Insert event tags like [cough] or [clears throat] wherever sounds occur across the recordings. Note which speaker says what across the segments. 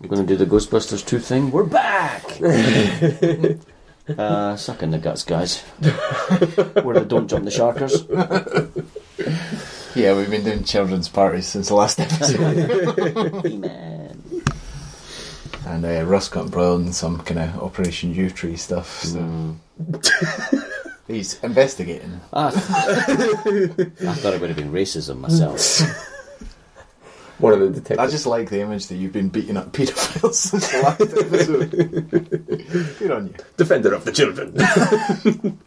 Speaker 1: We're going to do the Ghostbusters 2 thing. We're back! uh, suck in the guts, guys. We're the Don't Jump the Sharkers.
Speaker 2: Yeah, we've been doing children's parties since the last episode.
Speaker 1: Amen.
Speaker 2: [laughs] and uh, Russ got embroiled in some kind of Operation U Tree stuff, so
Speaker 1: Mm.
Speaker 2: he's investigating.
Speaker 1: Ah, I thought it would have been racism myself.
Speaker 3: One of the
Speaker 2: I
Speaker 3: detectives.
Speaker 2: just like the image that you've been beating up paedophiles [laughs] since the last episode. Good on you.
Speaker 3: Defender of the children. [laughs]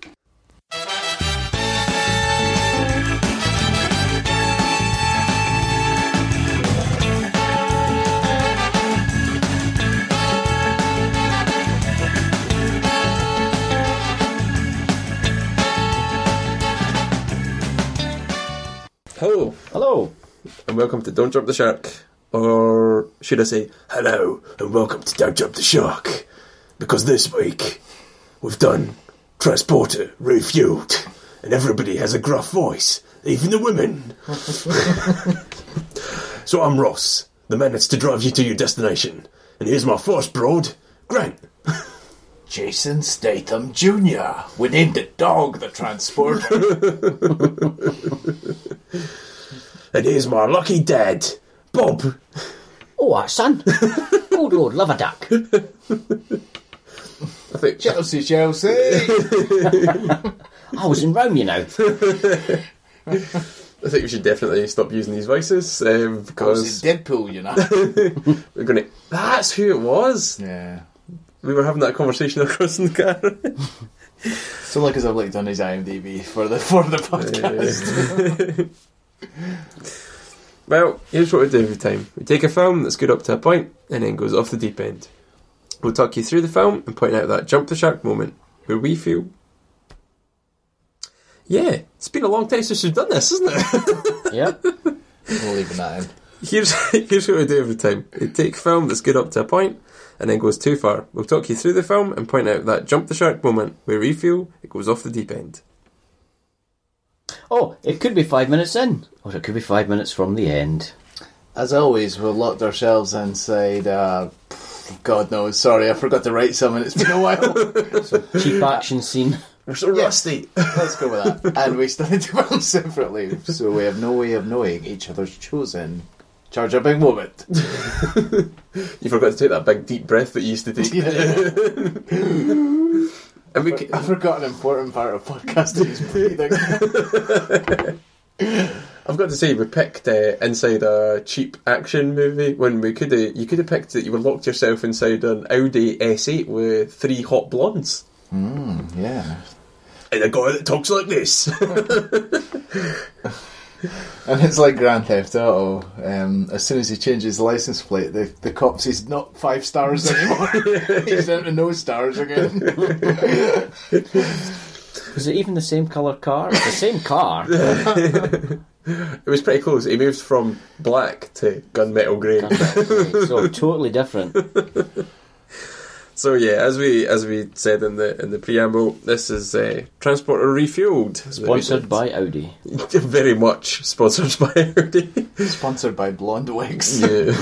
Speaker 3: Hello,
Speaker 1: Hello.
Speaker 3: and welcome to Don't Jump the Shark. Or should I say, hello, and welcome to Don't Jump the Shark. Because this week, we've done Transporter Refueled, and everybody has a gruff voice, even the [laughs] women. so I'm Ross, the man that's to drive you to your destination. And here's my first broad, Grant.
Speaker 2: Jason Statham Jr. We named it Dog the Transporter.
Speaker 3: And here's my lucky dad, Bob.
Speaker 1: Oh, uh, son. Good Lord, love a duck.
Speaker 3: I
Speaker 2: [laughs]
Speaker 3: think
Speaker 2: Chelsea, Chelsea!
Speaker 1: I was in Rome, you know.
Speaker 3: I think we should definitely stop using these voices um,
Speaker 2: Because
Speaker 3: because
Speaker 2: Deadpool, you know.
Speaker 3: we're going to. That's who it was.
Speaker 2: yeah.
Speaker 3: We were having that conversation [laughs] across in the car.
Speaker 2: So look as I've looked on his IMDb for the for the podcast.
Speaker 3: well, here's what we do every time we take a film that's good up to a point and then goes off the deep end. We'll talk you through the film and point out that jump the shark moment where we feel. Yeah, it's been a long time since we've done this, isn't it?
Speaker 1: Yep.
Speaker 2: we'll leave that in.
Speaker 3: Here's [laughs] here's what we do every time. We take a film that's good up to a point and then goes too far. We'll talk you through the film and point out that jump the shark moment where we feel it goes off the deep end.
Speaker 1: Oh, it could be five minutes in. Or Oh, it could be five minutes from the end.
Speaker 2: As always, we've locked ourselves inside. Uh, God knows. Sorry, I forgot to write something. It's been a while. [laughs]
Speaker 1: Cheap action scene.
Speaker 3: We're so
Speaker 2: Yeah.
Speaker 3: rusty.
Speaker 2: [laughs] Let's go with that. And we studied the [laughs] film separately, so we have no way of knowing each other's chosen charge up big [laughs] moment.
Speaker 3: You forgot to take that big deep breath that you used to take.
Speaker 2: [laughs] Yeah.
Speaker 3: And we
Speaker 2: I
Speaker 3: can,
Speaker 2: forgot an important part of podcasting is breathing. [laughs]
Speaker 3: I've got to say, we picked uh, inside a cheap action movie when we could have. You could have picked that you were locked yourself inside an Audi S8 with three hot blondes
Speaker 2: Hmm, Yeah.
Speaker 3: and a guy that talks like this. [laughs]
Speaker 2: And it's like Grand Theft Auto. Um, as soon as he changes the license plate, the, the cops he's not five stars anymore. [laughs] he's down to no stars again.
Speaker 1: Was it even the same colour car? It's the same car.
Speaker 3: it was pretty close. He moves from black to gunmetal grey.
Speaker 1: so totally different.
Speaker 3: So yeah, as we as we said in the in the preamble, this is uh, Transporter Refueled,
Speaker 1: Sponsored by Audi.
Speaker 3: [laughs] very much sponsored by Audi.
Speaker 2: Sponsored by Blonde Wigs.
Speaker 3: Yeah.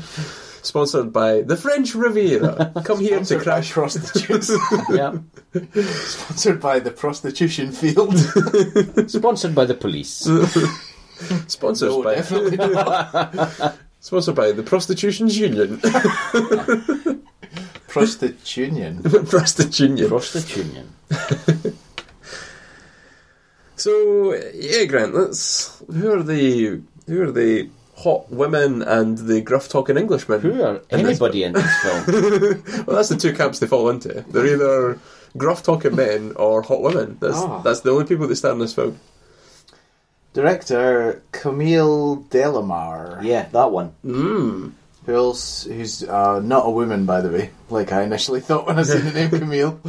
Speaker 3: [laughs] sponsored by the French Riviera. Come here to
Speaker 2: Sponsored by
Speaker 3: crash.
Speaker 2: prostitutes.
Speaker 3: [laughs]
Speaker 1: Yeah.
Speaker 2: Sponsored by the prostitution
Speaker 3: [laughs]
Speaker 2: field.
Speaker 1: Sponsored by the police.
Speaker 3: Sponsored
Speaker 2: no,
Speaker 3: by
Speaker 2: definitely not.
Speaker 3: [laughs] sponsored by the Prostitutions Union. [laughs]
Speaker 2: Prostitution.
Speaker 3: Prostitution Union.
Speaker 1: Prostitution.
Speaker 3: So yeah, Grant. Let's. Who are the who are the hot women and the gruff talking Englishmen?
Speaker 1: Who are anybody in this film?
Speaker 3: Well, that's the two camps they fall into. They're either gruff talking men or hot women. That's
Speaker 2: Ah.
Speaker 3: that's the only people that start in this film.
Speaker 2: Director Camille
Speaker 1: [laughs]
Speaker 2: Delamar,
Speaker 1: Yeah, that [laughs] one.
Speaker 2: who else, who's uh, not a woman, by the way, like I initially thought when I seen the
Speaker 3: [laughs]
Speaker 2: name Camille.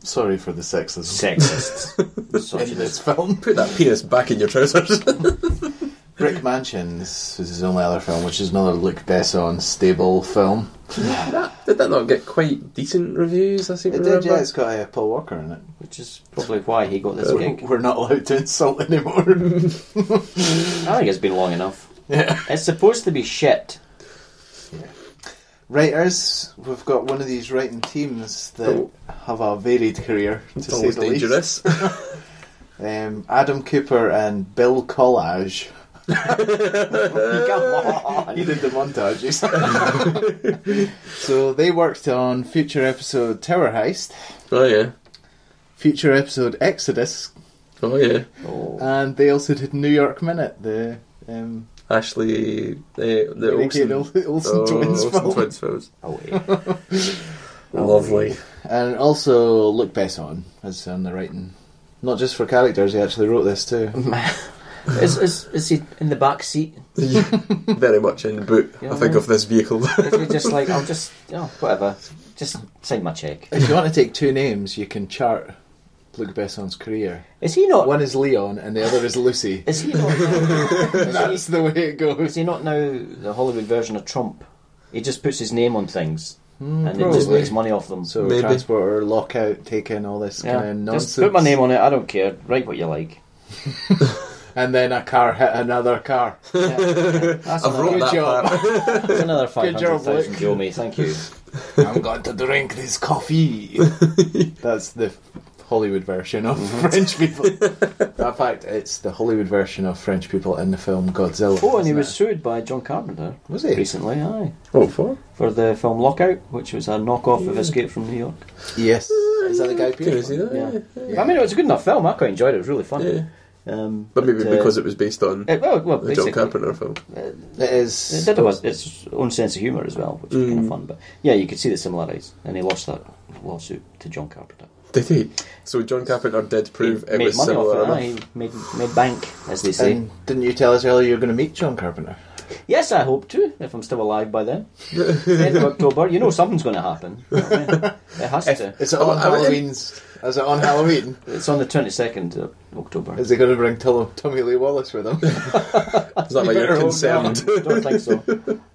Speaker 2: Sorry for the sexism
Speaker 1: Sexist.
Speaker 2: in this
Speaker 1: Misogynist.
Speaker 2: film.
Speaker 3: Put that penis back in your trousers. [laughs]
Speaker 2: Brick Mansions is his only other film, which is another Luc Besson stable film.
Speaker 3: did that not get quite decent reviews? I seem to
Speaker 2: It did,
Speaker 3: remember.
Speaker 2: yeah, it's got uh, Paul Walker in it.
Speaker 1: Which is probably why he got this
Speaker 2: We're- We're not allowed to insult anymore. [laughs]
Speaker 1: I think it's been long enough.
Speaker 2: yeah.
Speaker 1: [laughs] It's supposed to be shit.
Speaker 2: Yeah. Writers, we've got one of these writing teams that
Speaker 3: Oh.
Speaker 2: have a varied career, to
Speaker 3: It's
Speaker 2: say
Speaker 3: always
Speaker 2: the least.
Speaker 3: dangerous.
Speaker 2: Um, Adam Cooper and Bill Collage.
Speaker 1: Oh,
Speaker 2: Come on, he did the montages. [laughs] so they worked on future episode Tower Heist,
Speaker 3: [laughs] oh yeah.
Speaker 2: future episode Exodus,
Speaker 3: Oh yeah.
Speaker 1: [laughs] Oh.
Speaker 2: and they also did New York Minute, the um,
Speaker 3: Ashley, uh, the the
Speaker 2: Mickey and
Speaker 3: Olsen,
Speaker 2: Ol- Olsen
Speaker 3: Oh,
Speaker 2: twins Oh.
Speaker 3: Olsen
Speaker 2: film.
Speaker 3: twins films.
Speaker 1: Oh, yeah.
Speaker 3: Lovely.
Speaker 2: And also Luc Besson as on the writing. Not just for characters, he actually wrote this too.
Speaker 1: [laughs] is, is, is he in the back seat?
Speaker 3: Very much in the boot.
Speaker 1: Yeah,
Speaker 3: I think
Speaker 1: man.
Speaker 3: of [laughs] this vehicle.
Speaker 1: Is he just like, I'll just, oh, whatever. Just sign my check.
Speaker 2: if you want to take two names, you can chart Luc Besson's career.
Speaker 1: Is he not.
Speaker 2: One is Leon and the other
Speaker 1: [laughs]
Speaker 2: is Lucy.
Speaker 1: Is he not. is,
Speaker 2: That's
Speaker 1: he,
Speaker 2: the way
Speaker 1: is
Speaker 2: it goes.
Speaker 1: he not now the Hollywood version of Trump? He just puts his name on things and it just
Speaker 2: probably.
Speaker 1: makes money off them.
Speaker 2: So
Speaker 3: Maybe.
Speaker 2: transporter, lockout, taken, all this kind
Speaker 1: yeah,
Speaker 2: of
Speaker 1: just
Speaker 2: nonsense.
Speaker 1: put my name on it. I don't care. Write what you like.
Speaker 2: And then a car hit another car.
Speaker 1: That's
Speaker 3: I've wrote
Speaker 1: another,
Speaker 2: Good
Speaker 3: that
Speaker 2: job.
Speaker 3: part.
Speaker 1: that's another
Speaker 2: Good job,
Speaker 1: 500,000
Speaker 2: Luke.
Speaker 1: Joe May. Thank you.
Speaker 2: [laughs] I'm going to drink this coffee. That's the Hollywood version of French people. In fact, it's the Hollywood version of French people in the film Godzilla.
Speaker 1: Oh, and he
Speaker 2: isn't
Speaker 1: was
Speaker 2: it?
Speaker 1: sued by John Carpenter
Speaker 2: Was he?
Speaker 1: recently, aye,
Speaker 3: What for?
Speaker 1: for the film Lockout, which was a knockoff of Escape from New York.
Speaker 2: Yes. Is that the guy?
Speaker 3: Can you see that?
Speaker 1: Yeah.
Speaker 3: Yeah.
Speaker 2: Yeah.
Speaker 1: I mean, it was a good enough film. I quite enjoyed it. It was really
Speaker 3: Yeah.
Speaker 1: funny. Um,
Speaker 3: But maybe
Speaker 1: uh,
Speaker 3: because it was based on
Speaker 1: it, well, well,
Speaker 3: the John
Speaker 1: basically,
Speaker 3: Carpenter film.
Speaker 2: It
Speaker 1: It
Speaker 2: is.
Speaker 1: did have a- its own sense of humour as well, which was kind of fun. But yeah, you could see the similarities, and he lost that lawsuit to John Carpenter.
Speaker 3: Did he? So John Carpenter did prove
Speaker 1: he
Speaker 3: it
Speaker 1: made
Speaker 3: was
Speaker 1: money
Speaker 3: similar
Speaker 1: off it.
Speaker 3: enough.
Speaker 1: aye, He made made bank, as they say.
Speaker 2: And didn't you tell us earlier you're going to meet John Carpenter?
Speaker 1: Yes, I hope to, if I'm still alive by
Speaker 2: [laughs]
Speaker 1: then. End of October, you know something's going to happen. It has to.
Speaker 2: Is it
Speaker 3: Oh,
Speaker 2: on
Speaker 3: I mean-
Speaker 2: Halloween's? Is it on Halloween?
Speaker 1: It's on the 22nd of October.
Speaker 2: Is he going to bring Tom- Tommy Lee Wallace with him?
Speaker 1: [laughs]
Speaker 3: Is that why
Speaker 2: better
Speaker 3: you're
Speaker 2: hope
Speaker 3: concerned? [laughs]
Speaker 1: Don't think so.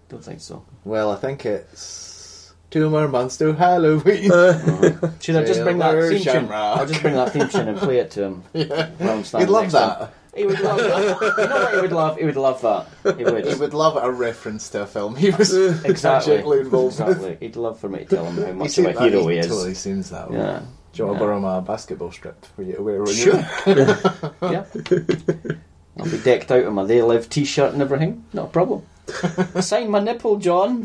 Speaker 1: Don't think so.
Speaker 2: well, I think it's two more months to Halloween.
Speaker 1: Uh,
Speaker 2: [laughs]
Speaker 1: Should I just bring that
Speaker 2: Sailor
Speaker 1: theme tune?
Speaker 2: Shamrock.
Speaker 1: I'll just bring that theme tune and play it to him.
Speaker 2: [laughs]
Speaker 1: while I'm
Speaker 2: He'd
Speaker 1: standing
Speaker 2: love
Speaker 1: next to him.
Speaker 2: that.
Speaker 1: He would love that. You know what he would love? He would love that. He would.
Speaker 2: [laughs] He would love a reference to a film he was
Speaker 1: Uh,
Speaker 2: [laughs]
Speaker 1: exactly.
Speaker 2: tangentially involved with.
Speaker 1: Exactly. He'd love for me to tell
Speaker 2: [laughs]
Speaker 1: him how much
Speaker 2: seen
Speaker 1: of a
Speaker 2: that?
Speaker 1: hero he is.
Speaker 2: totally seems that way.
Speaker 1: Yeah.
Speaker 2: Do you want
Speaker 1: Yeah.
Speaker 2: to borrow my basketball strip for you to wear when you-
Speaker 1: Sure. yeah. I'll be decked out in my They Live t shirt and everything. Not a problem. Sign my nipple, John.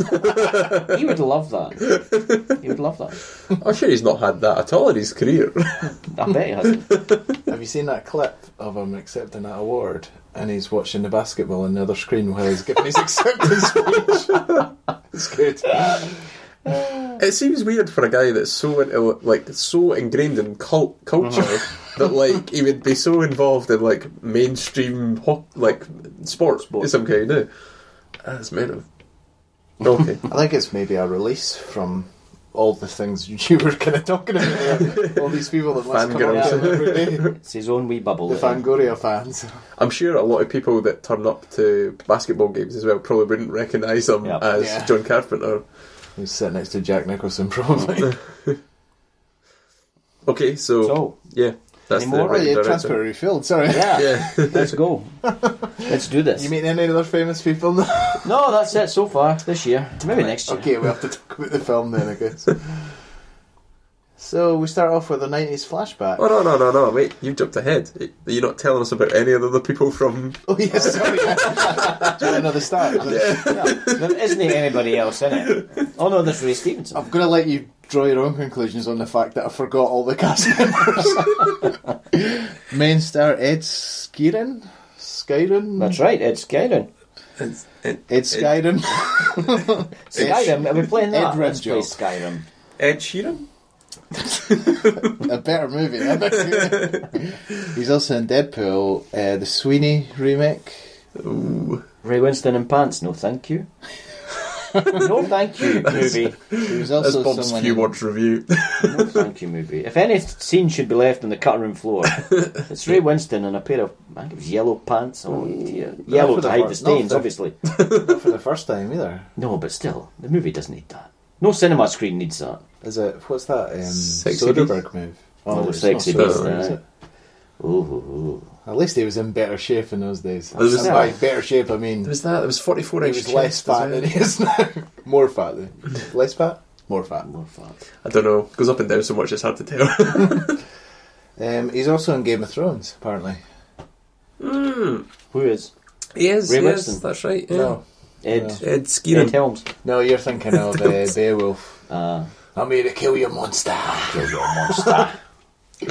Speaker 1: he would love that. He would love that.
Speaker 3: I'm sure he's not had that at all in his career. [laughs]
Speaker 1: I bet he hasn't.
Speaker 2: [laughs] Have you seen that clip of him accepting that award? And he's watching the basketball on the other screen while he's giving
Speaker 1: [laughs]
Speaker 2: his acceptance speech. it's good.
Speaker 3: it seems weird for a guy that's so into, like so ingrained in cult culture [laughs] that like he would be so involved in like mainstream ho- like sports
Speaker 1: Sport.
Speaker 3: some kind eh? of. That's made of. Okay.
Speaker 2: I think it's maybe a release from all the things [laughs] you were kind of talking about. there. All these people that must come
Speaker 3: Fangirls.
Speaker 2: out every day.
Speaker 1: It's his own wee bubble.
Speaker 2: The
Speaker 1: that-
Speaker 2: Fangoria fans.
Speaker 3: I'm sure a lot of people that turn up to basketball games as well probably wouldn't recognise him
Speaker 1: Yeah.
Speaker 3: as
Speaker 2: Yeah.
Speaker 3: John Carpenter.
Speaker 2: Who's sitting next to Jack Nicholson, probably.
Speaker 3: Okay, so,
Speaker 1: So,
Speaker 3: yeah, that's
Speaker 1: any more?
Speaker 3: the
Speaker 2: Right,
Speaker 3: right
Speaker 2: Oh, yeah,
Speaker 3: direction.
Speaker 2: transfer refilled, sorry.
Speaker 1: yeah.
Speaker 3: Yeah,
Speaker 1: Let's go. Let's do this.
Speaker 2: [laughs] You meet any other famous people? [laughs] now?
Speaker 1: no, that's it so far this year. Maybe next year.
Speaker 2: okay, we have to talk about the film then, I guess. so we start off with a 90s flashback.
Speaker 3: Oh no no no no! Wait, you've jumped ahead. You're not telling us about any of the other people from.
Speaker 2: [laughs] Oh, yes, sorry. [laughs] Do you want another start?
Speaker 1: There isn't anybody else in it. Oh no, there's Ray Stevenson.
Speaker 2: I'm going to let you draw your own conclusions on the fact that I forgot all the cast [laughs] members. Main star Ed Skiren? Skyden?
Speaker 1: That's right, Ed Skyden.
Speaker 2: Ed Skyden.
Speaker 1: Skyrim, are we playing that?
Speaker 2: Ed
Speaker 1: Let's play
Speaker 2: Redjob.
Speaker 1: Skyrim.
Speaker 3: Ed Sheeran.
Speaker 2: a better movie. I bet He's also in Deadpool, uh, the Sweeney remake.
Speaker 3: Ooh.
Speaker 1: Ray Winston in pants, no thank you. [laughs] no thank
Speaker 2: [laughs]
Speaker 1: you movie.
Speaker 2: He was
Speaker 3: That's
Speaker 2: also
Speaker 3: Bob's
Speaker 2: someone
Speaker 3: few
Speaker 2: in-
Speaker 3: watch review. [laughs]
Speaker 1: No thank you movie. If any scene should be left on the cutting room
Speaker 2: [laughs]
Speaker 1: floor, it's Ray Winston in a pair of, I think it was yellow pants. Oh dear. Yellow
Speaker 2: for
Speaker 1: to
Speaker 2: the
Speaker 1: hide the
Speaker 2: first- not
Speaker 1: stains,
Speaker 2: for-
Speaker 1: obviously.
Speaker 2: Not for the first time either.
Speaker 1: No, but still, the movie doesn't need that. No cinema screen needs that.
Speaker 2: Is it what's that um,
Speaker 3: Sexy
Speaker 2: Soderbergh move?
Speaker 1: No,
Speaker 2: Oh, it's
Speaker 1: sexy
Speaker 2: not
Speaker 1: beast,
Speaker 2: Soderbergh,
Speaker 1: no.
Speaker 2: is it?
Speaker 1: Ooh, ooh, ooh.
Speaker 2: At least he was in better shape in those days.
Speaker 3: There was-
Speaker 2: And by better shape, I mean
Speaker 3: There was that. There was 44
Speaker 2: he
Speaker 3: inch
Speaker 2: was less
Speaker 3: chest as
Speaker 2: fat
Speaker 3: well.
Speaker 2: than he is now. [laughs] More fat than less fat. More fat.
Speaker 1: More fat.
Speaker 3: I don't know. Goes up and down so much it's hard to tell. [laughs]
Speaker 2: Um, he's also in Game of Thrones, apparently.
Speaker 1: Who is?
Speaker 3: he is.
Speaker 1: Ray
Speaker 3: he is,
Speaker 1: Winston.
Speaker 3: Hmm, That's right. Yeah.
Speaker 2: No,
Speaker 1: Ed.
Speaker 3: Ed
Speaker 1: Ed
Speaker 3: Skeeran.
Speaker 1: Helms.
Speaker 2: no, you're thinking of [laughs] uh, Beowulf.
Speaker 1: Uh,
Speaker 2: I'm here to kill your monster. Kill your monster.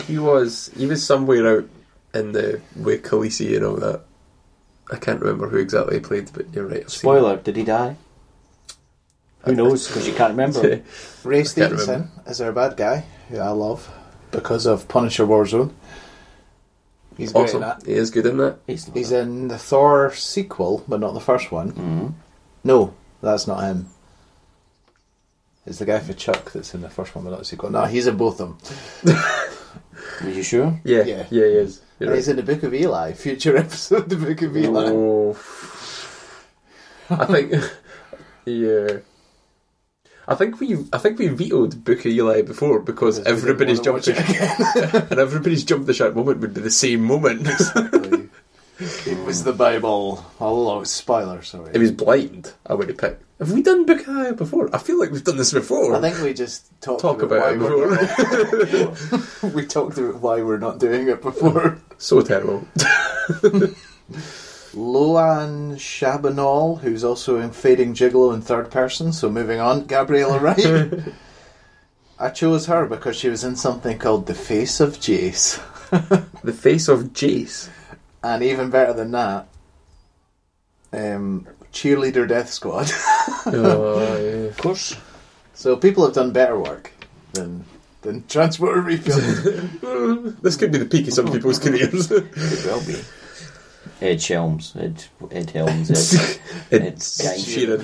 Speaker 3: He was. He was somewhere out in the with Khaleesi and all that. I can't remember who exactly he played, but you're right. I've seen
Speaker 1: spoiler, did he die? Who knows? Because you can't
Speaker 2: [laughs]
Speaker 3: it. [laughs]
Speaker 1: remember.
Speaker 2: [laughs] Ray
Speaker 3: remember.
Speaker 2: Stevenson is our bad guy, who I love because of Punisher Warzone. He's great in
Speaker 3: awesome.
Speaker 2: that.
Speaker 3: He is good in that.
Speaker 1: He's not.
Speaker 2: He's in the Thor sequel, but not the first one.
Speaker 1: Hmm.
Speaker 2: No, that's not him. It's the guy for Chuck that's in the first one, but not the sequel. No, he's in both of them.
Speaker 1: Were you sure?
Speaker 3: Yeah. Yeah.
Speaker 2: Yeah.
Speaker 3: he is. You're
Speaker 2: And
Speaker 3: right.
Speaker 2: He's in the Book of Eli, [laughs] future episode of the Book of Eli.
Speaker 3: Oh. I think.
Speaker 2: [laughs]
Speaker 3: yeah. I think we I think we vetoed Book of Eli before
Speaker 2: Because
Speaker 3: because
Speaker 2: we didn't
Speaker 3: everybody's
Speaker 2: wanna
Speaker 3: jumped the shark [laughs] and everybody's jumped the shark moment would be the same moment.
Speaker 2: it was the Bible. Although it's Oh, spoiler, sorry.
Speaker 3: if he's blind, I would have picked. Have we done Book of Eli before? I feel like we've done this before.
Speaker 2: I think we just talked
Speaker 3: Talk
Speaker 2: about, why
Speaker 3: about
Speaker 2: we're not- [laughs] we talked about why we're not doing it before.
Speaker 3: so terrible. [laughs]
Speaker 2: Loan Chabanol, who's also in Fading Gigolo in third person, so moving on, Gabriella
Speaker 3: [laughs]
Speaker 2: Wright. I chose her because she was in something called The Face of Jace.
Speaker 3: the face of
Speaker 2: [laughs]
Speaker 3: Jace.
Speaker 2: And even better than that, um, Cheerleader Death Squad. [laughs]
Speaker 3: Oh, yeah.
Speaker 1: Of course.
Speaker 2: so people have done better work than than [laughs] Transporter Refill.
Speaker 3: This could be the peak of some
Speaker 2: [laughs]
Speaker 3: people's careers.
Speaker 1: Could well be. Ed Helms. Ed, Ed Helms.
Speaker 2: [laughs]
Speaker 1: Ed. It's
Speaker 3: Ed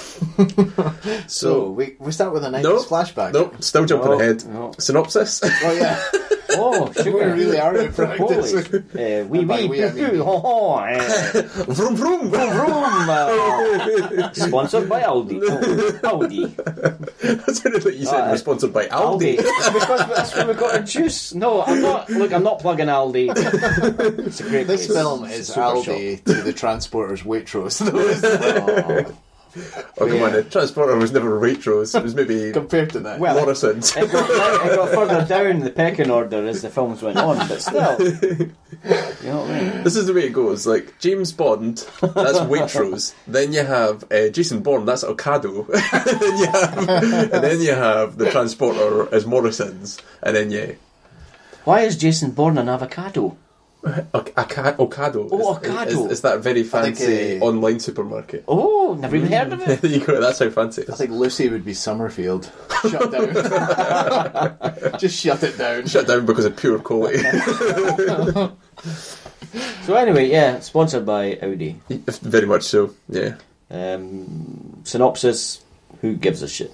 Speaker 3: Sheeran.
Speaker 2: so
Speaker 3: so,
Speaker 2: we, we start with a nice
Speaker 3: Nope.
Speaker 2: flashback.
Speaker 3: nope, still jumping
Speaker 1: No,
Speaker 3: ahead.
Speaker 1: no.
Speaker 2: [laughs]
Speaker 3: Synopsis.
Speaker 2: Oh yeah, [laughs]
Speaker 1: Oh,
Speaker 2: we
Speaker 1: sugar.
Speaker 2: really are in
Speaker 1: Holy.
Speaker 2: practice.
Speaker 1: [laughs] Uh, wee
Speaker 2: And by
Speaker 1: wee.
Speaker 2: we, I
Speaker 1: poo
Speaker 2: mean
Speaker 1: poo,
Speaker 2: me.
Speaker 1: ho ho. eh.
Speaker 3: vroom
Speaker 1: Vroom.
Speaker 3: vroom. vroom.
Speaker 2: [laughs]
Speaker 1: uh, Sponsored by Aldi. Oh, Aldi.
Speaker 3: That's what I thought you said.
Speaker 1: Uh,
Speaker 3: we're sponsored by
Speaker 1: Aldi.
Speaker 3: Aldi.
Speaker 1: because that's where we got our juice. No, I'm not. Look, I'm not plugging Aldi. It's a great
Speaker 2: This
Speaker 1: place.
Speaker 2: film
Speaker 1: It's a
Speaker 2: is
Speaker 1: super
Speaker 2: Aldi to the Transporters Waitrose, [laughs] though, isn't it?
Speaker 1: shop.
Speaker 3: Oh come on, the transporter was never Waitrose. It
Speaker 1: [laughs]
Speaker 3: was maybe
Speaker 2: compared to that.
Speaker 1: Well, [laughs]
Speaker 3: Morrison's.
Speaker 1: It got, fur- it got further down the pecking order as the films went on, but still. You know what I mean?
Speaker 3: This is the way it goes. Like James Bond, that's
Speaker 1: [laughs]
Speaker 3: Waitrose. then you have uh, Jason Bourne, that's Ocado. [laughs] then you have, and then you have the transporter as Morrison's, and then yeah,
Speaker 1: Why is Jason Bourne an avocado?
Speaker 3: Oc- Oca- Ocado.
Speaker 1: Oh,
Speaker 3: is,
Speaker 1: Ocado.
Speaker 3: Is, is that very fancy
Speaker 2: think, uh,
Speaker 3: online supermarket? [laughs]
Speaker 1: Oh, never even heard of it.
Speaker 3: There you go. That's how fancy it
Speaker 2: I
Speaker 3: is.
Speaker 2: think Lucy would be Summerfield. Shut down. Just shut it down.
Speaker 3: Shut down because of pure quality. [laughs]
Speaker 1: So anyway, yeah, sponsored by Audi.
Speaker 3: very much so. Yeah.
Speaker 1: Um, synopsis: Who gives a shit?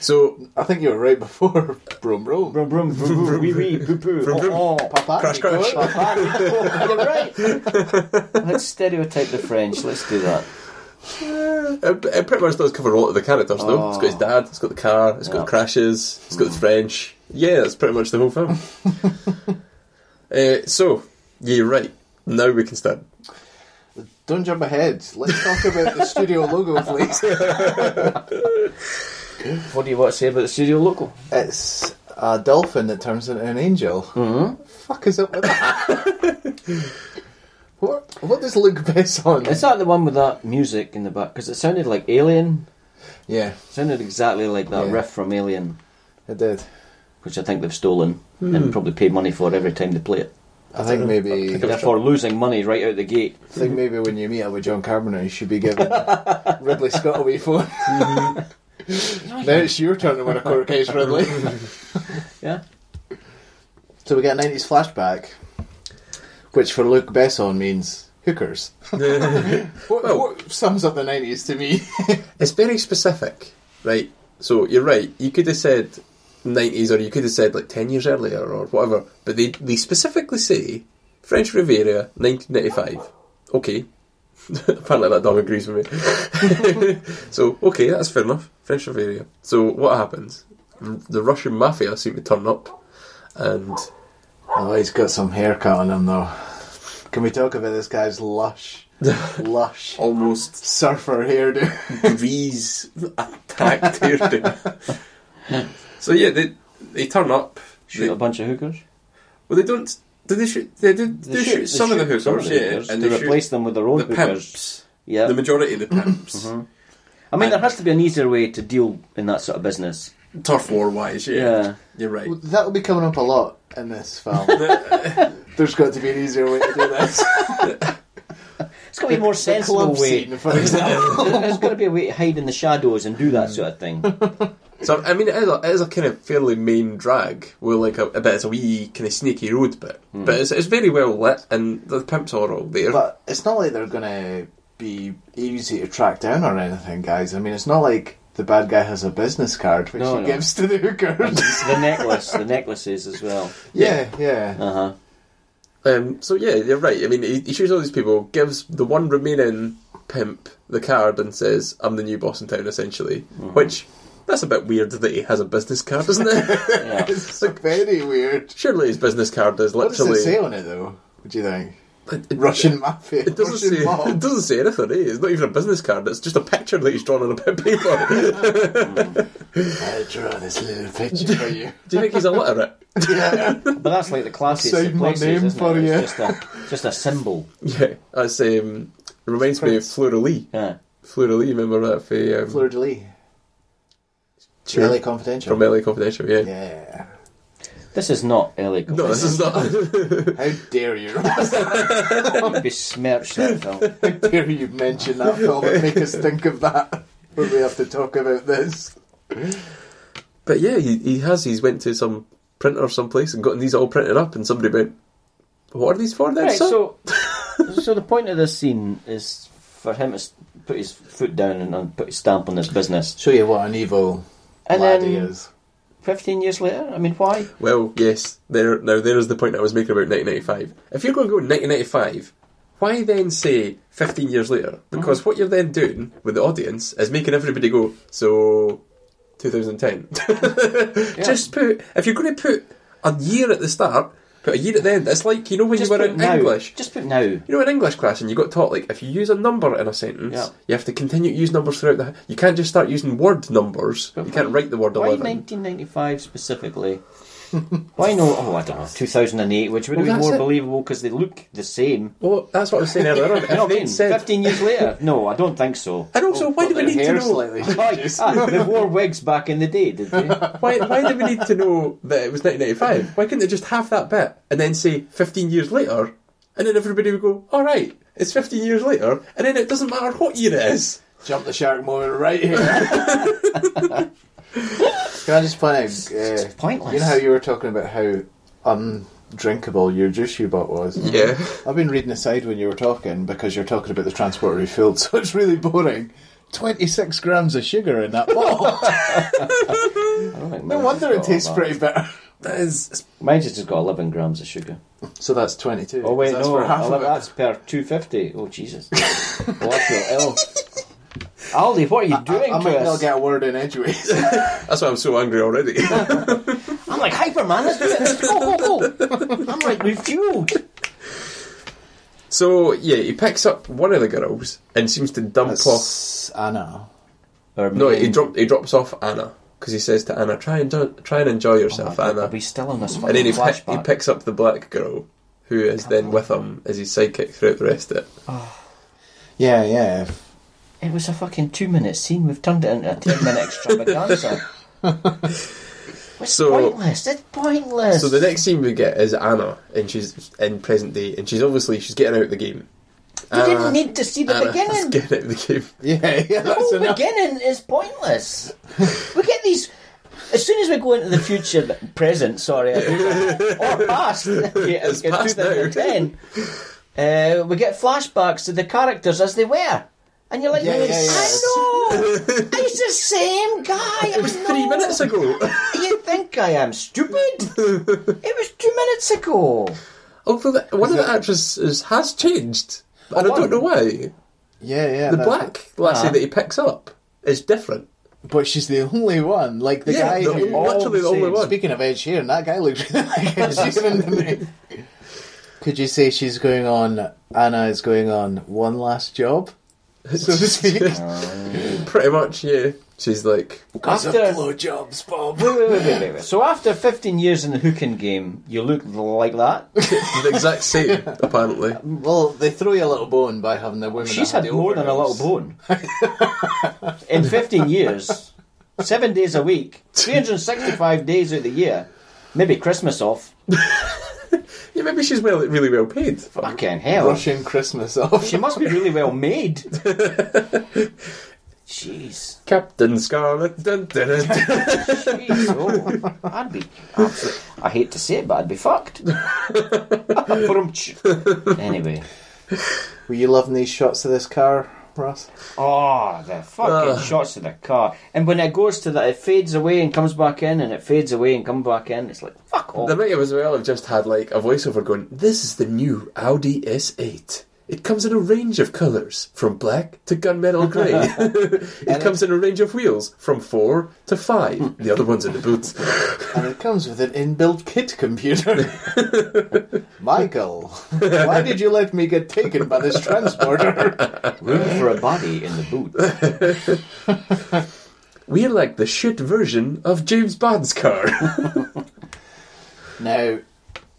Speaker 3: So
Speaker 2: I think you were right before. Broom, broom.
Speaker 1: Vroom vroom vroom vroom wee wee poo poo.
Speaker 3: Vroom, vroom.
Speaker 1: Oh, oh,
Speaker 2: Papa,
Speaker 3: Crash,
Speaker 2: you go
Speaker 3: crash.
Speaker 2: on.
Speaker 1: papa. Oh, [laughs] You're right. Let's stereotype the French. Let's do that.
Speaker 3: It, it pretty much does cover a lot of the characters, though. It's got his dad, it's got the car, it's
Speaker 1: Yeah.
Speaker 3: got crashes, it's got the French. Yeah, that's pretty much the whole film. uh, so, yeah, you're right. Now we can start.
Speaker 2: Don't jump ahead. Let's talk about the studio logo, please.
Speaker 1: What do you want to say about the studio local?
Speaker 2: It's a dolphin that turns into an angel. Mm-hmm. Fuck is up with that? [laughs] what? What does Luke piss on?
Speaker 1: Is that the one with that music in the back? Because it sounded like Alien.
Speaker 2: Yeah,
Speaker 1: It sounded exactly like that
Speaker 2: Yeah.
Speaker 1: riff from Alien,
Speaker 2: it did.
Speaker 1: which I think they've stolen
Speaker 4: Hmm.
Speaker 1: and probably pay money for every time they play it.
Speaker 2: I think maybe.
Speaker 1: Therefore, losing money right out the gate.
Speaker 2: I think maybe when you meet up with John Carpenter, you should be giving Ridley Scott a wee phone. now it's your turn to win a court case, Ridley.
Speaker 1: Yeah.
Speaker 2: so we get a 90s flashback, which for Luke Besson means hookers. What, what sums up the 90s to me?
Speaker 3: It's very specific, right? So you're right. You could have said 90s, or you could have said like 10 years earlier, or whatever. But they they specifically say French Riviera, 1995. Okay. [laughs] Apparently that dog agrees with me. [laughs] so okay, that's fair enough. French Riviera. So what happens? The Russian mafia seem to turn up. and
Speaker 2: Oh, he's got some haircut on him though. Can we talk about this
Speaker 1: [laughs]
Speaker 2: guy's lush, lush
Speaker 4: Almost
Speaker 2: surfer hairdo?
Speaker 3: [laughs]
Speaker 4: breeze attacked hairdo. so yeah, they they turn up.
Speaker 1: Shoot
Speaker 4: They-
Speaker 1: a bunch of hookers.
Speaker 4: well, they don't. Do they shoot? They do, do shoot,
Speaker 1: they
Speaker 4: some of the
Speaker 1: shoot some
Speaker 4: hookers, yeah, and
Speaker 1: to
Speaker 4: they
Speaker 1: replace
Speaker 4: shoot
Speaker 1: them with their own
Speaker 4: the
Speaker 1: hookers.
Speaker 4: pimps.
Speaker 1: Yeah. Mm-hmm.
Speaker 4: The majority of the pimps,
Speaker 1: I mean, there
Speaker 4: and-
Speaker 1: has to be an easier way to deal in that sort of business.
Speaker 4: turf war wise, yeah,
Speaker 1: Yeah.
Speaker 4: you're right.
Speaker 2: That'll be coming up a lot in this film. [laughs] There's got to be an easier way to do this.
Speaker 1: It's got to be a more
Speaker 2: The
Speaker 1: sensible
Speaker 2: club
Speaker 1: way.
Speaker 2: scene, for
Speaker 1: [laughs]
Speaker 2: example.
Speaker 1: There's got to be a way to hide in the shadows and do that sort of thing.
Speaker 3: so I mean it is a, it is a kind of fairly main drag with like a, a bit it's a wee kind of sneaky road bit,
Speaker 1: Hmm.
Speaker 3: but it's, it's very well lit and the pimps are all
Speaker 2: [laughs]
Speaker 3: there.
Speaker 2: But it's not like they're going to be easy to track down or anything, guys. I mean, it's not like the bad guy has a business card which
Speaker 1: No,
Speaker 2: he
Speaker 1: no.
Speaker 2: gives to the hookers.
Speaker 1: [laughs] the necklace, the necklaces as well.
Speaker 2: yeah, yeah.
Speaker 1: Uh huh.
Speaker 3: Um, so yeah, you're right. I mean, he, he shoots all these people, gives the one remaining pimp the card, and says, "I'm the new boss in town." Essentially,
Speaker 1: Mm-hmm.
Speaker 3: which that's a bit weird that he has a business card, isn't
Speaker 1: [laughs]
Speaker 3: it?
Speaker 1: Yeah.
Speaker 2: It's very weird.
Speaker 3: Surely his business card is
Speaker 2: What does it
Speaker 3: literally.
Speaker 2: say on it, though? What do you think?
Speaker 3: It-
Speaker 2: [laughs]
Speaker 3: it-
Speaker 2: Russian mafia.
Speaker 3: It doesn't
Speaker 2: Russian [laughs]
Speaker 3: say.
Speaker 2: mob.
Speaker 3: It doesn't say anything. Eh? It's not even a business card. It's just a picture that he's drawn on a bit of paper. [laughs]
Speaker 2: I draw this little picture for [laughs] you.
Speaker 3: Do you think he's illiterate?
Speaker 2: yeah.
Speaker 1: But that's like the classiest
Speaker 2: Save
Speaker 1: of
Speaker 2: my
Speaker 1: places,
Speaker 2: name
Speaker 1: isn't
Speaker 2: for
Speaker 1: it?
Speaker 2: you.
Speaker 1: It's just a, just a symbol.
Speaker 3: Yeah, that's um. Reminds me of Fleury.
Speaker 1: Yeah.
Speaker 3: Fleury, remember that for um,
Speaker 2: Fleur de Lis.
Speaker 3: Sure.
Speaker 2: Really confidential.
Speaker 3: from LA Confidential? Yeah.
Speaker 2: yeah.
Speaker 1: This is not LA.
Speaker 3: No, this is not. [laughs]
Speaker 2: How dare you? [laughs] How
Speaker 1: You besmirch
Speaker 2: [laughs]
Speaker 1: that film.
Speaker 2: dare you mention that film and make us think of that when we have to talk about this?
Speaker 3: But yeah, he, he has. He's went to some printer someplace and gotten these all printed up, and somebody went, "What are these for?" Then,
Speaker 1: Right,
Speaker 3: son?"
Speaker 1: so, so the point of this scene is for him to s- put his foot down and, and put his stamp on this business.
Speaker 2: Show you what an evil
Speaker 1: And
Speaker 2: lad
Speaker 1: then-
Speaker 2: he is.
Speaker 1: 15 years later? I mean, why?
Speaker 3: well, yes. There now, there is the point I was making about 1995. If you're going to go 1995, why then say 15 years later?
Speaker 1: Mhm.
Speaker 3: Because what you're then doing with the audience is making everybody go, "So, [laughs] 2010." Just put if you're going to put a year at the start, put a year at the end. It's like you know when
Speaker 1: Just
Speaker 3: you were
Speaker 1: put
Speaker 3: in
Speaker 1: now.
Speaker 3: English.
Speaker 1: Just put now.
Speaker 3: You know, in English class, and you got taught like if you use a number in a sentence,
Speaker 1: Yeah.
Speaker 3: you have to continue to use numbers throughout the. You can't just start using word numbers.
Speaker 1: But
Speaker 3: you can't write the word
Speaker 1: Why
Speaker 3: eleven.
Speaker 1: 1995 specifically? [laughs] Why no? Oh, I don't know. 2008, which would
Speaker 3: Well,
Speaker 1: be
Speaker 3: that's
Speaker 1: more
Speaker 3: it.
Speaker 1: believable because they look the same.
Speaker 3: Well, that's what I was
Speaker 1: [laughs]
Speaker 3: saying earlier.
Speaker 1: You
Speaker 3: on.
Speaker 1: know
Speaker 3: If
Speaker 1: what I
Speaker 3: they
Speaker 1: mean?
Speaker 3: said,
Speaker 1: 15 years later?
Speaker 2: [laughs]
Speaker 1: No, I don't think so.
Speaker 3: and also, why do we
Speaker 2: Their
Speaker 3: need to
Speaker 2: hair
Speaker 3: know?
Speaker 2: [laughs] slightly
Speaker 1: Like,
Speaker 2: changes.
Speaker 1: ah, they wore wigs back in the day, did
Speaker 2: [laughs]
Speaker 1: they?
Speaker 3: [laughs] Why, why do we need to know that it was 1995? Why couldn't they just have that bit and then say 15 years later, and then everybody would go, "All right, it's 15 years later," and then it doesn't matter what year it is.
Speaker 2: Jump the shark moment right [laughs] here. Can I just point out? Uh,
Speaker 1: pointless.
Speaker 2: You know how you were talking about how undrinkable your juice you bought was?
Speaker 3: Yeah.
Speaker 2: I've been reading aside when you were talking because you're talking about the transport refilled, [laughs] so it's really boring. 26 grams of sugar in that bottle.
Speaker 1: I don't think
Speaker 2: no
Speaker 1: mine's
Speaker 2: wonder it
Speaker 1: got
Speaker 2: tastes
Speaker 1: all Oh, that.
Speaker 2: pretty bitter.
Speaker 3: That is.
Speaker 1: Mine's just got 11 grams of sugar.
Speaker 2: [laughs] So that's 22.
Speaker 1: Oh wait,
Speaker 2: that's
Speaker 1: no,
Speaker 2: for half
Speaker 1: I'll-
Speaker 2: of it.
Speaker 1: that's per two fifty. Oh Jesus! well, I feel ill. Aldi, what are you doing
Speaker 2: I
Speaker 1: to
Speaker 2: might
Speaker 1: us?
Speaker 2: not get a word in edgeways.
Speaker 3: That's why I'm so angry already.
Speaker 1: I'm like hyper man.
Speaker 2: [laughs]
Speaker 1: Let's do this. Go, go, go. I'm like refueled.
Speaker 3: [laughs] So yeah, he picks up one of the girls and seems to dump off.
Speaker 2: That's Anna.
Speaker 1: Or
Speaker 3: No, he
Speaker 1: maybe-
Speaker 3: drop, he drops off Anna because he says to Anna, "Try and do- try and enjoy
Speaker 1: Oh,
Speaker 3: yourself,
Speaker 1: I'll
Speaker 3: Anna."
Speaker 1: be still in this
Speaker 3: And
Speaker 1: fucking
Speaker 3: then he, pick, he
Speaker 1: flashback.
Speaker 3: picks up the black girl, who is then with him as his sidekick throughout the rest of it.
Speaker 2: Yeah, yeah.
Speaker 1: It was a fucking two-minute scene. We've turned it into a ten-minute
Speaker 3: [laughs]
Speaker 1: extravaganza. It's
Speaker 3: So-
Speaker 1: pointless. It's pointless.
Speaker 3: So the next scene we get is Anna, and she's in present day, and she's obviously she's getting out of the game.
Speaker 1: you
Speaker 3: Uh,
Speaker 1: didn't need to see the
Speaker 3: Anna is [laughs]
Speaker 1: beginning.
Speaker 3: getting out of the game.
Speaker 2: Yeah, [laughs] yeah,
Speaker 1: The
Speaker 2: that's
Speaker 1: whole
Speaker 2: enough.
Speaker 1: beginning is pointless. We get these. As soon as we go into the future, present, sorry, I do
Speaker 3: [laughs]
Speaker 1: that. or past, [laughs] yeah,
Speaker 3: It's
Speaker 1: okay,
Speaker 3: past now.
Speaker 1: 2010, uh, we get flashbacks to the characters as they were. And you're like,
Speaker 2: Yeah, yeah, yeah.
Speaker 1: I know!
Speaker 3: [laughs]
Speaker 1: It's the same guy! It was
Speaker 3: Three
Speaker 1: [laughs]
Speaker 3: minutes ago. [laughs]
Speaker 1: You think I am stupid? it was two minutes ago.
Speaker 3: Although the, one of the
Speaker 2: that-
Speaker 3: actresses has changed, and I
Speaker 1: one.
Speaker 3: don't know why.
Speaker 2: Yeah, yeah.
Speaker 3: The
Speaker 2: that's-
Speaker 3: black
Speaker 1: Oh,
Speaker 3: lassie
Speaker 1: Ah. [laughs]
Speaker 3: that he picks up is different.
Speaker 2: But she's the only one. Like the
Speaker 3: Yeah,
Speaker 2: guy
Speaker 3: the-
Speaker 2: who
Speaker 3: literally the
Speaker 2: all
Speaker 3: only
Speaker 2: said-
Speaker 3: one.
Speaker 2: Speaking of Ed Sheeran, that guy looks [laughs] really like
Speaker 3: [laughs]
Speaker 2: Ed Sheeran to me. Could you say she's going on? Anna is going on one last job, so
Speaker 3: [laughs]
Speaker 2: to speak.
Speaker 3: Pretty much, yeah. She's like,
Speaker 1: After-
Speaker 2: blowjobs, Bob.
Speaker 1: Wait, wait, wait, wait, wait, wait. So after 15 years in the hooking game, you look like that.
Speaker 3: the
Speaker 1: [laughs]
Speaker 3: exact same, apparently.
Speaker 2: Well, they throw you a little bone by having the women.
Speaker 1: She's
Speaker 2: that
Speaker 1: had more than a little
Speaker 2: overdose.
Speaker 1: bone. In 15 years, seven days a week, 365 days out of the year, maybe Christmas off,
Speaker 3: Yeah, maybe she's well, really well paid. Fuck.
Speaker 1: fucking hell.
Speaker 2: Russian Christmas off.
Speaker 1: She must be really well made. Jeez.
Speaker 3: Captain Scarlet. Dun, dun, dun, dun.
Speaker 1: Jeez, oh, I'd be. absolute- I hate to say it, but I'd be
Speaker 3: [laughs]
Speaker 1: fucked. Brumch. anyway.
Speaker 2: Were you loving these shots of this car, Ross?
Speaker 1: Oh, the fucking
Speaker 3: Ugh.
Speaker 1: shots of the car. And when it goes to that, it fades away and comes back in, and it fades away and comes back in. It's like, fuck
Speaker 3: They
Speaker 1: off.
Speaker 3: might have as well have just had like a voiceover going, This is the new Audi S8. It comes in a range of colours, from black to gunmetal grey. [laughs] it comes in a range of wheels, from four to five. the other one's in the boot.
Speaker 2: And it comes with an inbuilt kit computer. Michael, why did you let me get taken by this
Speaker 3: [laughs]
Speaker 2: transporter?
Speaker 1: Room for a body in the boot.
Speaker 3: [laughs] We're like the shit version of James Bond's car. [laughs]
Speaker 2: Now,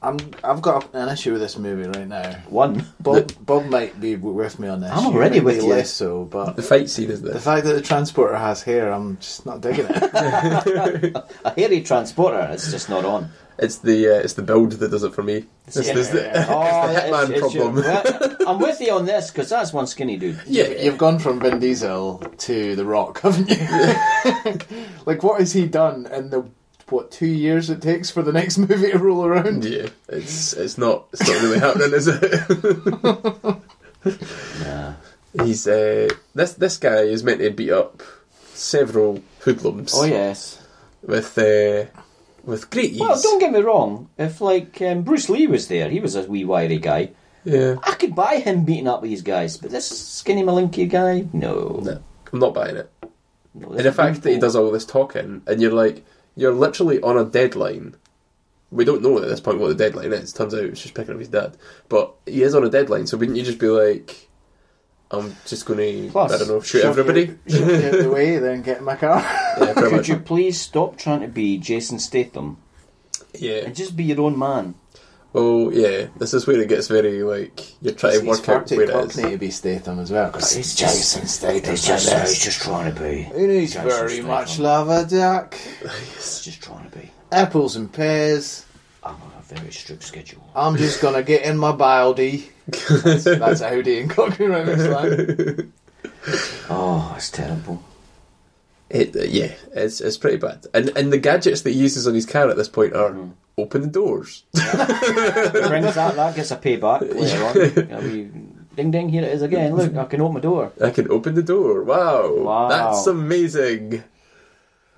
Speaker 2: I'm I've got an issue with this movie right now.
Speaker 1: One.
Speaker 2: Bob Bob might be with me on this.
Speaker 1: I'm already
Speaker 2: might
Speaker 1: with
Speaker 2: be
Speaker 1: you.
Speaker 2: Less so, but
Speaker 3: the fight scene is
Speaker 2: the
Speaker 3: this.
Speaker 2: fact that the transporter has hair, I'm just not digging it.
Speaker 1: A hairy transporter. It's just not on.
Speaker 3: It's the uh, it's the build that does it for me. It's,
Speaker 1: Yeah.
Speaker 3: it's the, [laughs]
Speaker 1: Oh,
Speaker 3: it's the Hitman problem.
Speaker 1: [laughs]
Speaker 3: [laughs]
Speaker 1: well, I'm with you on this because that's one skinny dude.
Speaker 3: yeah,
Speaker 2: You've gone from Vin Diesel to The Rock, [laughs] haven't you? like, what has he done in the what two years it takes for the next [laughs] movie to roll around?
Speaker 3: yeah. It's it's not it's not really happening, is it? [laughs]
Speaker 1: Nah.
Speaker 3: He's uh, this this guy is meant to beat up several hoodlums
Speaker 1: Oh yes.
Speaker 3: with uh, with great ease.
Speaker 1: Well, don't get me wrong. If like um, Bruce Lee was there, he was a wee wiry guy.
Speaker 3: Yeah,
Speaker 1: I could buy him beating up these guys, but this skinny malinky guy, no.
Speaker 3: no, I'm not buying it.
Speaker 1: No,
Speaker 3: And the fact that he does all this talking, and you're like, you're literally on a deadline. We don't know at this point what the deadline is. Turns out it's just picking up his dad, but he is on a deadline. So wouldn't you just be like, I'm just going to,
Speaker 1: Plus,
Speaker 3: I don't know, shoot
Speaker 2: Shove
Speaker 3: everybody?
Speaker 2: you- shove you out the way, then get in my car.
Speaker 3: Yeah, pretty
Speaker 1: Could
Speaker 3: much.
Speaker 1: you please stop trying to be Jason Statham
Speaker 3: Yeah.
Speaker 1: and just be your own man?
Speaker 3: Oh yeah. This is where it gets very like you're trying to
Speaker 2: He's
Speaker 3: work
Speaker 2: far
Speaker 3: out
Speaker 2: too
Speaker 3: where it
Speaker 2: cockney
Speaker 3: is.
Speaker 2: to be Statham as well. 'cause
Speaker 1: It's
Speaker 2: he's
Speaker 1: just-
Speaker 2: Jason Statham.
Speaker 1: It's just,
Speaker 2: and
Speaker 1: he's just trying to be.
Speaker 2: He needs
Speaker 1: Jason
Speaker 2: very
Speaker 1: Statham.
Speaker 2: much lava duck,
Speaker 1: It's just trying to be.
Speaker 2: apples and pears.
Speaker 1: I'm on a very strict schedule.
Speaker 2: I'm just gonna get in my baldy. That's, that's Audi and Cockney Rhymes line.
Speaker 1: Oh, it's terrible.
Speaker 3: It, uh, yeah, it's it's pretty bad. And and the gadgets that he uses on his car at this point are
Speaker 2: Mm-hmm.
Speaker 3: open the doors.
Speaker 1: Brings that, that gets a [laughs] payback later on. I'll be- ding ding, here it is again. Look, I can open my door.
Speaker 3: I can open the door. Wow,
Speaker 1: Wow.
Speaker 3: that's amazing.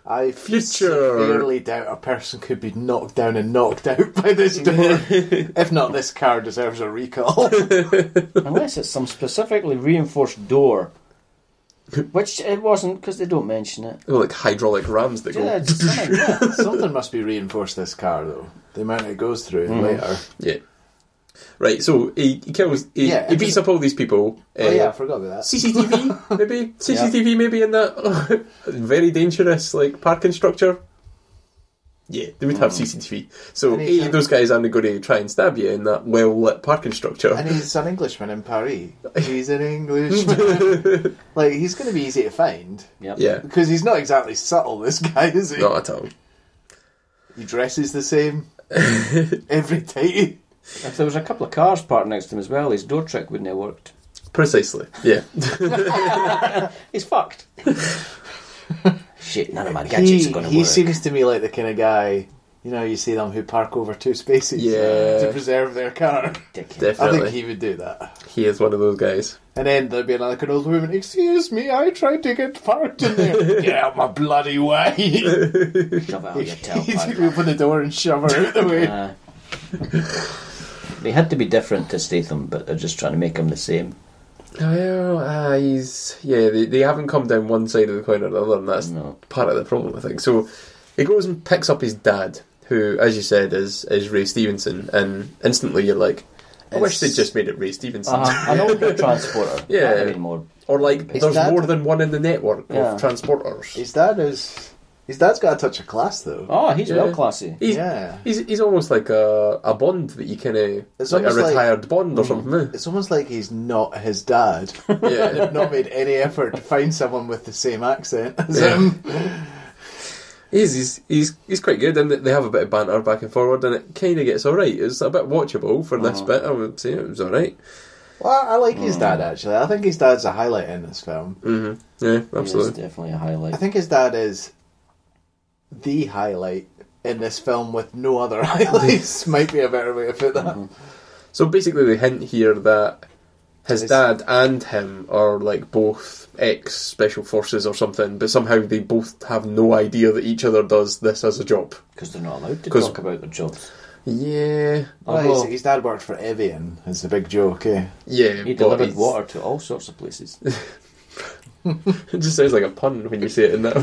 Speaker 2: I
Speaker 3: Future.
Speaker 2: severely doubt a person could be knocked down and knocked out by this door. if not, this car deserves a recall.
Speaker 1: Unless it's some specifically reinforced [laughs] door. Which it wasn't because they don't mention it.
Speaker 3: They're Oh, like hydraulic rams that
Speaker 1: Yeah,
Speaker 3: go.
Speaker 1: it's something, [laughs] yeah.
Speaker 2: Something must be reinforced this car though. The amount it goes through later.
Speaker 3: Yeah. Right. So he, he kills. He,
Speaker 2: Yeah,
Speaker 3: he beats up all these people.
Speaker 2: Oh yeah, I
Speaker 3: uh,
Speaker 2: forgot about that. [laughs]
Speaker 3: CCTV maybe CCTV maybe in that [laughs] very dangerous like parking structure. Yeah, they would have CCTV. So
Speaker 2: Mm. And he's-
Speaker 3: A, those guys aren't going to try and stab you in that well lit parking structure.
Speaker 2: And he's an Englishman in Paris. He's an Englishman. like he's going to be easy to find
Speaker 1: Yep.
Speaker 3: yeah,
Speaker 2: because he's not exactly subtle. This guy is he?
Speaker 3: not at all.
Speaker 2: He dresses the [laughs] same every day.
Speaker 1: If there was a couple of cars parked next to him as well, his door trick wouldn't have worked.
Speaker 3: Precisely. [laughs] Yeah.
Speaker 1: He's
Speaker 3: [laughs]
Speaker 1: fucked. Shit, none of my gadgets
Speaker 2: He,
Speaker 1: are going to
Speaker 2: he
Speaker 1: work.
Speaker 2: seems to me like the kind of guy. You know, you see them who park over two spaces uh,
Speaker 3: Yeah.
Speaker 2: to preserve their car.
Speaker 1: Dickhead.
Speaker 2: I think
Speaker 3: Definitely.
Speaker 2: he would do that.
Speaker 3: He is one of those guys.
Speaker 2: And then there'd be like an old woman, excuse me, I tried to get parked in there. get out my bloody way. He'd
Speaker 1: Shove it
Speaker 3: [laughs]
Speaker 1: out your
Speaker 2: [laughs]
Speaker 1: tailpipe.
Speaker 2: open the door and shove her out
Speaker 1: [laughs]
Speaker 2: the way.
Speaker 1: Uh, they had to be different to Statham, but they're just trying to make him the same.
Speaker 3: Well, uh, he's yeah. They, they haven't come down one side of the coin or the other, and that's
Speaker 1: No.
Speaker 3: part of the problem, I think. So he goes and picks up his dad, who, as you said, is is Ray Stevenson, and instantly you're like, I wish they
Speaker 1: It's-
Speaker 3: just made it Ray Stevenson,
Speaker 1: Uh, an older transporter.
Speaker 3: Yeah.
Speaker 1: That'd have been more.
Speaker 3: [laughs] or like
Speaker 2: His
Speaker 3: there's
Speaker 2: dad-
Speaker 3: more than one in the network
Speaker 1: Yeah.
Speaker 3: of transporters. He's
Speaker 2: His dad is. His dad's got a touch of class though.
Speaker 1: Oh, he's
Speaker 3: Yeah.
Speaker 1: well classy.
Speaker 3: he's,
Speaker 2: yeah.
Speaker 3: he's, almost like a, a Bond that you kind of
Speaker 2: It's
Speaker 3: like a
Speaker 2: almost like-
Speaker 3: retired Bond or something. eh?
Speaker 2: It's almost like he's not his dad.
Speaker 3: yeah,
Speaker 2: They've not made any effort to find someone with the same accent as
Speaker 3: Yeah.
Speaker 2: him.
Speaker 3: He's, he's he's he's quite good, and they have a bit of banter back and forward, and it kind of gets all right. It's a bit watchable for
Speaker 1: Uh-huh.
Speaker 3: this bit. I would say it was all right.
Speaker 2: Well, I like his dad actually. I think his dad's a highlight in this film.
Speaker 3: Mm-hmm.
Speaker 1: He
Speaker 3: Yeah,
Speaker 1: is
Speaker 3: absolutely.
Speaker 1: definitely a highlight.
Speaker 2: I think his dad is the highlight in this film with no other [laughs] highlights. Might be a better way to put that.
Speaker 3: So basically, they hint here that his
Speaker 2: It's-
Speaker 3: dad and him are like both ex special forces or something, but somehow they both have no idea that each other does this as a job.
Speaker 1: Because they're not allowed to
Speaker 3: 'Cause-
Speaker 1: talk about their jobs.
Speaker 3: Yeah,
Speaker 2: Well,
Speaker 1: Although,
Speaker 2: his, his dad worked for Evian. Is the big joke, eh?
Speaker 3: yeah.
Speaker 1: he
Speaker 3: but
Speaker 1: delivered
Speaker 3: it's-
Speaker 1: water to all sorts of places.
Speaker 3: [laughs] It just sounds like a pun when you say it in that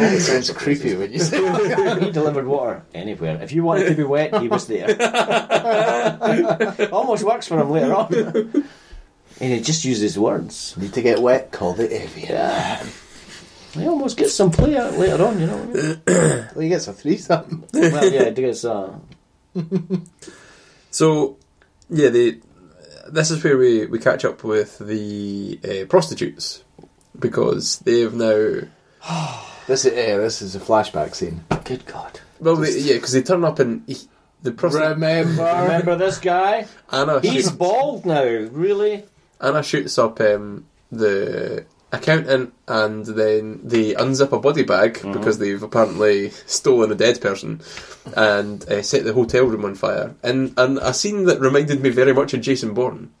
Speaker 3: [laughs] way.
Speaker 2: It sounds creepy when you say. it.
Speaker 1: he delivered water anywhere. If you wanted to be wet, he was
Speaker 2: [laughs]
Speaker 1: there. Almost works for him later on. And he just uses words.
Speaker 2: Need to get wet? Call the Evian.
Speaker 1: Yeah. He almost gets some play out later on, you know. what I mean?
Speaker 2: Well, he gets a threesome. [laughs]
Speaker 1: well, yeah, it is. Uh,
Speaker 3: So, yeah, they, this is where we, we catch up with the uh, prostitutes because they've now.
Speaker 2: This is eh, this is a flashback scene.
Speaker 1: good God.
Speaker 3: Well, they, yeah, because they turn up and he- the prostitute
Speaker 2: Remember,
Speaker 1: Remember this guy?
Speaker 3: Anna
Speaker 1: He's
Speaker 3: shoots,
Speaker 1: bald now, really?
Speaker 3: Anna shoots up um, the accountant and then they unzip a body bag because they've apparently stolen a dead person and uh, set the hotel room on fire. And, and a scene that reminded me very much of Jason Bourne.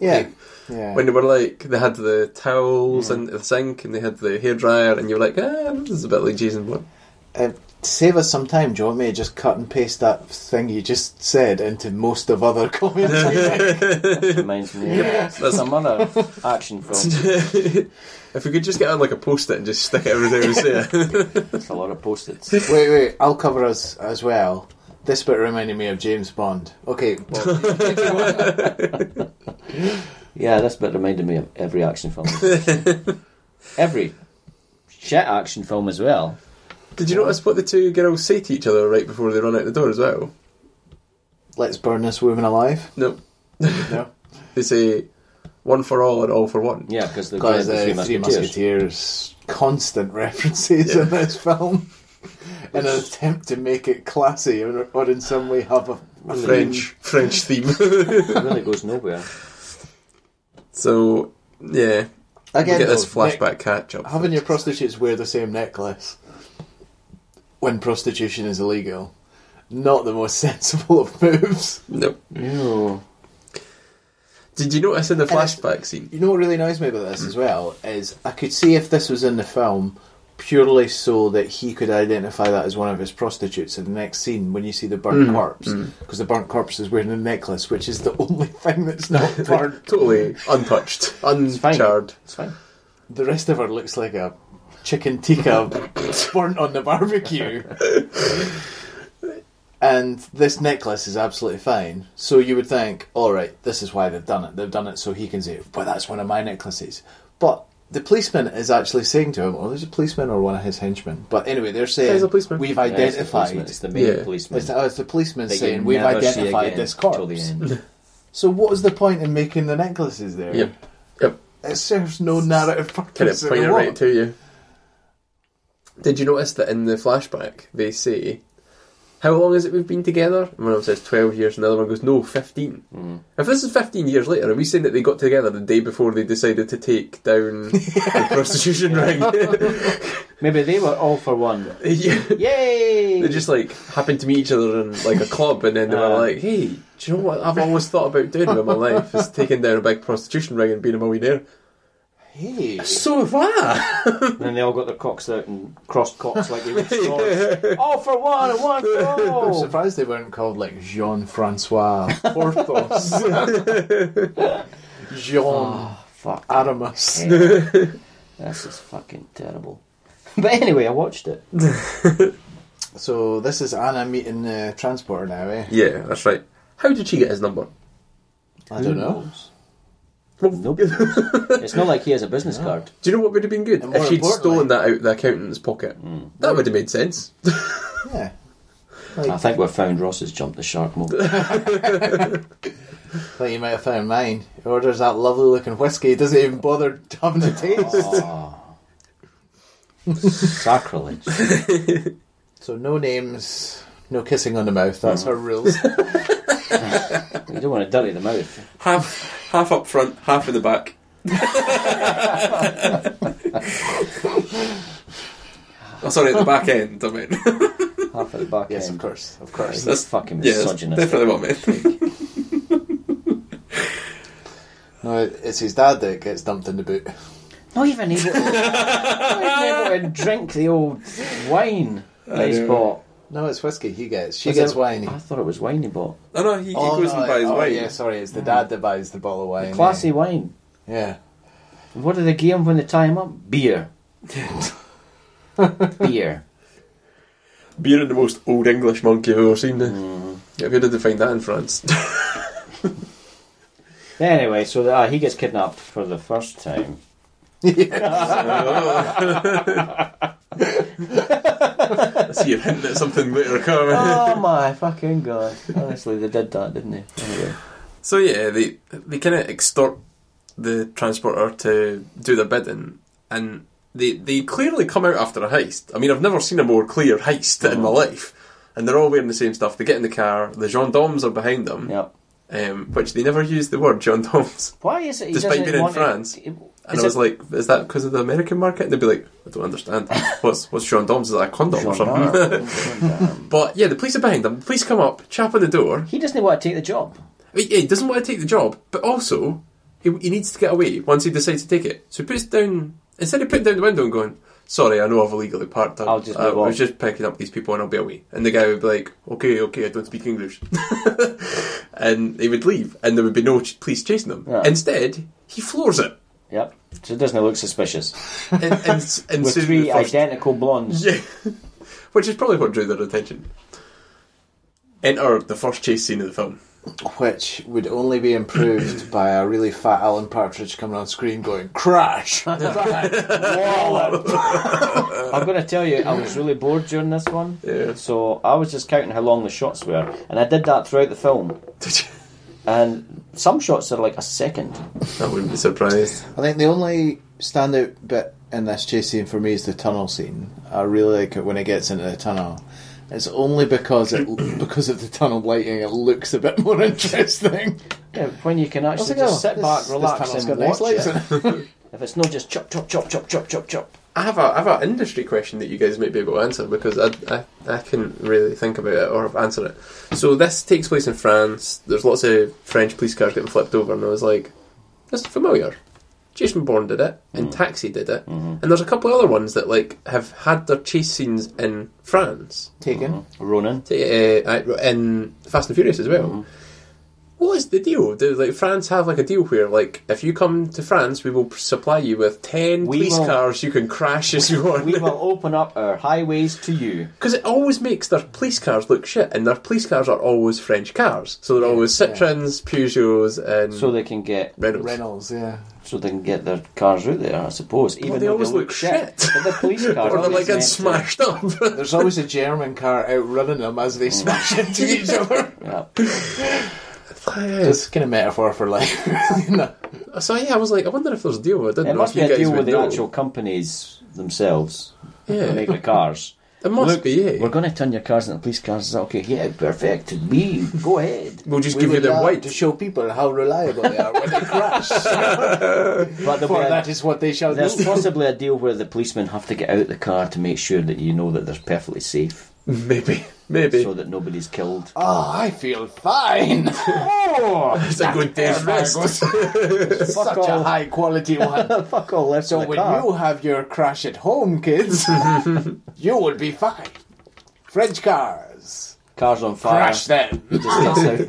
Speaker 2: yeah, yeah.
Speaker 3: when they were like they had the towels and the sink and they had the hairdryer and you were like ah this is a bit like Jason Bourne [laughs]
Speaker 2: Uh, to save us some time, do you want me to just cut and paste that thing you just said into most of other [laughs] comments?
Speaker 1: Reminds me of some other action film.
Speaker 3: if we could just get on like a post-it and just stick it [laughs] everything we say
Speaker 1: It's a lot of post-its.
Speaker 2: wait, wait. I'll cover us as well. This bit reminded me of James Bond. Okay, well,
Speaker 1: Yeah, this bit reminded me of every action
Speaker 2: [laughs]
Speaker 1: film. every shit action film as well.
Speaker 3: did you notice what the two girls say to each other right before they run out the door as well
Speaker 2: let's burn this woman alive.
Speaker 3: no
Speaker 2: No,
Speaker 3: they say one for all and all for one
Speaker 1: Yeah, because the
Speaker 2: because
Speaker 1: the
Speaker 2: the Three Musketeers constant [laughs] references in this film. In an attempt to make it classy or, or in some way have a, a
Speaker 3: French French theme [laughs]
Speaker 1: It really goes nowhere.
Speaker 3: so yeah
Speaker 2: theme. Again,
Speaker 3: we get this
Speaker 2: though, Nick- Uh-huh.
Speaker 3: flashback catch up
Speaker 2: Having your prostitutes wear the same necklace when prostitution is illegal, not the most [laughs] sensible of moves.
Speaker 3: no
Speaker 1: No.
Speaker 3: did you notice in the
Speaker 2: And it's-
Speaker 3: flashback scene
Speaker 2: You know what really annoys me about this as well is I could see if this was in the film purely so that he could identify that as one of his prostitutes in the next scene when you see the burnt corpse because the burnt corpse is wearing a necklace which is the [laughs] only thing that's not burnt
Speaker 3: totally untouched
Speaker 1: fine.
Speaker 3: uncharred
Speaker 1: It's fine.
Speaker 2: the rest of her looks like a chicken tikka burnt on the barbecue. and this necklace is absolutely fine. So you would think, all right, this is why they've done it. They've done it so he can say, well, that's one of my necklaces. But the policeman is actually saying to him, oh, there's a policeman or one of his henchmen. But anyway, they're saying,
Speaker 3: There's a policeman.
Speaker 2: we've
Speaker 1: Yeah, it's the policeman,
Speaker 2: identified.
Speaker 1: It's the main
Speaker 3: Yeah.
Speaker 1: policeman.
Speaker 2: It's the, oh, it's the policeman
Speaker 1: that you
Speaker 2: saying, we've
Speaker 1: never see
Speaker 2: identified
Speaker 1: again
Speaker 2: this
Speaker 1: till the
Speaker 2: corpse.
Speaker 1: end.
Speaker 2: So what is the point in making the necklaces there?
Speaker 3: yep yep
Speaker 2: It serves no narrative
Speaker 3: Can
Speaker 2: purpose.
Speaker 3: it
Speaker 2: at
Speaker 3: point it
Speaker 2: all.
Speaker 3: right to you? Did you notice that in the flashback they say, "How long is it we've been together?" And one of them says twelve years, and the other one goes, "No, 15. If this is fifteen years later, are we saying that they got together the day before they decided to take [laughs] down the prostitution ring?
Speaker 1: [laughs]
Speaker 3: [laughs]
Speaker 1: Maybe they were all for one.
Speaker 3: Yeah.
Speaker 1: Yay!
Speaker 3: They just like happened to meet each other in like a club, and then they were
Speaker 1: Uh.
Speaker 3: like, "Hey, do you know what I've always thought about doing with my life is taking down a big prostitution ring and being a millionaire."
Speaker 2: Hey.
Speaker 3: So have I.
Speaker 1: and then they all got their cocks out and crossed cocks like they were swords. all for one and one for
Speaker 2: I'm
Speaker 1: all.
Speaker 2: surprised they weren't called like Jean Francois Porthos. Jean
Speaker 1: Oh, fuck.
Speaker 2: Aramis.
Speaker 1: Yeah. this is fucking terrible. [laughs] But anyway, I watched it.
Speaker 2: So this is Anna meeting uh, Transporter now, eh?
Speaker 3: Yeah, that's right. How did she get his number?
Speaker 2: I don't know.
Speaker 1: Nope. it's not like he has a business card.
Speaker 3: Do you know what would have been good?
Speaker 2: And
Speaker 3: If
Speaker 2: more
Speaker 3: she'd stolen
Speaker 2: importantly-
Speaker 3: that out of the accountant's pocket.
Speaker 1: Hmm.
Speaker 3: That would have made sense.
Speaker 2: Yeah.
Speaker 1: I think we've found Ross has jumped the shark moment.
Speaker 2: Thought you might have found mine. He orders that lovely looking whiskey, he doesn't even bother having a taste.
Speaker 1: Sacrilege.
Speaker 2: So no names, no kissing on the mouth, that's her rules.
Speaker 1: You don't want to dirty the mouth.
Speaker 3: half half up front, half in the back. [laughs] oh, sorry, at the back end, I
Speaker 1: [laughs]
Speaker 3: mean.
Speaker 1: Half at the back
Speaker 2: yes, of
Speaker 1: end.
Speaker 2: course, of course.
Speaker 1: He's fucking misogynist.
Speaker 3: what I meant. [laughs]
Speaker 2: No, it's his dad that gets dumped in the boot.
Speaker 1: Not even able to, not even able
Speaker 3: [laughs]
Speaker 1: to drink the old wine that he's
Speaker 3: know.
Speaker 1: bought.
Speaker 2: No, it's whiskey he gets. She
Speaker 1: Was
Speaker 2: gets
Speaker 1: it-
Speaker 2: wine.
Speaker 1: I thought it was wine he bought.
Speaker 3: Oh no, he, he goes
Speaker 2: no,
Speaker 3: and buys
Speaker 2: oh,
Speaker 3: wine.
Speaker 2: Yeah, sorry, it's the dad that buys the bottle of wine. eh?
Speaker 1: Classy wine.
Speaker 2: Yeah.
Speaker 1: And What do they give him when they tie him up?
Speaker 2: [laughs]
Speaker 1: Beer. Beer.
Speaker 3: Being the most old English monkey I've ever seen.
Speaker 1: Hmm.
Speaker 3: Yeah, we had to find that in [laughs] France.
Speaker 1: Anyway, so uh, he gets kidnapped for the first time.
Speaker 3: I see you're hinting at something later coming.
Speaker 2: [laughs]
Speaker 1: oh my fucking god! Honestly, they did that, didn't they? Anyway.
Speaker 3: So yeah, they they kind of extort the transporter to do their bidding, and they they clearly come out after a heist. I mean, I've never seen a more clear heist in my life. And they're all wearing the same stuff. They get in the car. The gendarmes are behind them,
Speaker 1: Yep.
Speaker 3: um, which they never use the
Speaker 1: [laughs]
Speaker 3: word gendarmes.
Speaker 1: Why is it? He
Speaker 3: Despite
Speaker 1: doesn't
Speaker 3: being in
Speaker 1: want to-
Speaker 3: France.
Speaker 1: it-
Speaker 3: And
Speaker 1: is
Speaker 3: I was
Speaker 1: it-
Speaker 3: like, "Is that because of the American market?" And they'd be like, "I
Speaker 1: [laughs]
Speaker 3: don't understand. What's what's gendarmes? Is that a condom or something?" [laughs] but yeah, the police are behind them. The police come up, chap on the door.
Speaker 1: he doesn't want to take the job.
Speaker 3: He, he doesn't want to take the job, but also he, he needs to get away once he decides to take it. So he puts down instead of putting down the window and going, "Sorry, I know I've illegally parked. I-
Speaker 1: I'll just
Speaker 3: I, I
Speaker 1: move on."
Speaker 3: was just picking up these people and I'll be away." And the guy would be like, "Okay, okay, I don't speak English," [laughs] and he would leave, and there would be no ch- police chasing them.
Speaker 1: Yeah.
Speaker 3: Instead, he floors it.
Speaker 1: Yep. So it doesn't look suspicious.
Speaker 3: And, and, and
Speaker 1: [laughs] With
Speaker 3: so the
Speaker 1: three
Speaker 3: first-
Speaker 1: identical blondes.
Speaker 3: Yeah. [laughs] Which is probably what drew their attention. Enter the first chase scene of the film.
Speaker 2: [laughs] Which would only be [clears throat] improved by a really fat Alan Partridge coming on screen going, Crash!
Speaker 1: I'm going to tell you, I was really bored during this one.
Speaker 3: Yeah.
Speaker 1: So I was just counting how long the shots were, and I did that throughout the film. And some shots are like a second.
Speaker 3: I wouldn't be surprised.
Speaker 2: I think the only standout bit in this chase scene for me is the tunnel scene. I really like it when it gets into the tunnel. It's only because [clears throat] it because of the tunnel lighting, it looks a bit more [laughs] interesting.
Speaker 1: Yeah, when you can actually just sit back, relax, and watch it. [laughs] If it's not just chop, chop, chop, chop, chop, chop, chop.
Speaker 3: I have a I have an industry question that you guys might be able to answer because I I, I couldn't really think about it or answer it. So this takes place in France. There's lots of French police cars getting flipped over, and I was like, "This is familiar." Jason Bourne did it, and Taxi did it, and there's a couple of other ones that like have had their chase scenes in France.
Speaker 2: Taken.
Speaker 1: Ronan.
Speaker 3: t- uh, I- in Fast and Furious as well.
Speaker 1: Mm-hmm.
Speaker 3: What is the deal? Do like France have like a deal where like if you come to France, we will supply you with ten
Speaker 1: We
Speaker 3: police
Speaker 1: will-
Speaker 3: cars you can crash as you want?
Speaker 1: We
Speaker 3: [laughs]
Speaker 1: will open up our highways to you.
Speaker 3: Because it always makes their police cars look shit, and their police cars are always French cars, so they're always Citroens, Peugeots, and
Speaker 1: So they can get,
Speaker 3: Renaults.
Speaker 2: Reynolds, yeah.
Speaker 1: so they can get their cars out there, I suppose. Even
Speaker 3: they
Speaker 1: though
Speaker 3: always
Speaker 1: they look,
Speaker 3: look
Speaker 1: shit,
Speaker 3: shit.
Speaker 1: but the [laughs] police cars
Speaker 3: Or they're
Speaker 1: always
Speaker 3: like getting
Speaker 1: meant to-
Speaker 3: smashed up.
Speaker 1: [laughs]
Speaker 2: There's always a German car outrunning them as they smash into each other.
Speaker 1: Yeah.
Speaker 2: It's kind of metaphor for life, [laughs] really. isn't it?
Speaker 3: so yeah, I was like, I wonder if there's a deal. I didn't
Speaker 1: It
Speaker 3: know
Speaker 1: must be
Speaker 3: if you
Speaker 1: a
Speaker 3: guys
Speaker 1: deal
Speaker 3: would
Speaker 1: with the
Speaker 3: know.
Speaker 1: actual companies themselves
Speaker 3: Yeah.
Speaker 1: that make the cars.
Speaker 3: It must
Speaker 1: Look,
Speaker 3: be. Yeah.
Speaker 1: We're going to turn your cars into police cars. Is that okay? Yeah, perfect. Me, go ahead.
Speaker 3: We'll just
Speaker 2: We
Speaker 3: give you
Speaker 2: would
Speaker 3: the
Speaker 2: love
Speaker 3: white [laughs]
Speaker 2: to show people how reliable they are when they
Speaker 1: [laughs]
Speaker 2: crash.
Speaker 1: But there'll
Speaker 2: For
Speaker 1: be a-
Speaker 2: that is what they shall
Speaker 1: there's
Speaker 2: [laughs] do.
Speaker 1: possibly a deal where the policemen have to get out the car to make sure that you know that they're perfectly safe,
Speaker 3: Maybe, maybe.
Speaker 1: so that nobody's killed.
Speaker 2: Oh, I feel
Speaker 3: [laughs]
Speaker 2: fine. [laughs]
Speaker 3: It's a
Speaker 1: [laughs]
Speaker 3: good day's rest.
Speaker 1: Fuck
Speaker 2: Such a
Speaker 1: all,
Speaker 2: high quality
Speaker 3: [laughs]
Speaker 2: one.
Speaker 1: fuck all left
Speaker 2: So
Speaker 1: in the
Speaker 2: when
Speaker 1: car.
Speaker 2: you have your crash at home,
Speaker 3: [laughs]
Speaker 2: kids, you will be fine. French cars,
Speaker 1: Cars on fire.
Speaker 3: Uh,
Speaker 2: crash them. [laughs]
Speaker 1: Just gets out.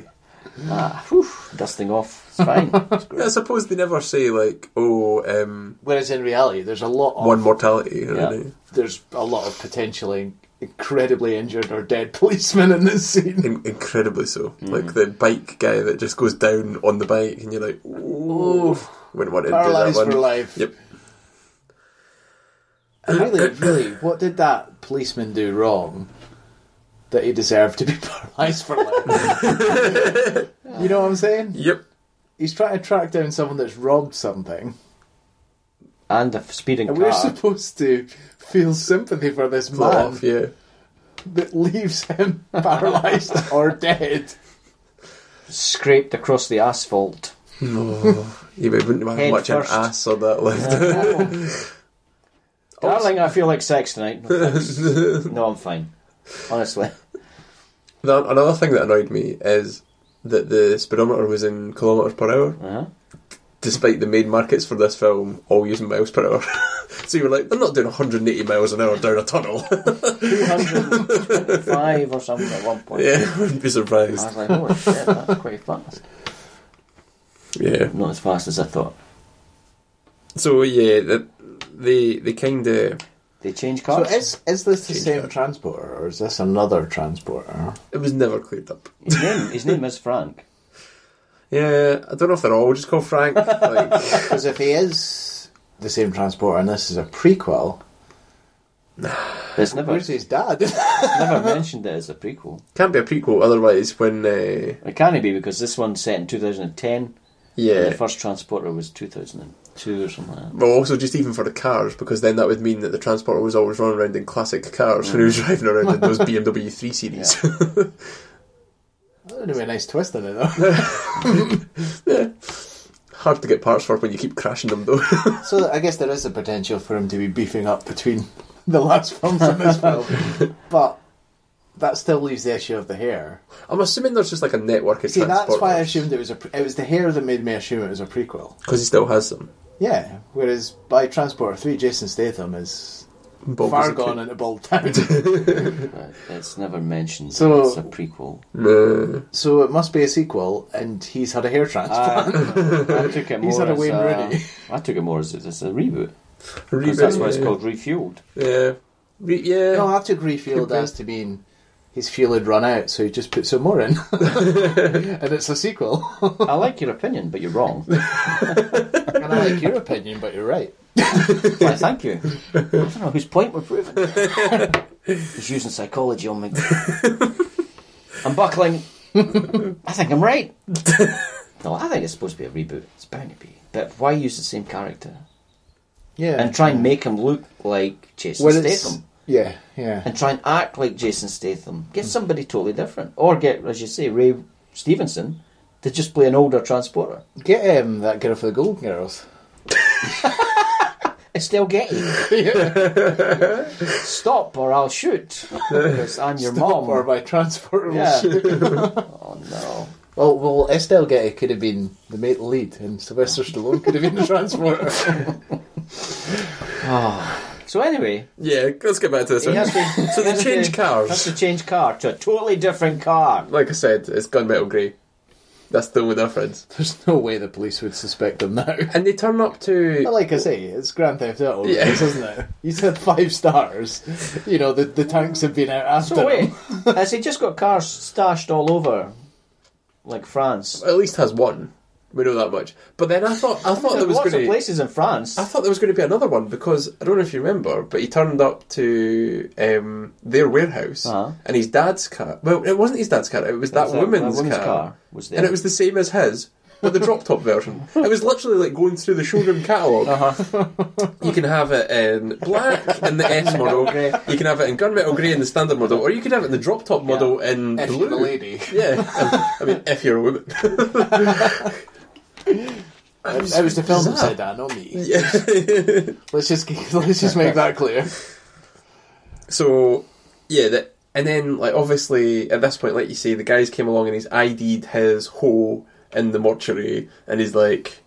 Speaker 1: Ah, whew, dusting off. It's fine. It's
Speaker 3: I
Speaker 1: great.
Speaker 3: suppose they never say like, oh, um,
Speaker 2: Whereas in reality, there's a lot of
Speaker 3: one mortality. Or
Speaker 1: Oh. Yeah.
Speaker 3: anything.
Speaker 2: there's a lot of potentially incredibly injured or dead policemen in this scene.
Speaker 3: In- incredibly so.
Speaker 1: Mm.
Speaker 3: Like the bike guy that just goes down on the bike, and you're like, ooh, wouldn't want to do that
Speaker 2: Paralysed
Speaker 3: one.
Speaker 2: for life.
Speaker 3: Yep.
Speaker 2: And really, really, what did that policeman do wrong that he deserved to be [laughs] paralysed for life? you know what I'm saying?
Speaker 3: Yep.
Speaker 2: He's trying to track down someone that's robbed something,
Speaker 1: And a speeding
Speaker 2: and
Speaker 1: car.
Speaker 2: we're supposed to feel sympathy for this
Speaker 3: Pull it
Speaker 2: man
Speaker 3: off, yeah.
Speaker 2: that leaves him [laughs] paralysed or dead.
Speaker 1: Scraped across the asphalt.
Speaker 3: [laughs] You wouldn't have
Speaker 1: Head
Speaker 3: much an
Speaker 1: first.
Speaker 3: ass or that left. [laughs]
Speaker 2: Oh,
Speaker 1: Darling, I feel like sex tonight.
Speaker 3: [laughs]
Speaker 1: No, thanks. no I'm fine. Honestly.
Speaker 3: Now, Another thing that annoyed me is that the speedometer was in kilometres per hour,
Speaker 1: Uh-huh.
Speaker 3: despite the main markets for this film all using miles per hour. [laughs] so you were like, they're not doing 180 miles an hour down
Speaker 1: [laughs]
Speaker 3: a tunnel. [laughs]
Speaker 1: 225 or something at one point.
Speaker 3: yeah, [laughs] I wouldn't be
Speaker 1: I
Speaker 3: surprised.
Speaker 1: was like, holy shit, that's quite fast.
Speaker 3: Yeah.
Speaker 1: Not as fast as I thought.
Speaker 3: So yeah, the, they they kind of
Speaker 1: They change
Speaker 2: So
Speaker 1: cars.
Speaker 2: is is this the
Speaker 3: Change
Speaker 2: same
Speaker 3: that.
Speaker 2: transporter, or is this another transporter?
Speaker 3: it was never cleared up.
Speaker 1: his, name, his name is Frank.
Speaker 3: Yeah, I don't know if they're all just called
Speaker 2: [laughs]
Speaker 3: Frank. Like,
Speaker 2: Because if he is the same transporter, and this is a prequel,
Speaker 1: But It's never,
Speaker 2: where's
Speaker 1: it's
Speaker 2: his dad? [laughs]
Speaker 1: never mentioned it as a prequel.
Speaker 3: can't be a prequel otherwise. When uh,
Speaker 1: It can be because this one's set in 2010. And the
Speaker 3: yeah,
Speaker 1: first transporter was 2002 or something like that.
Speaker 3: Well, also just even for the cars, because then that would mean that the transporter was always running around in classic cars when he
Speaker 2: Mm.
Speaker 3: was driving around
Speaker 2: [laughs]
Speaker 3: in those BMW 3 Series. [laughs]
Speaker 2: that would have been a nice twist in it, though.
Speaker 3: Hard to get parts for when you keep crashing them, though. [laughs]
Speaker 2: so I guess there is a potential for him to be beefing up between [laughs] the last films and this film, but that still leaves the issue of the hair.
Speaker 3: I'm assuming there's just like a network of
Speaker 2: See, that's why I
Speaker 3: transporters
Speaker 2: assumed it was a. Pre- it was the hair that made me assume it was a prequel.
Speaker 3: because he still has them.
Speaker 2: Yeah, whereas by Transporter Three, Jason Statham is
Speaker 3: Bob was
Speaker 2: far
Speaker 3: a
Speaker 2: gone into Bald Town. [laughs]
Speaker 1: But it's never mentioned
Speaker 2: So-
Speaker 1: as a prequel.
Speaker 3: kid. No.
Speaker 2: so it must be a sequel, and he's had a hair transplant.
Speaker 1: Ah. I took it more
Speaker 2: uh, [laughs] He's had a
Speaker 1: as
Speaker 2: Wayne
Speaker 1: a-
Speaker 2: Rooney.
Speaker 1: I took it more as, as a reboot.
Speaker 3: Reboot,
Speaker 1: Because that's why it's
Speaker 3: yeah.
Speaker 1: called Refueled.
Speaker 3: Yeah. Re- yeah.
Speaker 2: No, I took refueled as to mean his fuel had run out, so he just put some more in. [laughs] and it's a sequel. [laughs]
Speaker 1: I like your opinion, but you're wrong.
Speaker 2: and I like your opinion, but you're right.
Speaker 1: Why, thank you. I don't know whose point we're proving. [laughs] He's using psychology on me. I'm buckling. I think I'm right. No, I think it's supposed to be a reboot. It's bound to be. But why use the same character?
Speaker 2: Yeah.
Speaker 1: And try and make him look like Jason
Speaker 2: Well, it's-
Speaker 1: Statham.
Speaker 2: Yeah, yeah.
Speaker 1: And try and act like Jason Statham. Get somebody totally different. Or get, as you say, Ray Stevenson to just play an older transporter.
Speaker 2: Get um, that girl for the Golden Girls.
Speaker 1: Estelle Getty.
Speaker 2: [laughs]
Speaker 1: Stop or I'll shoot. Because I'm your mom.
Speaker 2: Or by Transporter.
Speaker 1: Yeah.
Speaker 2: Yeah.
Speaker 1: [laughs] oh no.
Speaker 2: Well, well, Estelle Getty could have been the mate lead, and Sylvester Stallone could have been [laughs] the Transporter.
Speaker 1: So anyway,
Speaker 3: Yeah, let's get back to this
Speaker 1: he
Speaker 3: one.
Speaker 1: has to,
Speaker 3: [laughs] so they
Speaker 1: has to-
Speaker 3: change
Speaker 1: [laughs] Has
Speaker 3: cars.
Speaker 1: to change car to a totally different car.
Speaker 3: Like I said, it's gunmetal grey. That's the only difference.
Speaker 2: There's no way the police would suspect them now.
Speaker 3: And they turn
Speaker 2: [laughs]
Speaker 3: up
Speaker 2: But
Speaker 3: to.
Speaker 2: like I say, it's Grand Theft Auto,
Speaker 3: Yeah.
Speaker 2: this, isn't it? You said five stars. You know, the, the tanks have been out after
Speaker 1: So wait,
Speaker 2: them.
Speaker 1: has he just got cars stashed all over, like France?
Speaker 3: At least has one. We know that much. But then I thought I thought there was
Speaker 1: Lots
Speaker 3: going
Speaker 1: of
Speaker 3: to
Speaker 1: places in France.
Speaker 3: I thought there was going to be another one because I don't know if you remember, but he turned up to um, their warehouse
Speaker 1: Uh-huh.
Speaker 3: and his dad's car. Well, it wasn't his dad's car; it was that,
Speaker 1: That-
Speaker 3: woman's,
Speaker 1: that woman's
Speaker 3: car,
Speaker 1: car was there.
Speaker 3: and it was the same as his, but the drop top version. It was literally like going through the showroom catalog [laughs] you can have it in black in the S model.
Speaker 1: Grey.
Speaker 3: You can have it in gunmetal grey in the standard model, or you could have it in the drop top model in
Speaker 2: If
Speaker 3: blue.
Speaker 2: you're a lady.
Speaker 3: Yeah, um, I mean, if you're a woman. [laughs]
Speaker 2: It was, it was the film that
Speaker 3: bizarre.
Speaker 2: said that, not me.
Speaker 3: yeah.
Speaker 2: Let's just [laughs] let's just make that clear.
Speaker 3: So yeah, that and then like obviously at this point, like you say, the guys came along and he's ID'd his hole in the mortuary, and he's like,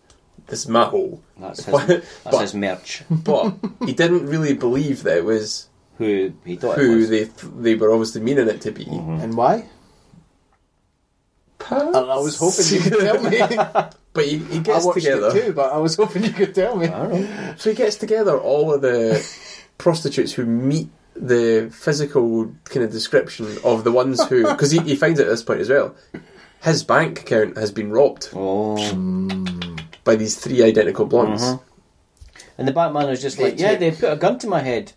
Speaker 3: "This is my hole." [laughs]
Speaker 1: That's his,
Speaker 3: But-
Speaker 1: that's his merch.
Speaker 3: but [laughs] he didn't really believe that it was
Speaker 1: Who he thought it
Speaker 3: who
Speaker 1: was. Mm-hmm.
Speaker 3: they they were obviously meaning it to be.
Speaker 2: And why?
Speaker 3: past.
Speaker 2: And I was hoping you could tell
Speaker 1: [laughs]
Speaker 2: me. I
Speaker 3: But he, he gets
Speaker 2: watched
Speaker 3: together.
Speaker 2: it too, but I was hoping you could tell me.
Speaker 1: I don't know.
Speaker 3: So he gets together all of
Speaker 1: [laughs]
Speaker 3: the prostitutes who meet the physical kind of description of the ones
Speaker 1: [laughs]
Speaker 3: who, because he, he finds out at this point as well, his bank account has been robbed
Speaker 1: Oh.
Speaker 3: by these three identical blondes.
Speaker 1: And the Batman is just
Speaker 3: They
Speaker 1: like, yeah,
Speaker 3: take-
Speaker 1: they put a gun to my head.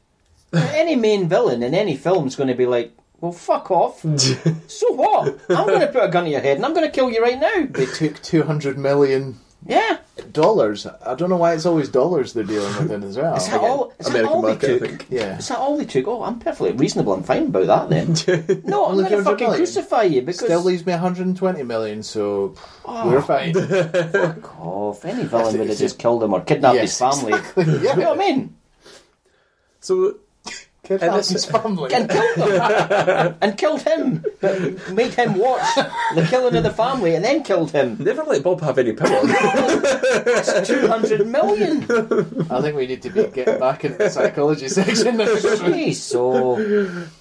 Speaker 1: any main villain in any film's going to be like, well, fuck
Speaker 3: [laughs]
Speaker 1: off. so what? I'm going to put a gun to your head and I'm going to kill you right now.
Speaker 2: They took two hundred million
Speaker 1: Yeah.
Speaker 2: dollars. I don't know why it's always dollars they're dealing with in as well.
Speaker 1: Is that all? Is that
Speaker 3: American
Speaker 1: all they
Speaker 3: market, I
Speaker 1: took?
Speaker 3: think.
Speaker 2: [laughs] Yeah.
Speaker 1: Is that all they took? Oh, I'm perfectly reasonable. I'm fine about that
Speaker 3: [laughs]
Speaker 1: then. no, I'm
Speaker 2: Only
Speaker 1: going to
Speaker 2: 200
Speaker 1: fucking
Speaker 2: million.
Speaker 1: crucify you because
Speaker 2: Still leaves me 120 million, so
Speaker 1: Oh. [laughs]
Speaker 2: we're fine. [laughs]
Speaker 1: fuck off. Any villain would have
Speaker 2: Yes,
Speaker 1: just killed him or kidnapped his
Speaker 2: yes,
Speaker 1: family. [laughs] You know
Speaker 2: yeah,
Speaker 1: what I mean?
Speaker 3: So
Speaker 2: kid
Speaker 3: And
Speaker 2: and
Speaker 3: this-
Speaker 2: his family.
Speaker 1: And killed them
Speaker 3: [laughs]
Speaker 1: and killed him, but made him watch the killing of the family and then killed him.
Speaker 3: never let Bob have
Speaker 1: [laughs]
Speaker 3: any power.
Speaker 1: Two hundred [laughs] million.
Speaker 2: I think we need to be getting back into
Speaker 1: [laughs]
Speaker 2: the psychology section. [laughs] now. Do you
Speaker 1: He's [laughs] so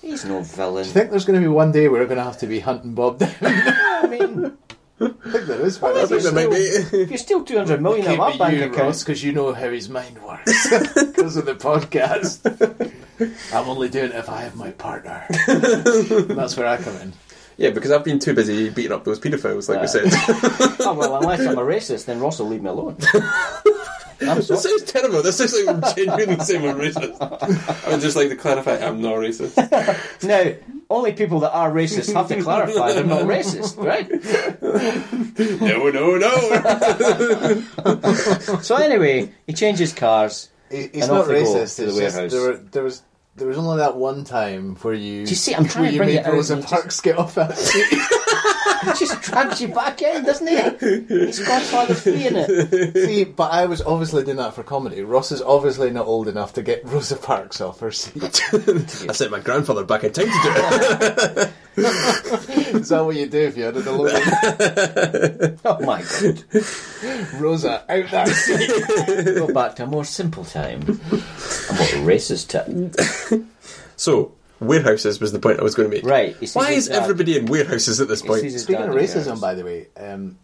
Speaker 1: he's no villain.
Speaker 2: think there's going to be one day we're going to have to be hunting Bob down? [laughs]
Speaker 1: I mean,
Speaker 2: I think there is. but
Speaker 1: Well,
Speaker 2: I
Speaker 1: maybe
Speaker 2: think
Speaker 1: it's
Speaker 2: there might
Speaker 1: still-
Speaker 2: be.
Speaker 1: if you steal two hundred million out of our
Speaker 2: Can't be
Speaker 1: bank
Speaker 2: you,
Speaker 1: account,
Speaker 2: Ross, because you know how his mind works [laughs] because of the podcast. I'm only doing it if I have my [laughs] partner. That's where I come in.
Speaker 3: [laughs] yeah, because I've been too busy beating up those paedophiles, like we said.
Speaker 1: oh well, unless
Speaker 2: [laughs]
Speaker 1: I'm a racist, then Ross will leave me alone. I'm
Speaker 3: [laughs] This
Speaker 1: sorry.
Speaker 3: sounds terrible. This sounds like I'm genuinely saying I'm racist. I would just like to clarify I'm not racist.
Speaker 1: Now, only people that are racist have to clarify they're not racist, right?
Speaker 3: [laughs] No, no, [laughs] no.
Speaker 1: So anyway, he changes cars.
Speaker 2: He- He's
Speaker 1: And off
Speaker 2: not
Speaker 1: they go
Speaker 2: racist.
Speaker 1: to the
Speaker 2: It's just
Speaker 1: warehouse.
Speaker 2: there, were, there was there was only that one time where you.
Speaker 1: Do you see, I'm trying
Speaker 2: where
Speaker 1: to
Speaker 2: you
Speaker 1: bring
Speaker 2: made
Speaker 1: it out
Speaker 2: Rosa
Speaker 1: and you
Speaker 2: Parks get
Speaker 1: [laughs]
Speaker 2: off it.
Speaker 1: He just drags you back in, doesn't he? He's Godfather 3 in it.
Speaker 2: see, but I was obviously doing that for comedy. Ross is obviously not old enough to get Rosa Parks off her seat.
Speaker 3: I sent my grandfather back in time to do it.
Speaker 2: is that what you do if you had it
Speaker 1: [laughs]
Speaker 2: alone?
Speaker 1: Oh my god.
Speaker 2: Rosa out that seat.
Speaker 1: Go back to a more simple time. A more racist time.
Speaker 3: [laughs] So, warehouses was the point I was going to make.
Speaker 1: Right. he sees
Speaker 3: Why
Speaker 1: his
Speaker 3: is
Speaker 1: dad-
Speaker 3: everybody in warehouses at this
Speaker 1: he
Speaker 3: point?
Speaker 1: sees his
Speaker 2: Speaking
Speaker 1: dad
Speaker 2: of
Speaker 1: in the
Speaker 2: racism,
Speaker 1: house.
Speaker 2: by the way, um,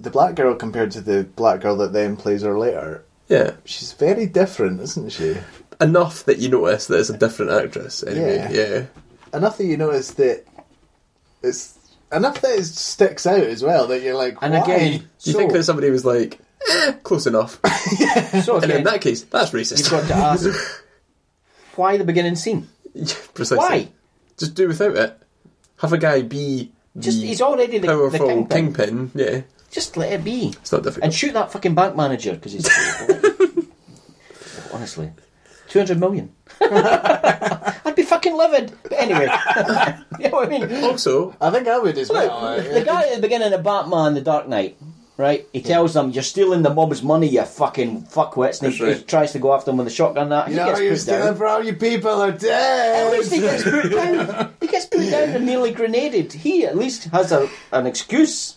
Speaker 2: the black girl compared to the black girl that then plays her later,
Speaker 3: Yeah.
Speaker 2: she's very different, isn't she?
Speaker 3: Enough that you notice that it's a different actress anyway. Yeah.
Speaker 2: Yeah. Enough that you notice that it's enough that it sticks out as well that you're like,
Speaker 1: And
Speaker 2: why?
Speaker 1: again,
Speaker 3: You
Speaker 1: so,
Speaker 3: think that somebody was like, eh,
Speaker 1: [laughs]
Speaker 3: close enough.
Speaker 1: so
Speaker 3: And
Speaker 1: again,
Speaker 3: in that case, that's
Speaker 1: you've
Speaker 3: racist.
Speaker 1: got to ask, why the beginning scene?
Speaker 3: [laughs] Yeah, Precisely.
Speaker 1: Why?
Speaker 3: Just do without it. Have a guy be the
Speaker 1: Just, he's already the, the
Speaker 3: powerful
Speaker 1: kingpin.
Speaker 3: kingpin. Yeah.
Speaker 1: Just let it be.
Speaker 3: It's not difficult.
Speaker 1: And shoot that fucking bank manager, because he's... [laughs] Honestly. 200 million. [laughs] I'd be fucking livid. But anyway. [laughs] you know what I mean?
Speaker 3: also,
Speaker 2: I think I would as well.
Speaker 1: the guy at the beginning of Batman: The Dark Knight, right? He tells them, "You're stealing the mob's money, you fucking fuckwits." And he,
Speaker 3: That's right.
Speaker 1: he tries to go after them with a shotgun. That
Speaker 2: you
Speaker 1: he
Speaker 2: know you're
Speaker 1: gets put
Speaker 2: stealing
Speaker 1: down.
Speaker 2: for all you people are
Speaker 1: At least he
Speaker 2: dead.
Speaker 1: gets
Speaker 2: [laughs]
Speaker 1: put down. He gets put down and nearly grenaded. He at least has a, an excuse.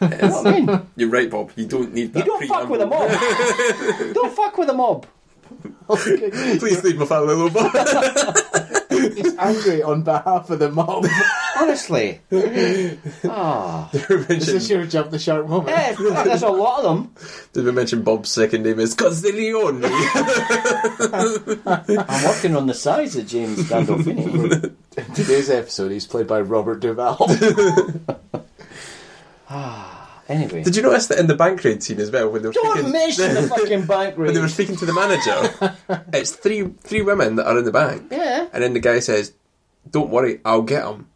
Speaker 1: You know what I mean?
Speaker 3: you're right, Bob. You don't need that.
Speaker 1: You don't fuck with a mob. don't fuck with a mob.
Speaker 3: [laughs] Please leave my family alone, Bob.
Speaker 1: [laughs]
Speaker 2: He's angry on behalf of the
Speaker 1: [laughs]
Speaker 2: mob.
Speaker 1: Honestly. Ah,
Speaker 3: Did we
Speaker 2: Is this
Speaker 3: mention-
Speaker 2: your jump the shark moment?
Speaker 1: yeah, fuck, there's a lot of them.
Speaker 3: did we mention Bob's second name
Speaker 1: [laughs]
Speaker 3: is Castiglione?
Speaker 1: I'm working on the size of James Gandolfini.
Speaker 2: Today's episode, he's played by Robert Duvall.
Speaker 1: Anyway,
Speaker 3: did you notice that in the bank raid scene as well when they were
Speaker 1: don't
Speaker 3: speaking,
Speaker 1: mention the
Speaker 3: [laughs]
Speaker 1: fucking bank
Speaker 3: when they were
Speaker 1: raid.
Speaker 3: speaking to the manager?
Speaker 1: [laughs]
Speaker 3: it's three three women that are in the bank,
Speaker 1: Yeah.
Speaker 3: and then the guy says, "Don't worry, I'll get him."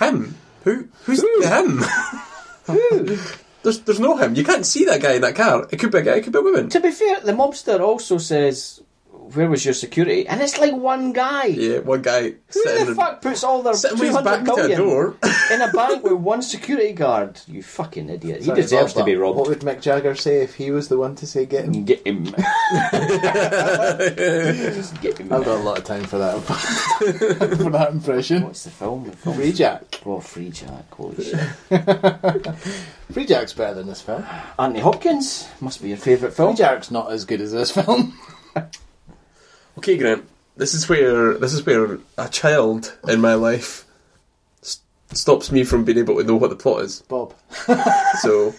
Speaker 3: Him? Who? Who's the him? [laughs]
Speaker 1: Who?
Speaker 3: There's there's no him. You can't see that guy in that car. It could be a guy. It could be a woman.
Speaker 1: To be fair, the mobster also says, "Where was your security?" And it's like one guy.
Speaker 3: Yeah, one guy
Speaker 1: Who the
Speaker 3: sitting,
Speaker 1: fuck puts all their
Speaker 3: sitting with his
Speaker 1: 200
Speaker 3: back to a
Speaker 1: million
Speaker 3: door.
Speaker 1: in a bank with one security guard? You fucking idiot. [laughs]
Speaker 2: Sorry,
Speaker 1: he deserves
Speaker 2: Bob,
Speaker 1: to be
Speaker 2: but What
Speaker 1: robbed.
Speaker 2: would Mick Jagger say if he was the one to say get him?
Speaker 1: Get
Speaker 3: [laughs]
Speaker 1: him. [laughs] Just get him.
Speaker 2: I've got a lot of time
Speaker 1: [laughs]
Speaker 2: for that for that impression.
Speaker 1: What's the film? The film?
Speaker 2: Free Jack.
Speaker 1: Oh, Free Jack. Holy shit.
Speaker 2: Free Jack's better than this film.
Speaker 1: Anthony Hopkins must be your favourite
Speaker 2: Free
Speaker 1: film.
Speaker 2: Jack's not as good as this film. [laughs]
Speaker 3: Okay, Grant. This is where this is where a child in my life s- stops me from being able to know what the plot is.
Speaker 2: Bob.
Speaker 1: [laughs]
Speaker 3: So,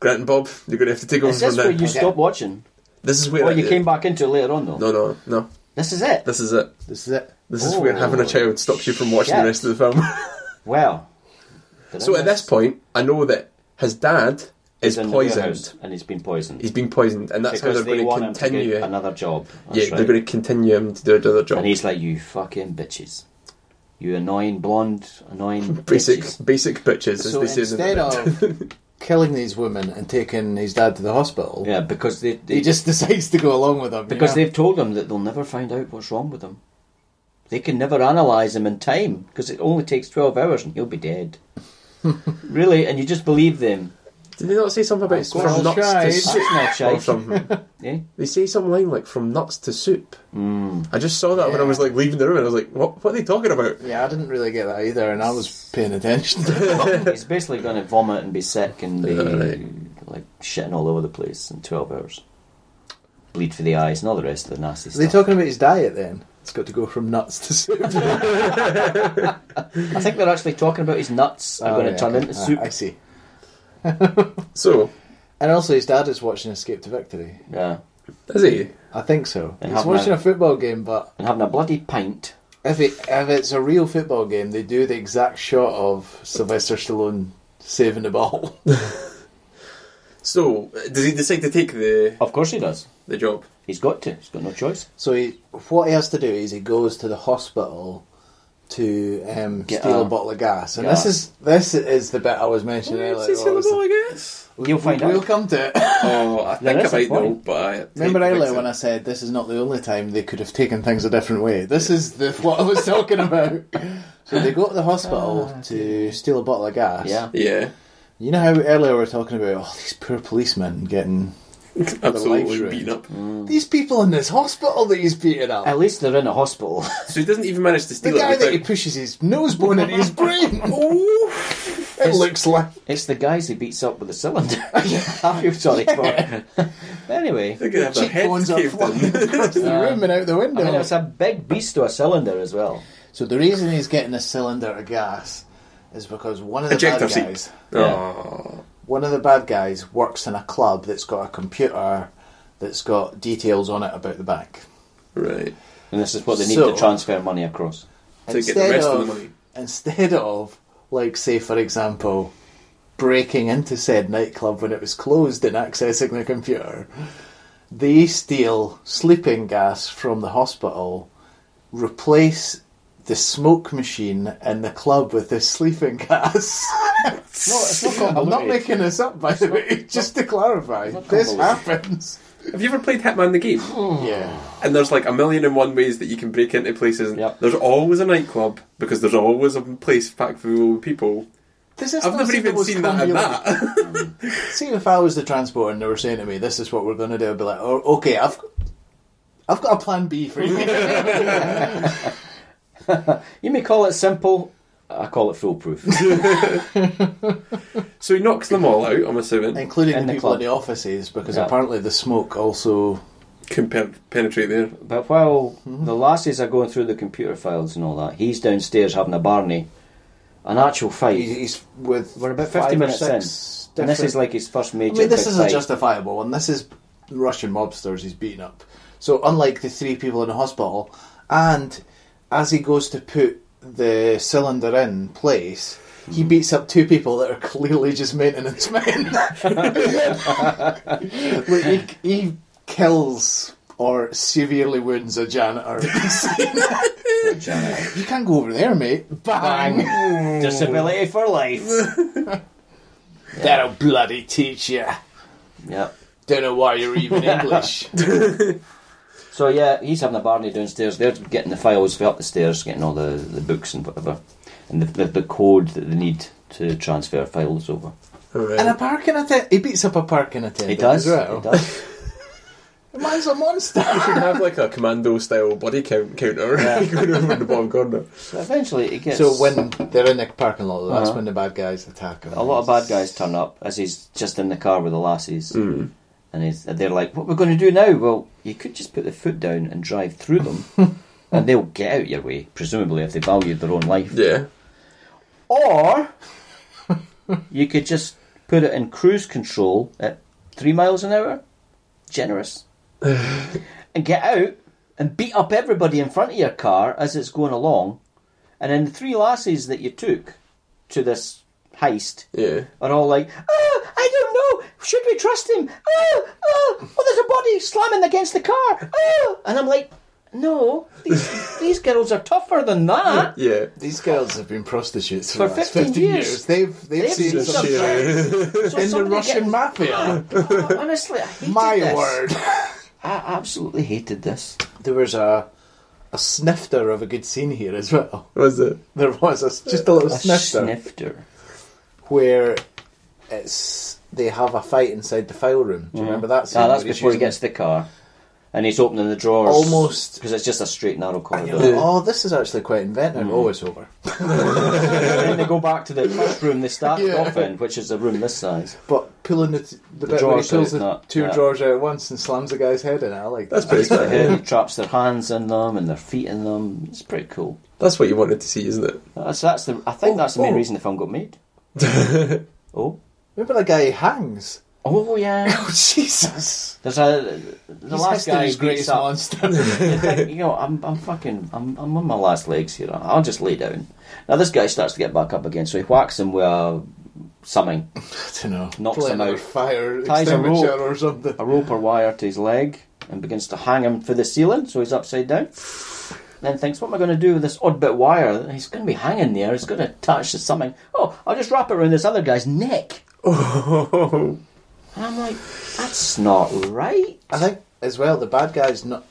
Speaker 3: Grant and Bob, you're going to have to take over
Speaker 1: Is
Speaker 3: from
Speaker 1: this
Speaker 3: now.
Speaker 1: where you stopped watching?
Speaker 3: This is where
Speaker 1: Or
Speaker 3: I
Speaker 1: you
Speaker 3: did-
Speaker 1: came back into it later on, though?
Speaker 3: No, no, no.
Speaker 1: This is it?
Speaker 3: This is it.
Speaker 2: This is it.
Speaker 3: This is where
Speaker 1: Oh,
Speaker 3: having a child stops you from watching
Speaker 1: shit.
Speaker 3: the rest of the film.
Speaker 1: Well.
Speaker 3: [laughs] so at this point, I know that his dad is
Speaker 1: in the warehouse
Speaker 3: poisoned.
Speaker 1: and he's been poisoned.
Speaker 3: He's been poisoned, and that's
Speaker 1: because
Speaker 3: how they're
Speaker 1: they want
Speaker 3: going to
Speaker 1: him to
Speaker 3: continue.
Speaker 1: get another job.
Speaker 3: yeah,
Speaker 1: That's right.
Speaker 3: they're going to continue him to do another job.
Speaker 1: And he's like, you fucking bitches. You annoying blonde, annoying
Speaker 3: [laughs] basic,
Speaker 1: bitches.
Speaker 3: basic bitches, as
Speaker 2: So
Speaker 3: they say. in the
Speaker 2: instead
Speaker 1: [laughs]
Speaker 2: of killing these women and taking his dad to the hospital,
Speaker 1: Yeah, because they, they
Speaker 2: he just [laughs] decides to go along with them.
Speaker 1: because
Speaker 2: yeah.
Speaker 1: they've told him that they'll never find out what's wrong with him. They can never analyse him in time because it only takes twelve hours and he'll be
Speaker 2: [laughs]
Speaker 1: dead. really, and you just believe them.
Speaker 3: Did they not say something about
Speaker 2: course
Speaker 3: from nuts
Speaker 2: tried.
Speaker 3: to
Speaker 1: That's
Speaker 3: soup
Speaker 1: not
Speaker 3: or
Speaker 1: shite.
Speaker 3: something?
Speaker 1: eh? [laughs]
Speaker 3: They say some line like "from nuts to soup."
Speaker 1: Hmm.
Speaker 3: I just saw that when I was like leaving the room, and I was like, "What? What are they talking about?"
Speaker 2: yeah, I didn't really get that either, and I was paying attention.
Speaker 1: He's basically going to vomit and be sick and be
Speaker 3: Yeah, right.
Speaker 1: like shitting all over the place in twelve hours. Bleed for the eyes and all the rest of the nasty
Speaker 2: Are they
Speaker 1: stuff.
Speaker 2: talking about his diet then? It's got to go from nuts
Speaker 1: [laughs]
Speaker 2: to soup.
Speaker 1: I think they're actually talking about his nuts are
Speaker 2: Oh,
Speaker 1: going to
Speaker 2: yeah,
Speaker 1: turn
Speaker 2: okay.
Speaker 1: into
Speaker 2: Ah,
Speaker 1: soup.
Speaker 2: I see.
Speaker 3: So,
Speaker 2: And also, his dad is watching Escape to Victory.
Speaker 1: Yeah,
Speaker 3: is he?
Speaker 2: I think so.
Speaker 1: They
Speaker 2: He's
Speaker 1: have
Speaker 2: watching
Speaker 1: now.
Speaker 2: a football game, but
Speaker 1: and having a bloody pint.
Speaker 2: if, it, if it's a real football game, they do the exact shot of Sylvester Stallone saving the ball.
Speaker 1: [laughs]
Speaker 3: So, uh, does he decide to take the
Speaker 1: Of course he does.
Speaker 3: the job?
Speaker 1: He's got to. He's got no choice.
Speaker 2: So he, what he has to do is he goes to the hospital to um,
Speaker 1: Get
Speaker 2: steal a,
Speaker 1: a-
Speaker 2: bottle of gas, and
Speaker 1: gas.
Speaker 2: this is this is the bit I was mentioning earlier. what was the-
Speaker 3: I guess.
Speaker 1: You'll find
Speaker 2: We'll
Speaker 1: out.
Speaker 2: come
Speaker 1: [laughs]
Speaker 2: to it.
Speaker 3: Oh, I think
Speaker 1: that's
Speaker 3: I
Speaker 1: a
Speaker 3: might know,
Speaker 1: point.
Speaker 3: but I
Speaker 2: Remember
Speaker 3: think-
Speaker 2: earlier when I said this is not the only time they could have taken things a different way. This is the [laughs] what I was talking about. So they go to the hospital to steal a bottle of gas.
Speaker 1: Ah, Yeah.
Speaker 3: [laughs] yeah,
Speaker 2: You know how earlier we were talking about all these poor policemen getting
Speaker 3: absolutely
Speaker 2: lights
Speaker 3: beaten up.
Speaker 2: these people in this hospital that he's beating up.
Speaker 1: At least they're in a hospital. [laughs]
Speaker 3: So he doesn't even manage to
Speaker 2: The
Speaker 3: steal
Speaker 2: guy
Speaker 3: it.
Speaker 2: that he
Speaker 3: without-
Speaker 2: pushes his nose bone into his brain.
Speaker 3: [laughs]
Speaker 2: Ooh, it
Speaker 1: It's-
Speaker 2: looks like.
Speaker 1: it's the guys he beats up with the
Speaker 2: [laughs]
Speaker 1: cylinder. [laughs] I feel sorry for. it. [laughs] anyway,
Speaker 3: They're gonna have their heads
Speaker 2: Cheekbones are
Speaker 3: caved
Speaker 2: flying
Speaker 3: in.
Speaker 2: across
Speaker 3: [laughs]
Speaker 2: the room and out the
Speaker 1: I mean
Speaker 2: window.
Speaker 1: it's a big beast to a cylinder as well.
Speaker 2: so the reason he's getting a cylinder of gas is because one of the
Speaker 3: Ejector
Speaker 2: bad
Speaker 3: seat.
Speaker 2: guys,
Speaker 3: Oh,
Speaker 2: one of the bad guys, works in a club that's got a computer that's got details on it about the bank.
Speaker 3: right.
Speaker 1: And this is what they need
Speaker 2: So-
Speaker 1: to transfer money across.
Speaker 3: To get the rest of the money.
Speaker 2: Instead of, like, say for example, breaking into said nightclub when it was closed and accessing the computer, they steal sleeping gas from the hospital, replace the smoke machine in the club with this sleeping [laughs] gas.
Speaker 1: No, it's not
Speaker 2: I'm
Speaker 1: convoluted.
Speaker 2: not making this up, by the way. Just to clarify,
Speaker 1: not
Speaker 2: this
Speaker 1: convoluted.
Speaker 2: happens.
Speaker 3: Have you ever played Hitman the game?
Speaker 2: Mm. yeah.
Speaker 3: And there's like a million and one ways that you can break into places.
Speaker 1: Yep.
Speaker 3: There's always a nightclub because there's always a place packed full of people.
Speaker 2: This is
Speaker 3: I've never
Speaker 2: not
Speaker 3: even
Speaker 2: most
Speaker 3: seen that in
Speaker 2: convoluted-
Speaker 3: that.
Speaker 2: See, if I was the transport and they were saying to me, "This is what we're going to do," I'd be like, "Oh, okay, I've, I've got a plan B for you."
Speaker 1: [laughs] You may call it simple. I call it foolproof.
Speaker 2: [laughs]
Speaker 3: [laughs] so he knocks them all out. I'm assuming and
Speaker 2: including
Speaker 1: In
Speaker 2: the,
Speaker 1: the
Speaker 2: people
Speaker 1: club.
Speaker 2: in the offices, because
Speaker 1: Yeah.
Speaker 2: apparently the smoke also.
Speaker 3: can pen- penetrate there.
Speaker 1: but while
Speaker 2: Mm-hmm.
Speaker 1: the lassies are going through the computer files and all that, he's downstairs having a barney, an actual fight.
Speaker 2: He's, he's with.
Speaker 1: We're about
Speaker 2: five
Speaker 1: 50
Speaker 2: or
Speaker 1: minutes in.
Speaker 2: six
Speaker 1: And this
Speaker 2: different-
Speaker 1: is like his first major.
Speaker 2: I mean, this
Speaker 1: big
Speaker 2: isn't
Speaker 1: fight.
Speaker 2: justifiable, and this is Russian mobsters he's beaten up. So, unlike the three people in the hospital, and as he goes to put the cylinder in place, he beats up two people that are clearly just maintenance men. Like, he, he kills or severely wounds a janitor. you can't go over there, mate.
Speaker 1: [laughs]
Speaker 2: Bang!
Speaker 1: Disability for
Speaker 2: [laughs]
Speaker 1: life.
Speaker 2: That'll bloody teach you.
Speaker 1: yeah.
Speaker 2: Don't know why you're even English.
Speaker 1: So yeah, he's having a barney downstairs. They're getting the files up the stairs, getting all the, the books and whatever, and the, the the code that they need to transfer files over.
Speaker 2: And a parking attendant. He beats up a parking attendant.
Speaker 1: It does.
Speaker 2: As well.
Speaker 1: It does.
Speaker 2: The man's a monster.
Speaker 3: You can have like a commando style body count counter [laughs] going over in the bottom corner.
Speaker 1: So eventually, it gets.
Speaker 2: so when they're in the parking lot, that's
Speaker 1: Uh-huh.
Speaker 2: when the bad guys attack him.
Speaker 1: a lot of bad guys turn up, as he's just in the car with the lassies, and he's, they're like, "What we're going to do now?" Well, you could just put the foot down and drive through them, and they'll get out your way. Presumably, if they valued their own life.
Speaker 3: Yeah.
Speaker 1: Or [laughs] you could just put it in cruise control at three miles an hour. Generous. and get out and beat up everybody in front of your car as it's going along. And then the three lassies that you took to this heist
Speaker 3: Yeah.
Speaker 1: are all like, oh, I don't know. Should we trust him? Oh, oh, oh, there's a body slamming against the car. Oh. And I'm like, no, these, these girls are tougher than that.
Speaker 3: Yeah.
Speaker 2: These girls have been prostitutes
Speaker 1: For
Speaker 2: for, the last
Speaker 1: 15
Speaker 2: 15,
Speaker 1: years.
Speaker 2: years. They've, they've,
Speaker 1: They've
Speaker 2: seen
Speaker 1: seen
Speaker 2: some
Speaker 1: some
Speaker 2: shit [laughs]
Speaker 1: So
Speaker 2: in the
Speaker 1: somebody
Speaker 2: [laughs] Russian
Speaker 1: gets-
Speaker 2: mafia.
Speaker 1: Oh, honestly, I hated
Speaker 2: My
Speaker 1: this.
Speaker 2: word.
Speaker 1: I absolutely hated this.
Speaker 2: There was a a snifter of a good scene here as well. [laughs]
Speaker 3: Was it?
Speaker 2: There was a, just a little
Speaker 1: A
Speaker 2: snifter
Speaker 1: snifter.
Speaker 2: where it's they have a fight inside the file room. Do you remember that scene?
Speaker 1: Ah, that's
Speaker 2: where he's
Speaker 1: before he
Speaker 2: using-
Speaker 1: gets to the car. And he's opening the drawers.
Speaker 2: Almost.
Speaker 1: Because it's just a straight, narrow
Speaker 2: And
Speaker 1: corridor.
Speaker 2: you're like, oh, this is actually quite inventive.
Speaker 1: Mm.
Speaker 2: Oh, it's over.
Speaker 1: and then they go back to the first room they started
Speaker 2: Yeah.
Speaker 1: off in, which is a room this size.
Speaker 2: But pulling the, t- the, bit where he
Speaker 1: drawers
Speaker 2: pulls
Speaker 1: out,
Speaker 2: the
Speaker 1: not-
Speaker 2: two
Speaker 1: yeah.
Speaker 2: drawers out at once and slams the guy's head in it, I like that.
Speaker 3: That's pretty
Speaker 1: Their
Speaker 3: good.
Speaker 1: head, he traps their hands in them and their feet in them. It's pretty cool.
Speaker 3: That's what you wanted to see, isn't it?
Speaker 1: That's, that's the. I think
Speaker 2: Oh,
Speaker 1: that's the main
Speaker 2: oh.
Speaker 1: reason the film got
Speaker 2: [laughs]
Speaker 1: made. oh,
Speaker 2: Remember the guy who hangs?
Speaker 1: [laughs] oh yeah.
Speaker 2: Oh, Jesus!
Speaker 1: There's a the
Speaker 2: He's
Speaker 1: last guy
Speaker 2: history's
Speaker 1: beats
Speaker 2: greatest
Speaker 1: up.
Speaker 2: monster. [laughs]
Speaker 1: You think, you know, I'm I'm fucking I'm I'm on my last legs here. I'll just lay down. Now this guy starts to get back up again, so he whacks him with a, something,
Speaker 2: I don't know.
Speaker 1: Knocks
Speaker 2: Playing
Speaker 1: him out.
Speaker 2: with Fire
Speaker 1: Ties a
Speaker 2: extinguisher
Speaker 1: rope.
Speaker 2: or something.
Speaker 1: a rope or wire to his leg, and begins to hang him for the ceiling, so he's upside down. Then thinks, what am I going to do with this odd bit wire? He's going to be hanging there. He's going to attach to something. Oh, I'll just wrap it around this other guy's neck.
Speaker 3: Oh.
Speaker 1: And I'm like, that's not right.
Speaker 2: I think as well the bad guy's not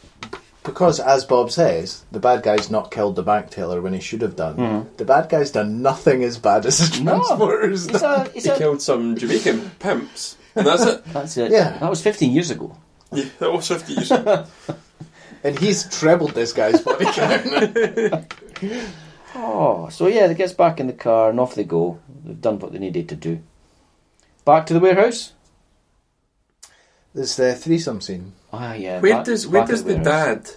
Speaker 2: because as Bob says, the bad guy's not killed the bank teller when he should have done. The bad guy's done nothing as bad as his
Speaker 1: Mm-hmm. No.
Speaker 2: transporter has
Speaker 1: He's
Speaker 2: done.
Speaker 1: a, he's
Speaker 3: He
Speaker 1: a-
Speaker 3: killed some Jamaican pimps, and that's [laughs] it.
Speaker 1: that's it.
Speaker 2: Yeah.
Speaker 1: That was 15 years ago.
Speaker 3: Yeah, that was 50 years ago.
Speaker 2: And he's trebled this
Speaker 1: [laughs]
Speaker 2: guy's body count.
Speaker 1: Oh, so yeah, they gets back in the car and off they go. They've done what they needed to do. Back to the warehouse.
Speaker 2: There's the uh, threesome scene.
Speaker 1: Ah, yeah.
Speaker 3: Where
Speaker 1: back-
Speaker 3: does where
Speaker 1: back at
Speaker 3: does the
Speaker 1: warehouse.
Speaker 3: dad?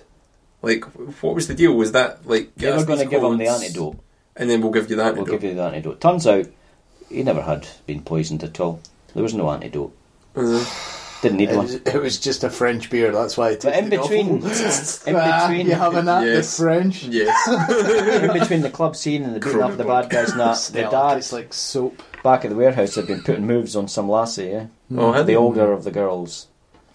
Speaker 3: Like, what was the deal? Was that like
Speaker 1: They were
Speaker 3: us
Speaker 1: going to
Speaker 3: these
Speaker 1: give him the
Speaker 3: codes,
Speaker 1: antidote.
Speaker 3: and then we'll give you the
Speaker 1: We'll
Speaker 3: antidote.
Speaker 1: give you the antidote. Turns out he never had been poisoned at all. There was no antidote.
Speaker 3: Uh,
Speaker 1: Didn't need
Speaker 2: It
Speaker 1: one.
Speaker 2: [laughs] was, it was just a French beer, that's why it
Speaker 1: But in
Speaker 2: tasted
Speaker 1: between, [laughs] in
Speaker 2: [laughs] awful. Ah,
Speaker 1: between,
Speaker 2: you having that?
Speaker 3: Yes.
Speaker 2: The
Speaker 1: [laughs]
Speaker 2: French?
Speaker 3: yes,
Speaker 1: in between the club scene and the beating up the bad guys, nah, the
Speaker 2: [laughs] Smell,
Speaker 1: dad
Speaker 2: tastes like soap.
Speaker 1: back at the warehouse had been putting moves on some lassie, yeah?
Speaker 3: Oh, had
Speaker 1: the
Speaker 3: he?
Speaker 1: older of the girls.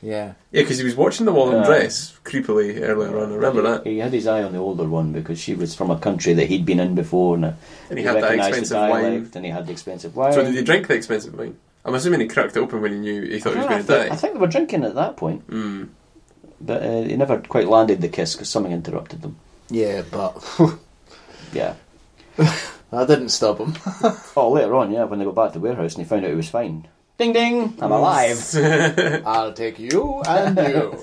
Speaker 2: Yeah.
Speaker 3: yeah, because he was watching them all in
Speaker 1: Yeah.
Speaker 3: dress creepily earlier on. I remember that,
Speaker 1: He had his eye on the older one because she was from a country that he'd been in before, and,
Speaker 3: and he, had that
Speaker 1: recognised
Speaker 3: expensive
Speaker 1: the dialect,
Speaker 3: wine.
Speaker 1: and he had the expensive wine.
Speaker 3: So did he drink the expensive wine? I'm assuming he cracked it open when he knew he thought he was
Speaker 1: I,
Speaker 3: going
Speaker 1: think,
Speaker 3: to die.
Speaker 1: I think they were drinking at that point,
Speaker 2: Hmm.
Speaker 3: Mm.
Speaker 1: but uh, he never quite landed the kiss because something interrupted them.
Speaker 2: Yeah, but [laughs]
Speaker 1: Yeah.
Speaker 2: I didn't stop [laughs] him.
Speaker 1: Oh, later on, yeah, when they got back to the warehouse and he found out he was fine. Ding ding, I'm
Speaker 2: [laughs]
Speaker 1: alive.
Speaker 2: I'll take you and you.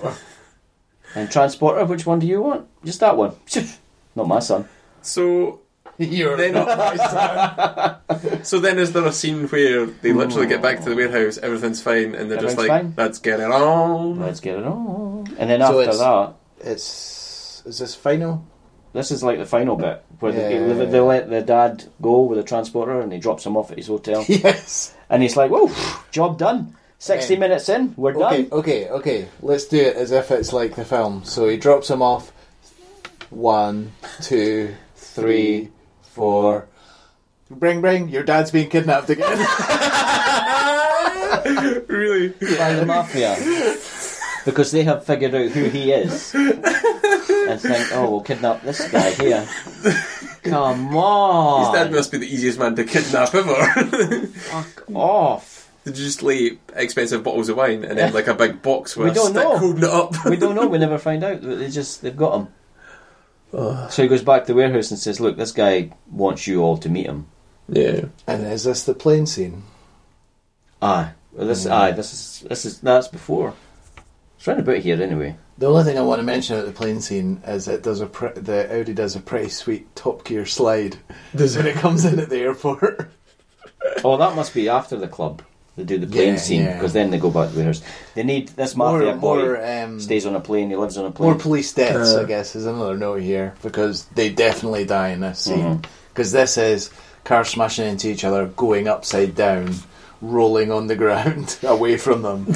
Speaker 1: and transporter, which one do you want? Just that one. [laughs] Not my son.
Speaker 3: So
Speaker 2: [laughs] You're
Speaker 3: Then-
Speaker 2: not
Speaker 3: [laughs]
Speaker 2: my son.
Speaker 3: So then, is there a scene where they literally get back to the warehouse, everything's fine, and they're just
Speaker 1: Everything's
Speaker 3: like,
Speaker 1: fine.
Speaker 3: "Let's get it on."
Speaker 1: Let's get it on. And then
Speaker 2: So
Speaker 1: after
Speaker 2: it's-
Speaker 1: that,
Speaker 2: It's is this final?
Speaker 1: this is like the final bit where they,
Speaker 2: Yeah.
Speaker 1: they, they let the dad go with the transporter and he drops him off at his
Speaker 2: [laughs]
Speaker 1: hotel.
Speaker 2: [laughs] Yes.
Speaker 1: and he's like, whoa, job done. 60
Speaker 2: Yeah.
Speaker 1: minutes in, we're
Speaker 2: Okay,
Speaker 1: done.
Speaker 2: okay, okay. Let's do it as if it's like the film. So he drops him off. One, two, three, four. Bring, bring! Your dad's being
Speaker 1: [laughs]
Speaker 2: kidnapped again.
Speaker 3: really?
Speaker 1: By the mafia. because they have figured out who he is. and think, oh, we'll kidnap this guy here. Come
Speaker 3: His dad
Speaker 1: on.
Speaker 3: must be the easiest man to kidnap ever. [laughs]
Speaker 1: Fuck off.
Speaker 3: they just lay expensive bottles of wine and then like a big box with
Speaker 1: We
Speaker 3: a
Speaker 1: don't
Speaker 3: stick
Speaker 1: know.
Speaker 3: holding it up.
Speaker 1: We don't know. We never find out. They just they've got him. So he goes back to the warehouse and says, "Look, this guy wants you all to meet him."
Speaker 3: [laughs] yeah.
Speaker 2: and is this the plane scene?
Speaker 1: Aye, well,
Speaker 2: Mm.
Speaker 1: this aye, this is this is that's before. It's round about here anyway.
Speaker 2: The only thing I want to mention about the plane scene is it does a pre- the Audi does a pretty sweet Top Gear slide when it comes in at the airport.
Speaker 1: Oh, that must be after the club. They do the plane
Speaker 2: Yeah,
Speaker 1: scene
Speaker 2: yeah.
Speaker 1: because then they go back to the warehouse. They need this [laughs]
Speaker 2: More-
Speaker 1: mafia boy
Speaker 2: more, um,
Speaker 1: stays on a plane. He lives on a plane.
Speaker 2: More police deaths,
Speaker 3: Uh,
Speaker 1: Mm-hmm.
Speaker 2: I guess, is another note here because they definitely die in this scene. Because this is cars smashing into each other, going upside down, rolling on the [laughs] ground away from them.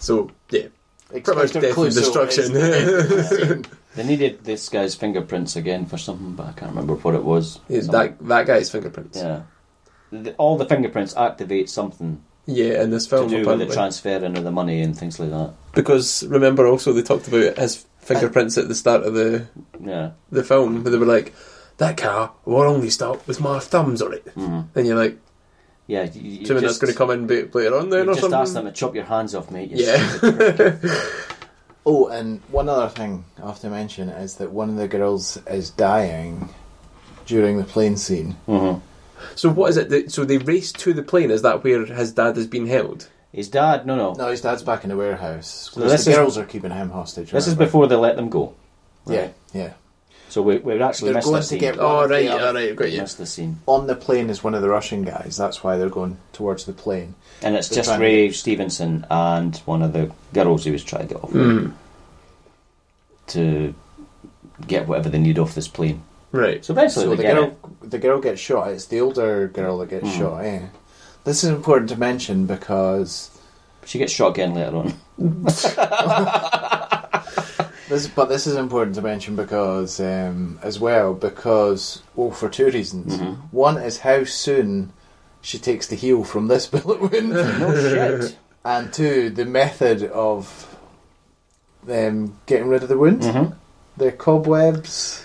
Speaker 3: So yeah, [laughs] pretty much
Speaker 2: Expector
Speaker 3: death and
Speaker 2: Clouseau
Speaker 3: destruction.
Speaker 2: is
Speaker 3: [laughs]
Speaker 1: They needed this guy's fingerprints again for something, but I can't remember what it was.
Speaker 3: Yeah,
Speaker 1: Something-
Speaker 3: that that guy's fingerprints.
Speaker 1: Yeah. The, all the fingerprints activate something
Speaker 3: Yeah, in this
Speaker 1: to
Speaker 3: film
Speaker 1: do with the
Speaker 3: apparently.
Speaker 1: transferring of the money and things like that.
Speaker 3: because remember also they talked about his fingerprints at the start of the
Speaker 1: Yeah.
Speaker 3: the film, but they were like, "That car will only start with my thumbs on it,"
Speaker 2: Mm-hmm.
Speaker 3: and you're like,
Speaker 1: Yeah. You, you
Speaker 3: "Assuming that's
Speaker 1: just,
Speaker 3: going to come in ba- later on
Speaker 1: you
Speaker 3: then or
Speaker 1: just
Speaker 3: something."
Speaker 1: ask them to chop your hands off, mate. you
Speaker 3: yeah,
Speaker 2: [laughs] Oh, and one other thing I have to mention is that one of the girls is dying during the plane scene.
Speaker 1: Mm-hmm.
Speaker 3: So what is it? That, so they race to the plane. Is that where his dad has been held?
Speaker 1: His dad, no, no.
Speaker 2: No, his dad's back in the warehouse.
Speaker 1: So
Speaker 2: 'Cause
Speaker 1: this
Speaker 2: the
Speaker 1: is-
Speaker 2: girls are keeping him hostage.
Speaker 1: this is
Speaker 2: remember?
Speaker 1: before they let them go.
Speaker 2: Yeah, yeah.
Speaker 1: So we, we're actually
Speaker 2: They're
Speaker 1: missed
Speaker 2: going
Speaker 1: the
Speaker 2: to
Speaker 1: scene.
Speaker 2: get one
Speaker 3: Oh
Speaker 2: of the
Speaker 3: right,
Speaker 2: other-
Speaker 3: all right, got you.
Speaker 1: Missed the scene.
Speaker 2: On the plane is one of the Russian guys. That's why they're going towards the plane.
Speaker 1: And it's
Speaker 2: They're
Speaker 1: just
Speaker 2: trying to
Speaker 1: Ray Stevenson and one of the girls he was trying to get
Speaker 2: Hmm.
Speaker 1: off
Speaker 3: Hmm,
Speaker 1: with to get whatever they need off this plane.
Speaker 3: Right.
Speaker 1: So eventually
Speaker 2: So
Speaker 1: they
Speaker 2: the
Speaker 1: get
Speaker 2: girl,
Speaker 1: it. Hmm.
Speaker 2: the girl gets shot. It's the older girl that gets shot. Yeah, this is important to mention because
Speaker 1: She gets shot again later
Speaker 2: [laughs]
Speaker 1: on.
Speaker 2: this, but this is important to mention because um, as well because well for two reasons.
Speaker 3: Mm-hmm.
Speaker 2: One is how soon she takes the heel from this [laughs] bullet wound,
Speaker 1: No shit.
Speaker 2: and two the method of um, getting rid of the wound,
Speaker 3: Mm-hmm.
Speaker 1: Mm-hmm.
Speaker 2: the cobwebs.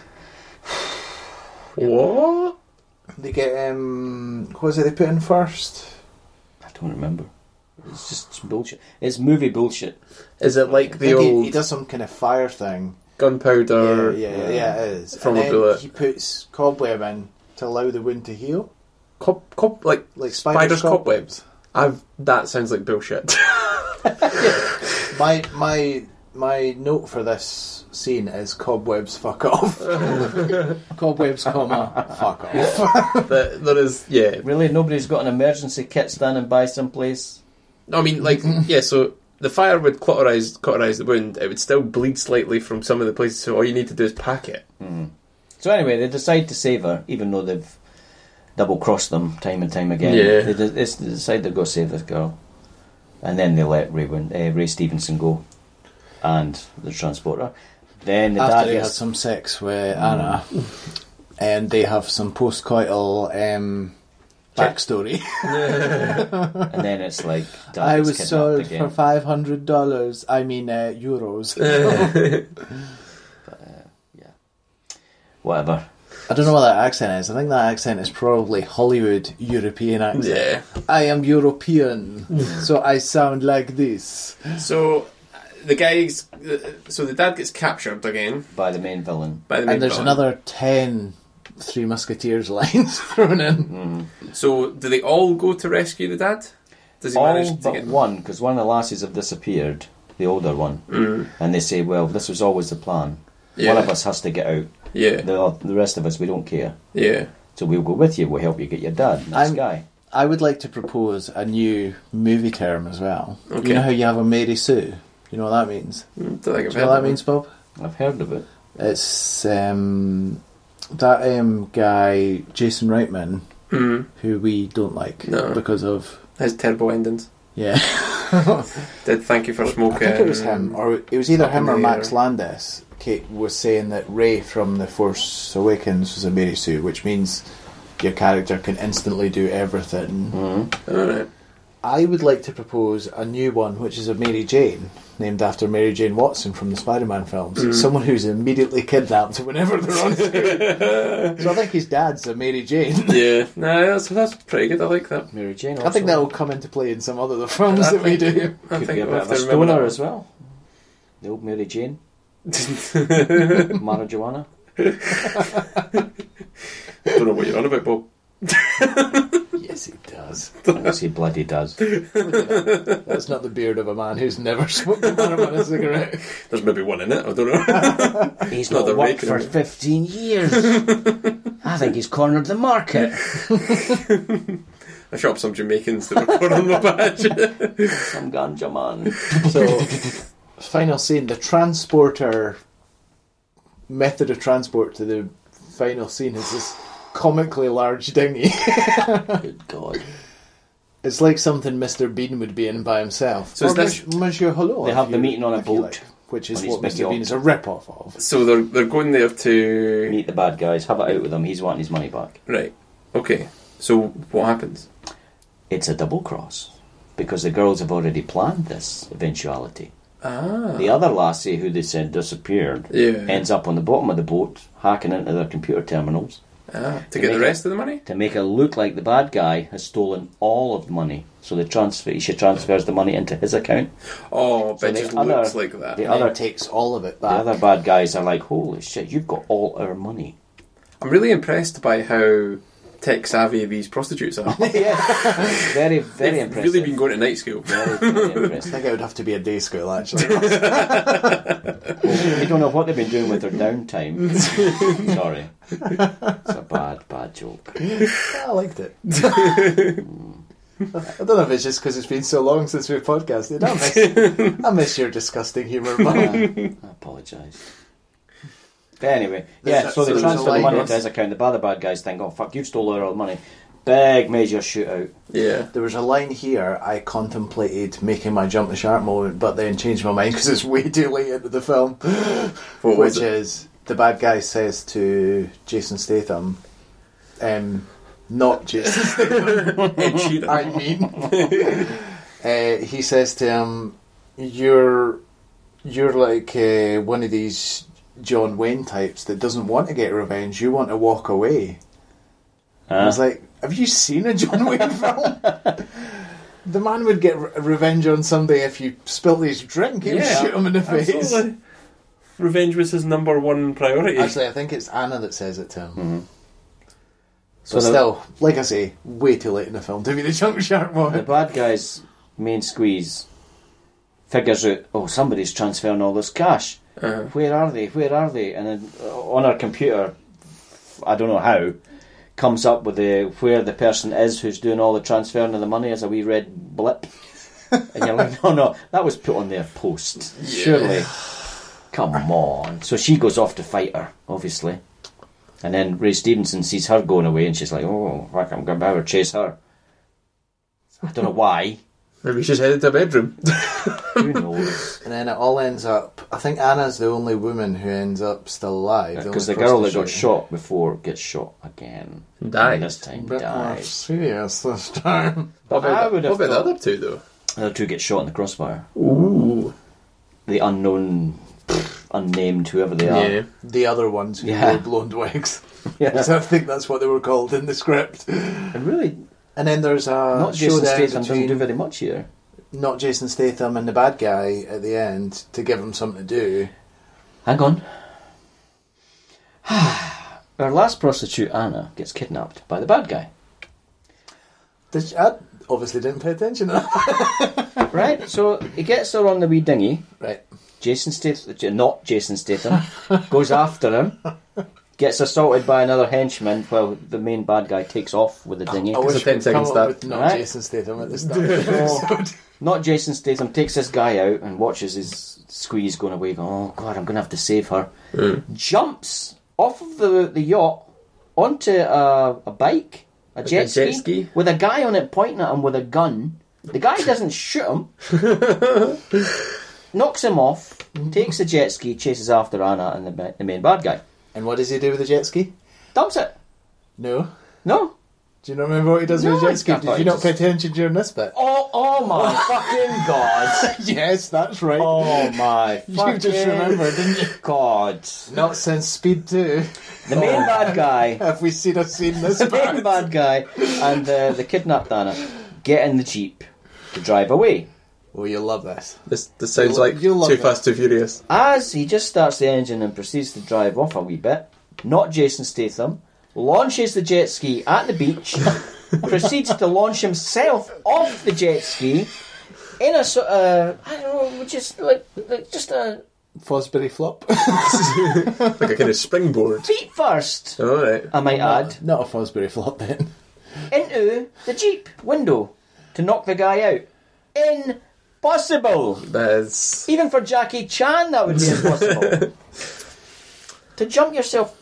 Speaker 3: What?
Speaker 2: They get um, what was it they put in first?
Speaker 1: I don't remember. It's just bullshit. It's movie bullshit.
Speaker 3: Is it like
Speaker 2: I
Speaker 3: the
Speaker 2: think he-
Speaker 3: old
Speaker 2: he does some kind of fire thing.
Speaker 3: gunpowder?
Speaker 2: yeah, yeah, yeah, it is.
Speaker 3: From
Speaker 2: and
Speaker 3: a
Speaker 2: then
Speaker 3: bullet.
Speaker 2: He puts cobweb in to allow the wound to heal,
Speaker 3: Cop, cop, like
Speaker 2: like spider's,
Speaker 3: spiders,
Speaker 2: cobweb.
Speaker 3: cobwebs. I've that sounds like bullshit. [laughs]
Speaker 2: My my my note for this scene is cobwebs. Fuck off. cobwebs, comma fuck off.
Speaker 3: that, that is, yeah.
Speaker 1: Really, nobody's got an emergency kit standing by someplace.
Speaker 3: No, I mean, like, yeah. So the fire would cauterize, cauterize the wound. It would still bleed slightly from some of the places. So all you need to do is pack it.
Speaker 1: So anyway, they decide to save her, even though they've double crossed them time and time again.
Speaker 3: Yeah.
Speaker 1: They, de- it's- they decide they're going to save this girl, and then they let Ray, Win- uh, Ray Stevenson go, and the transporter. Then the
Speaker 2: After
Speaker 1: dad
Speaker 2: they had
Speaker 1: gets
Speaker 2: some sex with Anna, and they have some postcoital um, backstory.
Speaker 1: and then it's
Speaker 2: [laughs]
Speaker 1: like dad
Speaker 2: I
Speaker 1: gets
Speaker 2: was
Speaker 1: kidnapped
Speaker 2: sold
Speaker 1: again.
Speaker 2: for five hundred dollars. I mean uh, euros.
Speaker 1: Whatever.
Speaker 2: I don't know what that accent is. I think that accent is probably Hollywood European accent.
Speaker 3: Yeah.
Speaker 2: I am European, so I sound like this.
Speaker 3: So uh, the guys, so the dad gets captured again
Speaker 1: By the main villain.
Speaker 3: by the main
Speaker 2: And there's
Speaker 3: villain.
Speaker 2: another ten Three Musketeers [laughs] lines thrown
Speaker 3: Mm.
Speaker 2: in.
Speaker 3: So do they all go to rescue the dad? Does he manage
Speaker 1: All
Speaker 3: to
Speaker 1: but
Speaker 3: get
Speaker 1: one, because one of the lassies have disappeared, the older one, and they say, "Well, this was always the plan.
Speaker 3: Mm. Yeah.
Speaker 1: One of us has to get out.
Speaker 3: Yeah,
Speaker 1: The, the rest of us, we don't care.
Speaker 3: yeah.
Speaker 1: So we'll go with you. We'll help you get your dad. Nice
Speaker 2: I'm-
Speaker 1: guy."
Speaker 2: I would like to propose a new movie term as well.
Speaker 3: Okay.
Speaker 2: You know how you have a Mary Sue? You know what that means?
Speaker 3: Mm, Don't think
Speaker 2: Do you
Speaker 3: I've
Speaker 2: know
Speaker 3: heard
Speaker 2: what
Speaker 3: that
Speaker 2: that means, Bob?
Speaker 1: I've heard of it.
Speaker 2: It's um, that um, guy, Jason Reitman,
Speaker 3: Mm.
Speaker 2: who we don't like
Speaker 3: No.
Speaker 2: because of.
Speaker 3: Has terrible endings.
Speaker 2: Yeah. [laughs]
Speaker 3: Did thank you for
Speaker 2: I
Speaker 3: smoking.
Speaker 2: think it was him, or it was either
Speaker 3: Up in
Speaker 2: him or
Speaker 3: the
Speaker 2: Max
Speaker 3: air.
Speaker 2: Landis. Kate was saying that Ray from The Force Awakens was a Mary Sue, which means your character can instantly do everything.
Speaker 3: All right.
Speaker 2: I would like to propose a new one, which is a Mary Jane, named after Mary Jane Watson from the Spider-Man films. Someone who's immediately kidnapped whenever they're on screen. so I think his dad's a Mary Jane.
Speaker 3: Yeah. No, that's that's pretty good. I like that.
Speaker 1: Mary Jane.
Speaker 2: I think that will
Speaker 1: also
Speaker 2: come into play in some other of the films
Speaker 3: I
Speaker 2: that we
Speaker 3: think-
Speaker 2: do.
Speaker 3: I
Speaker 1: could
Speaker 3: think
Speaker 1: be a
Speaker 3: we'll
Speaker 1: bit of
Speaker 3: have
Speaker 1: a
Speaker 3: to remember
Speaker 1: stoner
Speaker 3: that.
Speaker 1: as well. The old Mary
Speaker 3: [laughs]
Speaker 1: Jane, marijuana.
Speaker 3: Don't know what you're on about, Bob.
Speaker 2: Yes, it does.
Speaker 1: Yes, he bloody does.
Speaker 2: That's not the beard of a man who's never [laughs] smoked a marijuana cigarette.
Speaker 3: There's maybe one in it. I don't know. [laughs]
Speaker 1: He's
Speaker 3: Not
Speaker 1: not,
Speaker 3: the
Speaker 1: worked
Speaker 3: rake,
Speaker 1: for
Speaker 3: is it?
Speaker 1: fifteen
Speaker 3: [laughs]
Speaker 1: years. I think he's cornered the market.
Speaker 3: I shot up some Jamaicans that were [laughs] put on my badge.
Speaker 1: Some ganja man.
Speaker 2: So, final scene the transporter method of transport to the final scene is this comically large dinghy.
Speaker 1: Good God.
Speaker 2: it's like something Mr. Bean would be in by himself.
Speaker 3: So
Speaker 2: Or
Speaker 3: is this-
Speaker 2: Mon- Monsieur Hulot.
Speaker 1: They have
Speaker 2: if
Speaker 1: the
Speaker 2: you-
Speaker 1: meeting on a
Speaker 2: if you
Speaker 1: boat
Speaker 2: like, which is
Speaker 1: on his
Speaker 2: what
Speaker 1: big
Speaker 2: Mr.
Speaker 1: yacht.
Speaker 2: Bean's a rip-off of.
Speaker 3: So they're they're going there to
Speaker 1: Meet the bad guys, have it out with them. He's wanting his money back.
Speaker 3: right. Okay. So what happens?
Speaker 1: It's a double cross because the girls have already planned this eventuality.
Speaker 3: Ah.
Speaker 1: The other lassie who they said disappeared
Speaker 3: Yeah.
Speaker 1: ends up on the bottom of the boat hacking into their computer terminals
Speaker 3: ah,
Speaker 1: They
Speaker 3: to get the
Speaker 1: make it-
Speaker 3: rest of the money.
Speaker 1: to make it look like the bad guy has stolen all of the money. So they transfer, she transfers the money into his account.
Speaker 3: Oh, but
Speaker 1: So
Speaker 3: it
Speaker 1: the
Speaker 3: just
Speaker 1: other-
Speaker 3: looks like that.
Speaker 1: the
Speaker 2: The other
Speaker 1: other-
Speaker 2: takes all of it
Speaker 1: The
Speaker 2: back.
Speaker 1: other bad guys are like, holy shit, you've got all our
Speaker 3: [laughs]
Speaker 1: money.
Speaker 3: I'm really impressed by how tech savvy these prostitutes are.
Speaker 1: yes. Very, very
Speaker 3: They've
Speaker 1: impressive.
Speaker 3: Really been going to night school.
Speaker 1: Very, very
Speaker 2: I
Speaker 1: impressive.
Speaker 2: think it would have to be a day school,
Speaker 1: [laughs]
Speaker 2: actually. [laughs]
Speaker 1: They don't know what they've been doing with their downtime. Sorry. It's a bad, bad joke.
Speaker 2: I liked it. I don't know if it's just because it's been so long since we've podcasted. I miss, I miss your disgusting humour, uh, man.
Speaker 1: [laughs] I apologise. But anyway, yeah,
Speaker 2: There's
Speaker 1: so
Speaker 2: a-
Speaker 1: they
Speaker 2: there's a
Speaker 1: transfer the
Speaker 2: line
Speaker 1: money
Speaker 2: there.
Speaker 1: into his account. The bad, the bad guys think, oh fuck, you've stolen all the money. Big major shootout.
Speaker 3: Yeah.
Speaker 2: There was a line here I contemplated making my jump the shark moment, but then changed my mind because it's way too late into the film. Which
Speaker 3: What was it?
Speaker 2: is the bad guy says to Jason Statham, um, not
Speaker 3: [laughs]
Speaker 2: Jason
Speaker 3: Ed Sheeran. [laughs]
Speaker 2: I mean, [laughs] uh, he says to him, "You're, you're like uh, one of these John Wayne types that doesn't want to get revenge. You want to walk away." I
Speaker 3: Uh-huh.
Speaker 2: was like, "Have you seen a John
Speaker 3: [laughs]
Speaker 2: Wayne film?" The man would get re- revenge on somebody if you spilt his drink. He
Speaker 3: Yeah,
Speaker 2: would shoot him in the face.
Speaker 3: Absolutely. Revenge was his number
Speaker 1: [laughs]
Speaker 3: one priority.
Speaker 2: Actually, I think it's Anna that says it to him.
Speaker 1: so Mm-hmm.
Speaker 2: So,
Speaker 1: the,
Speaker 2: still, like I say, way too late in the film to be the [laughs] jump shark
Speaker 1: the
Speaker 2: moment.
Speaker 1: bad guy's main squeeze figures out, oh, somebody's transferring all this cash.
Speaker 3: Uh-huh.
Speaker 1: Where are they? Where are they? And then uh, on our computer, I don't know how, comes up with the where the person is who's doing all the transferring of the money as a wee red blip. And you're like, no, no, that was put on their post. Surely. Come on. So she goes off to fight her, obviously. And then Ray Stevenson sees her going away and she's like, oh, fuck, I'm going to have her chase her. I don't know why.
Speaker 3: Maybe she's headed to a bedroom.
Speaker 1: Who [laughs] knows?
Speaker 2: And then it all ends up. I think Anna's the only woman who ends up still alive.
Speaker 1: Because the
Speaker 2: only
Speaker 1: girl that got
Speaker 2: prostitute.
Speaker 1: shot before gets shot again.
Speaker 3: Dies.
Speaker 1: And this time
Speaker 2: Bit more
Speaker 1: dies.
Speaker 2: serious this time.
Speaker 3: What about,
Speaker 1: I
Speaker 3: the-
Speaker 1: would have
Speaker 3: what about
Speaker 1: thought-
Speaker 3: the other two, though?
Speaker 1: The other two get shot in the crossfire.
Speaker 3: Ooh.
Speaker 1: The unknown, pfft, unnamed, whoever they
Speaker 3: Yeah.
Speaker 1: are.
Speaker 2: The other ones who
Speaker 1: Yeah.
Speaker 2: wore blonde wigs.
Speaker 1: [laughs] Yeah.
Speaker 2: So I think that's what they were called in the script.
Speaker 1: And really,
Speaker 2: And then there's a
Speaker 1: not Jason
Speaker 2: showdown
Speaker 1: Statham doesn't
Speaker 2: between
Speaker 1: do very much here.
Speaker 2: not Jason Statham and the bad guy at the end to give him something to do.
Speaker 1: Hang on. [sighs] Our last prostitute, Anna, gets kidnapped by the bad guy.
Speaker 2: Did you- I obviously didn't pay attention. to that. [laughs]
Speaker 1: Right? So he gets her on the wee dinghy.
Speaker 2: right.
Speaker 1: Jason Statham, not Jason Statham, [laughs] goes after him. Gets assaulted by another henchman while the main bad guy takes off with the dinghy.
Speaker 2: I wish
Speaker 3: a 10
Speaker 2: we'd
Speaker 3: second
Speaker 2: come up
Speaker 3: start.
Speaker 2: with not
Speaker 1: Right.
Speaker 2: Jason Statham at the [laughs] start of the episode.
Speaker 1: [laughs] Not Jason Statham takes this guy out and watches his squeeze going away. Going, oh god, I'm going to have to save her.
Speaker 3: Mm.
Speaker 1: Jumps off of the, the yacht onto a, a bike, a jet,
Speaker 3: jet
Speaker 1: ski,
Speaker 3: ski?
Speaker 1: with a guy on it pointing at him with a gun. The guy doesn't shoot him.
Speaker 3: [laughs]
Speaker 1: knocks him off. Takes the jet ski, chases after Anna and the, ma- the main bad guy.
Speaker 2: And what does he do with the jet ski?
Speaker 1: Dumps it.
Speaker 2: No.
Speaker 1: No.
Speaker 2: Do you not remember what he does with
Speaker 1: No,
Speaker 2: the jet ski?
Speaker 1: I thought
Speaker 2: Did
Speaker 1: he
Speaker 2: you not
Speaker 1: just-
Speaker 2: pay attention during this bit?
Speaker 1: Oh, oh [laughs] my fucking god.
Speaker 2: yes, that's right.
Speaker 1: Oh my fucking
Speaker 2: you just remembered, didn't you?
Speaker 1: god.
Speaker 2: Not since Speed 2
Speaker 1: The main bad guy
Speaker 2: [laughs] have we seen us seen [laughs] this
Speaker 1: big
Speaker 2: part.
Speaker 1: bad guy and uh, the kidnapped Anna get in the jeep to drive away.
Speaker 2: Well, you'll love this.
Speaker 3: This, this sounds
Speaker 2: You'll-
Speaker 3: like
Speaker 2: you'll love
Speaker 3: Too
Speaker 2: it.
Speaker 3: Fast, Too Furious.
Speaker 1: As he just starts the engine and proceeds to drive off a wee bit, not Jason Statham launches the jet ski at the beach, proceeds to launch himself off the jet ski in a sort of I don't know, just like, like just a
Speaker 2: Fosbury flop. [laughs]
Speaker 3: Like a kind
Speaker 1: [laughs]
Speaker 3: of springboard.
Speaker 1: feet first.
Speaker 3: Alright.
Speaker 1: I might add
Speaker 2: Not a Fosbury flop then.
Speaker 1: into the jeep window to knock the guy out. Impossible.
Speaker 3: That's. [laughs]
Speaker 1: Even for Jackie Chan, that would be impossible. to jump yourself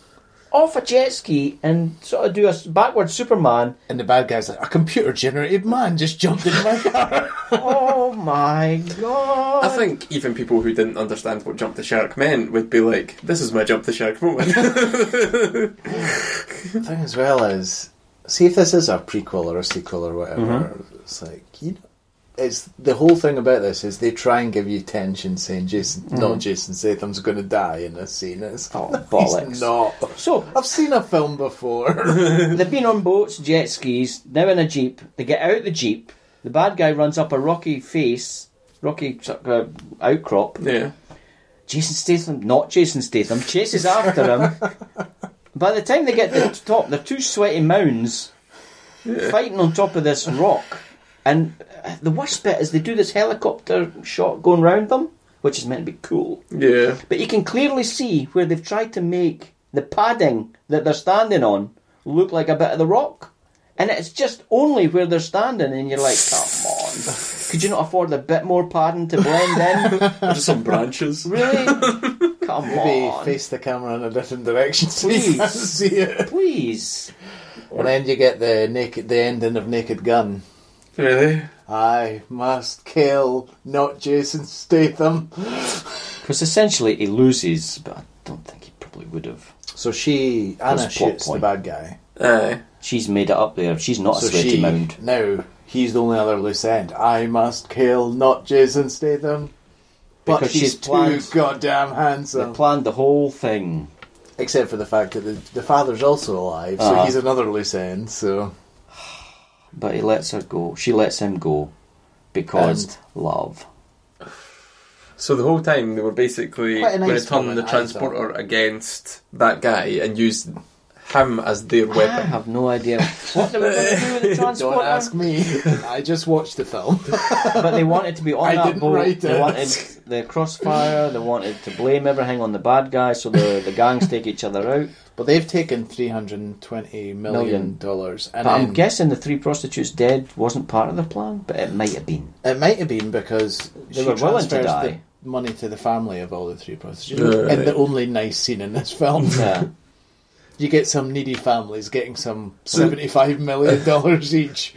Speaker 1: off a jet ski and sort of do a s- backward Superman.
Speaker 2: And the bad guy's like, a computer generated man just jumped in my [laughs] car.
Speaker 1: oh my god!
Speaker 3: I think even people who didn't understand what jump the shark meant would be like, "This is my jump the shark moment." [laughs]
Speaker 2: the thing as well is, see if this is a prequel or a sequel or whatever.
Speaker 1: Mm-hmm.
Speaker 2: It's like you know, it's the whole thing about this is they try and give you tension, saying Jason, not Jason Statham's going to die in this scene. It's
Speaker 1: Mm-hmm. Oh,
Speaker 2: [laughs]
Speaker 1: bollocks.
Speaker 2: He's not.
Speaker 1: So
Speaker 2: I've seen a film before.
Speaker 1: They've been on boats, jet skis, now in a jeep. They get out of the jeep. The bad guy runs up a rocky face, rocky sort of, uh, outcrop.
Speaker 3: yeah,
Speaker 1: Jason Statham, not Jason Statham, chases after him. By the time they get to the top, they're two sweaty mounds fighting on top of this rock. And uh, the worst bit is they do this helicopter shot going round them, which is meant to be cool.
Speaker 3: yeah.
Speaker 1: But you can clearly see where they've tried to make the padding that they're standing on look like a bit of the rock. And it's just only where they're standing, and you're like, come on. Could you not afford a bit more padding to blend in?
Speaker 3: Just some
Speaker 1: [laughs]
Speaker 3: branches.
Speaker 1: Really? Come
Speaker 2: Maybe
Speaker 1: on.
Speaker 2: face the camera in a different direction so you can
Speaker 1: Please.
Speaker 2: see it.
Speaker 1: Please.
Speaker 2: And then you get the naked, the ending of Naked Gun.
Speaker 3: Really?
Speaker 2: I must kill, not Jason Statham.
Speaker 1: Because essentially he loses, but I don't think he probably would have.
Speaker 2: So she, Anna,
Speaker 1: That's plot
Speaker 2: shoots
Speaker 1: point.
Speaker 2: the bad guy.
Speaker 3: Aye.
Speaker 1: She's made it up there. She's not
Speaker 2: So
Speaker 1: a sweaty
Speaker 2: she
Speaker 1: mound.
Speaker 2: now he's the only other loose end. I must kill not Jason Statham, but
Speaker 1: Because
Speaker 2: he's
Speaker 1: she's planned-
Speaker 2: too goddamn
Speaker 1: They
Speaker 2: handsome.
Speaker 1: planned the whole thing.
Speaker 2: Except for the fact that the, the father's also alive, so
Speaker 1: Uh-huh.
Speaker 2: he's another loose end. So
Speaker 1: But he lets her go. She lets him go because love.
Speaker 3: So the whole time they were basically
Speaker 2: Quite a
Speaker 3: going
Speaker 2: nice
Speaker 3: to turn
Speaker 2: moment,
Speaker 3: the
Speaker 2: I
Speaker 3: transporter against that guy and use him as their
Speaker 2: Ah.
Speaker 1: I
Speaker 3: weapon.
Speaker 1: have no idea what they were going to do [laughs] with the
Speaker 2: don't
Speaker 1: transporter.
Speaker 2: ask me. [laughs] I just watched the film.
Speaker 1: But they wanted to be on
Speaker 2: [laughs] I
Speaker 1: that
Speaker 2: didn't
Speaker 1: boat.
Speaker 2: write
Speaker 1: they
Speaker 2: it.
Speaker 1: wanted the crossfire. They wanted to blame everything on the bad guy, so the the gangs take each other out.
Speaker 2: [laughs] but they've taken three hundred and twenty million
Speaker 1: Million.
Speaker 2: dollars, and
Speaker 1: But I'm
Speaker 2: then-
Speaker 1: guessing the three prostitutes dead wasn't part of the plan, but it might have
Speaker 2: [laughs]
Speaker 1: been.
Speaker 2: It might have been because
Speaker 1: They
Speaker 2: she
Speaker 1: were willing to
Speaker 2: transfers
Speaker 1: die.
Speaker 2: the money to the family of all the three prostitutes,
Speaker 3: Right.
Speaker 2: and the only nice scene in this film.
Speaker 1: Yeah.
Speaker 2: You get some needy families getting some seventy-five [laughs] million dollars each.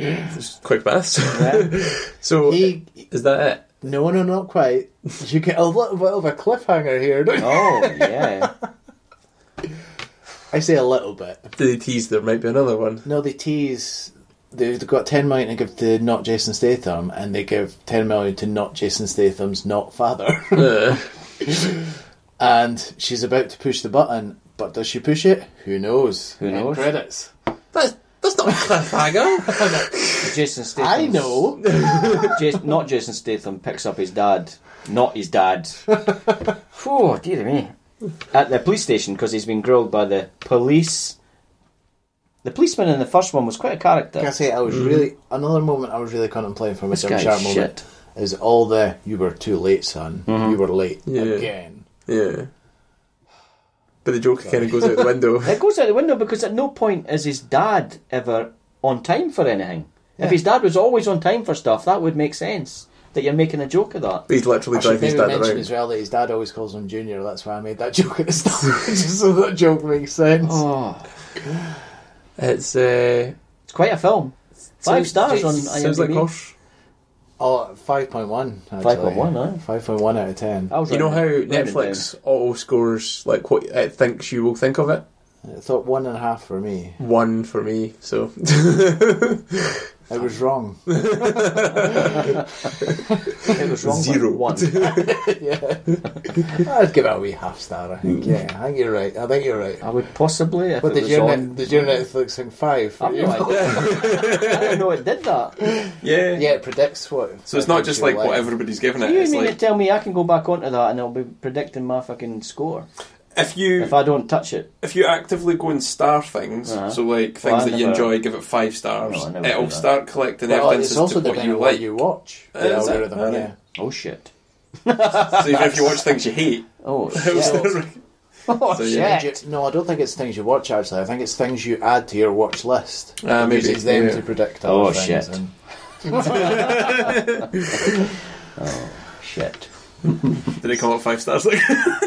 Speaker 3: Quick maths.
Speaker 1: Yeah.
Speaker 3: [laughs] so
Speaker 2: He,
Speaker 3: is that it?
Speaker 2: no, no, not quite. You get a little bit of a cliffhanger here. Don't you?
Speaker 1: Oh yeah.
Speaker 2: I say a little bit.
Speaker 3: Did they tease there might be
Speaker 2: [laughs]
Speaker 3: another one?
Speaker 2: No, they tease. They've got ten million to give to not Jason Statham, and they give ten million to not Jason Statham's not father. [laughs]
Speaker 3: Uh,
Speaker 2: and she's about to push the button, but does she push it? Who knows?
Speaker 1: Who
Speaker 2: End
Speaker 1: knows?
Speaker 2: Credits.
Speaker 3: that's that's not a cliffhanger.
Speaker 1: Jason Statham.
Speaker 2: I [laughs] know.
Speaker 1: Jas- not Jason Statham picks up his dad, not his
Speaker 2: [laughs]
Speaker 1: dad. oh dear me! At the police station because he's been grilled by the police. The policeman in the first one was quite a character.
Speaker 2: Can I say I was really another moment I was really contemplating from a
Speaker 1: This
Speaker 2: jump
Speaker 1: guy's
Speaker 2: sharp
Speaker 1: shit.
Speaker 2: moment is all the you were too late, son.
Speaker 3: Mm-hmm.
Speaker 2: You were late
Speaker 3: Yeah.
Speaker 2: again.
Speaker 3: yeah. But the joke kind of goes out the
Speaker 2: [laughs]
Speaker 3: window.
Speaker 1: It goes out the window because at no point is his dad ever on time for anything.
Speaker 2: Yeah.
Speaker 1: If his dad was always on time for stuff, that would make sense that you're making a joke of that.
Speaker 3: He's
Speaker 2: I
Speaker 3: literally
Speaker 2: should
Speaker 3: driving his
Speaker 2: maybe
Speaker 3: dad
Speaker 2: mention
Speaker 3: around.
Speaker 2: as well that his dad always calls him Junior. That's why I made that [laughs] joke at the start, just so that joke makes sense.
Speaker 1: Oh,
Speaker 3: It's uh,
Speaker 1: it's quite a film. Five
Speaker 3: sounds-
Speaker 1: stars on
Speaker 3: Sounds like
Speaker 1: IMDb.
Speaker 3: Horse.
Speaker 2: Oh, 5.1 actually.
Speaker 1: 5.1, aye.
Speaker 2: 5.1 out of 10.
Speaker 1: I was
Speaker 3: You know how
Speaker 1: writing it- writing it
Speaker 3: Netflix auto scores like what it thinks you will think of it.
Speaker 2: I thought one and a half for me.
Speaker 3: One for me. So
Speaker 2: I
Speaker 3: [laughs]
Speaker 2: was wrong.
Speaker 1: down. It was wrong.
Speaker 3: Zero.
Speaker 1: Zero. One.
Speaker 2: [laughs]
Speaker 3: [laughs]
Speaker 2: yeah. [laughs] I'd give it a wee half star, I think. Yeah, I think you're right. I think you're right.
Speaker 1: I would possibly. If
Speaker 2: But
Speaker 1: it
Speaker 2: did
Speaker 1: was
Speaker 2: your,
Speaker 1: on-
Speaker 2: net, did your Netflix thing 5?
Speaker 1: I've
Speaker 2: [laughs]
Speaker 1: no idea. I don't know it did
Speaker 3: [laughs]
Speaker 1: that. Do
Speaker 3: yeah.
Speaker 2: Yeah, it predicts what.
Speaker 3: So it's not just like
Speaker 2: what
Speaker 3: what everybody's giving it.
Speaker 1: you
Speaker 3: It's
Speaker 1: mean
Speaker 3: like
Speaker 1: to tell me I can go back onto that and it'll be predicting my fucking score
Speaker 3: if you
Speaker 1: if I don't touch it?
Speaker 3: if you actively go and star things,
Speaker 1: Uh-huh.
Speaker 3: so like
Speaker 1: Well,
Speaker 3: things
Speaker 1: I
Speaker 3: that you
Speaker 1: never-
Speaker 3: enjoy, give it five stars.
Speaker 1: No, I never
Speaker 3: It'll
Speaker 1: do that.
Speaker 3: start collecting
Speaker 2: Well,
Speaker 3: evidences
Speaker 2: it's also
Speaker 3: to what
Speaker 2: depending
Speaker 3: you
Speaker 2: on what
Speaker 3: like.
Speaker 2: you watch. The
Speaker 3: Is it?
Speaker 2: algorithm,
Speaker 3: Alright.
Speaker 2: yeah.
Speaker 1: Oh shit.
Speaker 3: so even
Speaker 1: [laughs]
Speaker 3: if you watch things you hate, [laughs]
Speaker 1: Oh
Speaker 3: it'll
Speaker 1: shit.
Speaker 3: still-
Speaker 1: [laughs] Oh
Speaker 3: So, yeah.
Speaker 1: shit.
Speaker 2: You- No, I don't think it's things you watch actually. I think it's things you add to your watch list.
Speaker 3: Ah,
Speaker 2: It
Speaker 3: maybe,
Speaker 2: uses them
Speaker 3: yeah.
Speaker 2: to predict.
Speaker 1: Oh,
Speaker 2: other things
Speaker 1: shit.
Speaker 2: and-
Speaker 1: Shit.
Speaker 3: Did it come up five stars? [laughs] Like,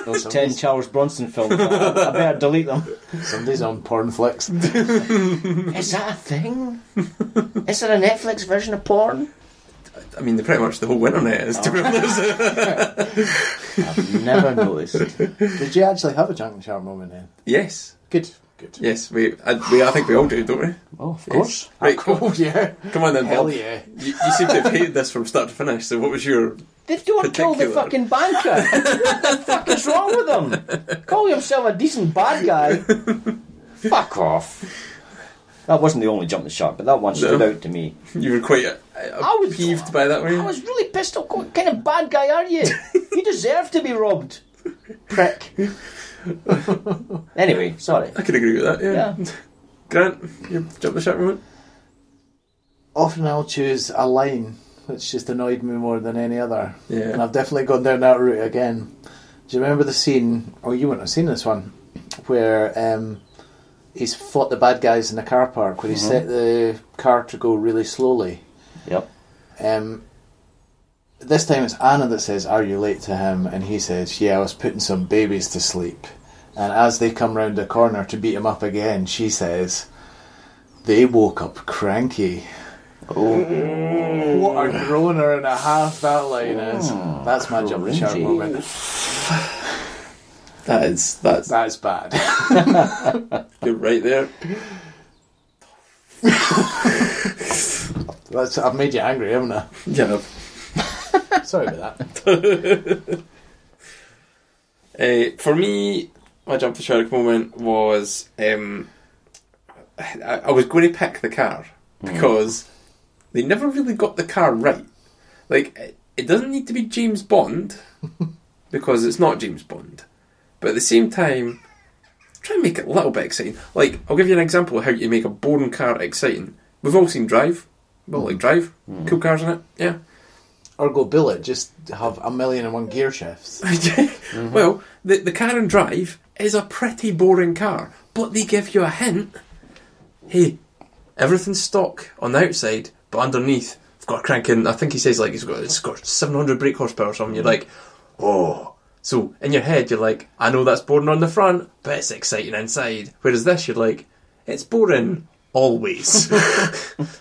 Speaker 1: Those ten Charles Bronson films. I, I better delete them.
Speaker 2: Somebody's on Pornflix.
Speaker 1: [laughs] Is that a [laughs] thing? Is there a Netflix version of porn?
Speaker 3: I mean, pretty much the whole internet is. To
Speaker 1: Oh.
Speaker 3: be honest,
Speaker 1: I've never noticed.
Speaker 2: Did you actually have a Junction Sharp moment then?
Speaker 3: yes,
Speaker 2: Good. [laughs] Good.
Speaker 3: yes, we, I, we, I think we all do, don't we?
Speaker 1: Oh, of course.
Speaker 3: Right, come,
Speaker 2: Oh, yeah.
Speaker 3: [laughs] come on then,
Speaker 2: Hell
Speaker 3: Bob.
Speaker 2: yeah.
Speaker 3: You, you seem to have hated this from start to finish. So, what was your?
Speaker 1: They don't kill the
Speaker 3: Particular.
Speaker 1: fucking banker. what the fuck is wrong with them? Call himself a decent bad guy. fuck off. That wasn't the only jumping shark, but that one stood
Speaker 3: No.
Speaker 1: out to me.
Speaker 3: You were quite uh,
Speaker 1: I was-
Speaker 3: peeved by that
Speaker 1: I
Speaker 3: one.
Speaker 1: was really pissed off. What kind of bad guy are you? You deserve to be robbed, [laughs] prick. anyway, sorry.
Speaker 3: I could agree with that. Yeah.
Speaker 1: Yeah.
Speaker 3: Grant, you jump the shark moment.
Speaker 2: Often I'll choose a line which just annoyed me more than any other.
Speaker 3: Yeah.
Speaker 2: And I've definitely gone down that route again. Do you remember the scene? Oh, you wouldn't have seen this one, where um, he's fought the bad guys in the car park, where he
Speaker 3: Mm-hmm.
Speaker 2: set the car to go really slowly.
Speaker 1: Yep.
Speaker 2: Um, this time it's Anna that says, "Are you late?" to him, and he says, "Yeah, I was putting some babies to sleep." And as they come round the corner to beat him up again, she says, "They woke up cranky."
Speaker 3: Oh.
Speaker 2: What a groaner and a half that line is. That's my jumping shark
Speaker 1: cringy.
Speaker 2: moment.
Speaker 3: That is that's
Speaker 2: That's bad.
Speaker 3: you're right there.
Speaker 2: That's, I've made you angry, haven't I?
Speaker 3: Yeah.
Speaker 2: Sorry about that.
Speaker 3: Uh, for me, my jump the shark moment was um, I, I was going to pick the car because they never really got the car right. Like, it, it doesn't need to be James Bond because it's not James Bond, but at the same time, try and make it a little bit exciting. Like, I'll give you an example of how you make a boring car exciting. We've all seen Drive. Well, like Drive, cool cars in it, yeah.
Speaker 2: Or go billet, just have a million and one gear
Speaker 3: [laughs]
Speaker 2: shifts.
Speaker 3: Well, the, the car and drive is a pretty boring car, but they give you a hint. Hey, everything's stock on the outside, but underneath, I've got a crank in. I think he says like he's got it's got 700 brake horsepower or something. You're like, oh. So in your head, you're like, I know that's boring on the front, but it's exciting inside. Whereas this, you're like, it's boring always. [laughs]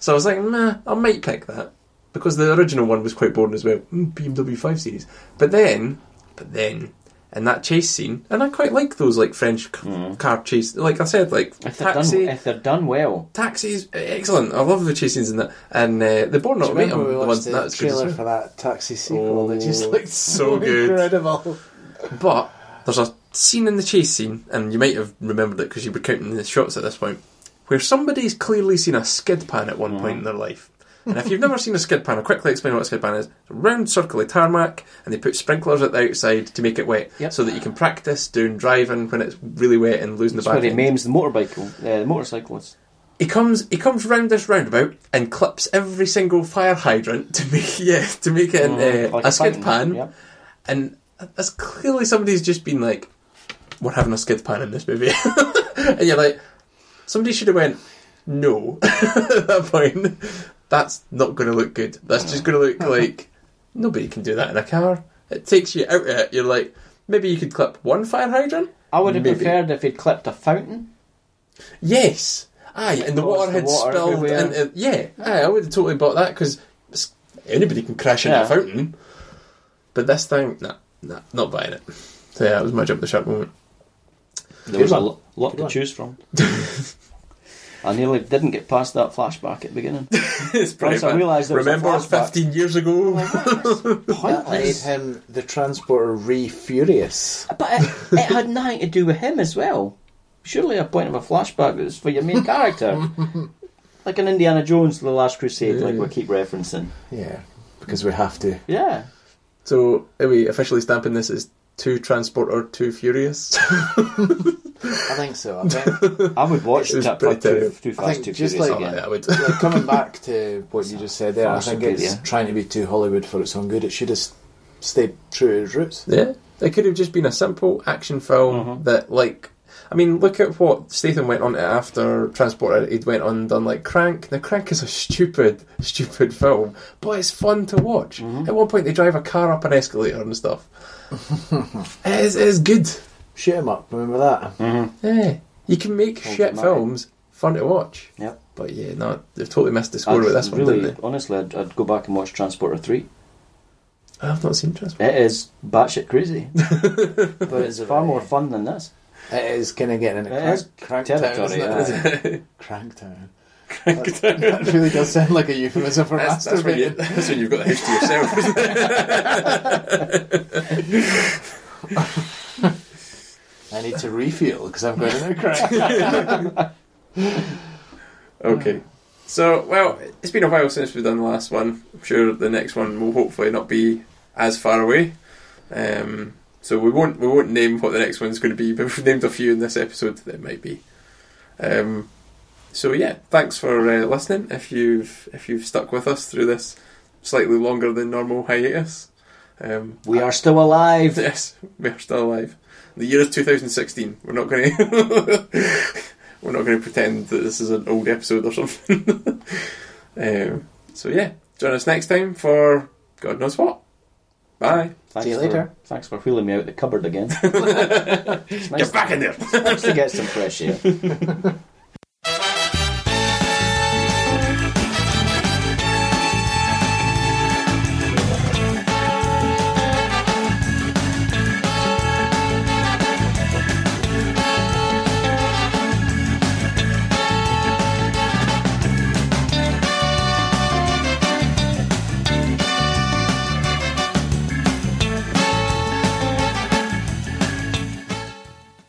Speaker 3: so I was like, nah, I might pick that because the original one was quite boring as well. Mm, BMW 5 Series. But then, but then, in that chase scene, and I quite like those like French c- car chase. Like I said, like
Speaker 1: Mm. If they're,
Speaker 3: taxi.
Speaker 1: done, if they're done well,
Speaker 3: Taxi is eh, excellent. I love the chase scenes in that, and uh, the Born
Speaker 2: Do you remember
Speaker 3: Ultimatum
Speaker 2: we
Speaker 3: the
Speaker 2: watched
Speaker 3: ones
Speaker 2: the
Speaker 3: that's good. as
Speaker 2: trailer
Speaker 3: well.
Speaker 2: for that taxi sequel that just
Speaker 3: Oh,
Speaker 2: looked so,
Speaker 3: so good.
Speaker 2: incredible.
Speaker 3: But there's a scene in the chase scene, and you might have remembered it because you were counting the shots at this point, where somebody's clearly seen a skid pan at one point in their life. And if you've never seen a skid pan, I'll quickly explain what a skid pan is. It's a round circle of tarmac, and they put sprinklers at the outside to make it wet,
Speaker 1: Yep.
Speaker 3: so that you can practice doing driving when it's really wet and losing
Speaker 1: that's
Speaker 3: the
Speaker 1: where
Speaker 3: back
Speaker 1: he
Speaker 3: end.
Speaker 1: maims the motorbike, uh, the motorcyclist.
Speaker 3: He comes he comes round this roundabout and clips every single fire hydrant to make [laughs] yeah to make it an, uh,
Speaker 1: Mm, Like
Speaker 3: a skid
Speaker 1: fountain,
Speaker 3: pan.
Speaker 1: Yep.
Speaker 3: And that's clearly somebody's just been like, "We're having a skid pan in this movie," [laughs] and you're like, somebody should have went, "No," [laughs] at that point. That's not going to look good. That's just going to
Speaker 1: [laughs]
Speaker 3: look like nobody can do that in a car. It takes you out of it. You're like, maybe you could clip one fire hydrant.
Speaker 1: I would have
Speaker 3: Maybe.
Speaker 1: preferred if he'd clipped a fountain.
Speaker 3: Yes, aye, and the
Speaker 1: Because
Speaker 3: water
Speaker 1: the
Speaker 3: had
Speaker 1: water
Speaker 3: spilled
Speaker 1: everywhere.
Speaker 3: into. uh, Yeah, aye, I would have totally bought that because anybody can crash into
Speaker 1: Yeah.
Speaker 3: a fountain. But this thing, nah, nah, not buying it. So yeah, that was my jump the
Speaker 1: [laughs]
Speaker 3: shark moment.
Speaker 1: There was a
Speaker 2: one.
Speaker 1: lo- lot to
Speaker 2: one.
Speaker 1: choose from. [laughs] I nearly didn't get past that flashback at the [laughs] beginning.
Speaker 3: it's
Speaker 1: pretty I bad. realised there was a Oh
Speaker 3: Remember,
Speaker 1: flashback.
Speaker 3: 15 years [laughs] ago.
Speaker 2: That made
Speaker 1: Pointless.
Speaker 2: him the transporter re furious.
Speaker 1: But it, it had nothing to do with him as well. Surely a point of a flashback is for your [laughs] main character. like in Indiana Jones, The Last Crusade, like we keep referencing.
Speaker 2: Yeah, because we have to.
Speaker 1: Yeah.
Speaker 3: So are we officially stamping this as two transporter, two furious? [laughs]
Speaker 2: I think so. I think
Speaker 1: I would watch
Speaker 3: It was
Speaker 1: that
Speaker 3: pretty
Speaker 1: fuck too,
Speaker 3: terrible.
Speaker 1: too
Speaker 2: I
Speaker 1: fast,
Speaker 2: think
Speaker 1: too
Speaker 2: just
Speaker 1: furious
Speaker 2: like-
Speaker 1: again.
Speaker 3: I would.
Speaker 2: like, coming back to what you just said there, I think it's
Speaker 1: Fascinating.
Speaker 2: trying to be too Hollywood for its own good. It should have s- stayed true to its roots.
Speaker 3: Mm-hmm. Yeah, it could have just been a simple action film that, like,
Speaker 5: I mean, look at what Statham went on to after Transporter. He went on and done like Crank. Now Crank is a stupid, [laughs] stupid film, but it's fun to watch.
Speaker 3: Mm-hmm.
Speaker 5: At one point, they drive a car up an escalator and
Speaker 3: [laughs]
Speaker 5: stuff. it, is, it is good.
Speaker 2: Shoot 'em up, remember that?
Speaker 1: Mm-hmm.
Speaker 5: Yeah, you can make
Speaker 1: Hold
Speaker 5: shit
Speaker 1: them out.
Speaker 5: films fun to watch.
Speaker 1: Yep.
Speaker 5: But yeah, no, they've totally missed the score with this one,
Speaker 1: really,
Speaker 5: didn't
Speaker 1: honestly, I'd, I'd go back and watch Transporter 3.
Speaker 5: they? I've not seen Transporter.
Speaker 1: It is
Speaker 5: [laughs]
Speaker 1: batshit crazy, but it's far more fun than this.
Speaker 2: It is kind of getting into
Speaker 1: It
Speaker 2: crank,
Speaker 1: is
Speaker 2: crank town,
Speaker 1: territory,
Speaker 2: isn't it?
Speaker 1: yeah.
Speaker 2: [laughs] Cranktown. That, that really does sound like a euphemism for
Speaker 3: That's, that's, when you,
Speaker 2: masturbating.
Speaker 3: that's when you've got the house
Speaker 5: [laughs]
Speaker 3: to yourself. isn't it?
Speaker 2: I need to refuel because I'm going into crank.
Speaker 3: [laughs] okay. So, well, it's been a while since we've done the last one. I'm sure the next one will hopefully not be as far away. Um, so we won't we won't name what the next one's going to be, but we've named a few in this episode that it might be. Um, so yeah, thanks for uh, listening. If you've if you've stuck with us through this slightly longer than normal hiatus, um,
Speaker 1: We are still
Speaker 5: [laughs]
Speaker 1: alive.
Speaker 3: [laughs] Yes, we are still alive. The year is 2016. We're not going to [laughs] we're not going to pretend that this is an old episode or something. [laughs] um, so yeah, join us next time for God knows what. Bye.
Speaker 1: Thanks
Speaker 2: See you
Speaker 1: for,
Speaker 2: later.
Speaker 1: Thanks for wheeling me
Speaker 5: [laughs]
Speaker 1: out the cupboard again. it's nice,
Speaker 3: Get back in there.
Speaker 1: nice to get some fresh air.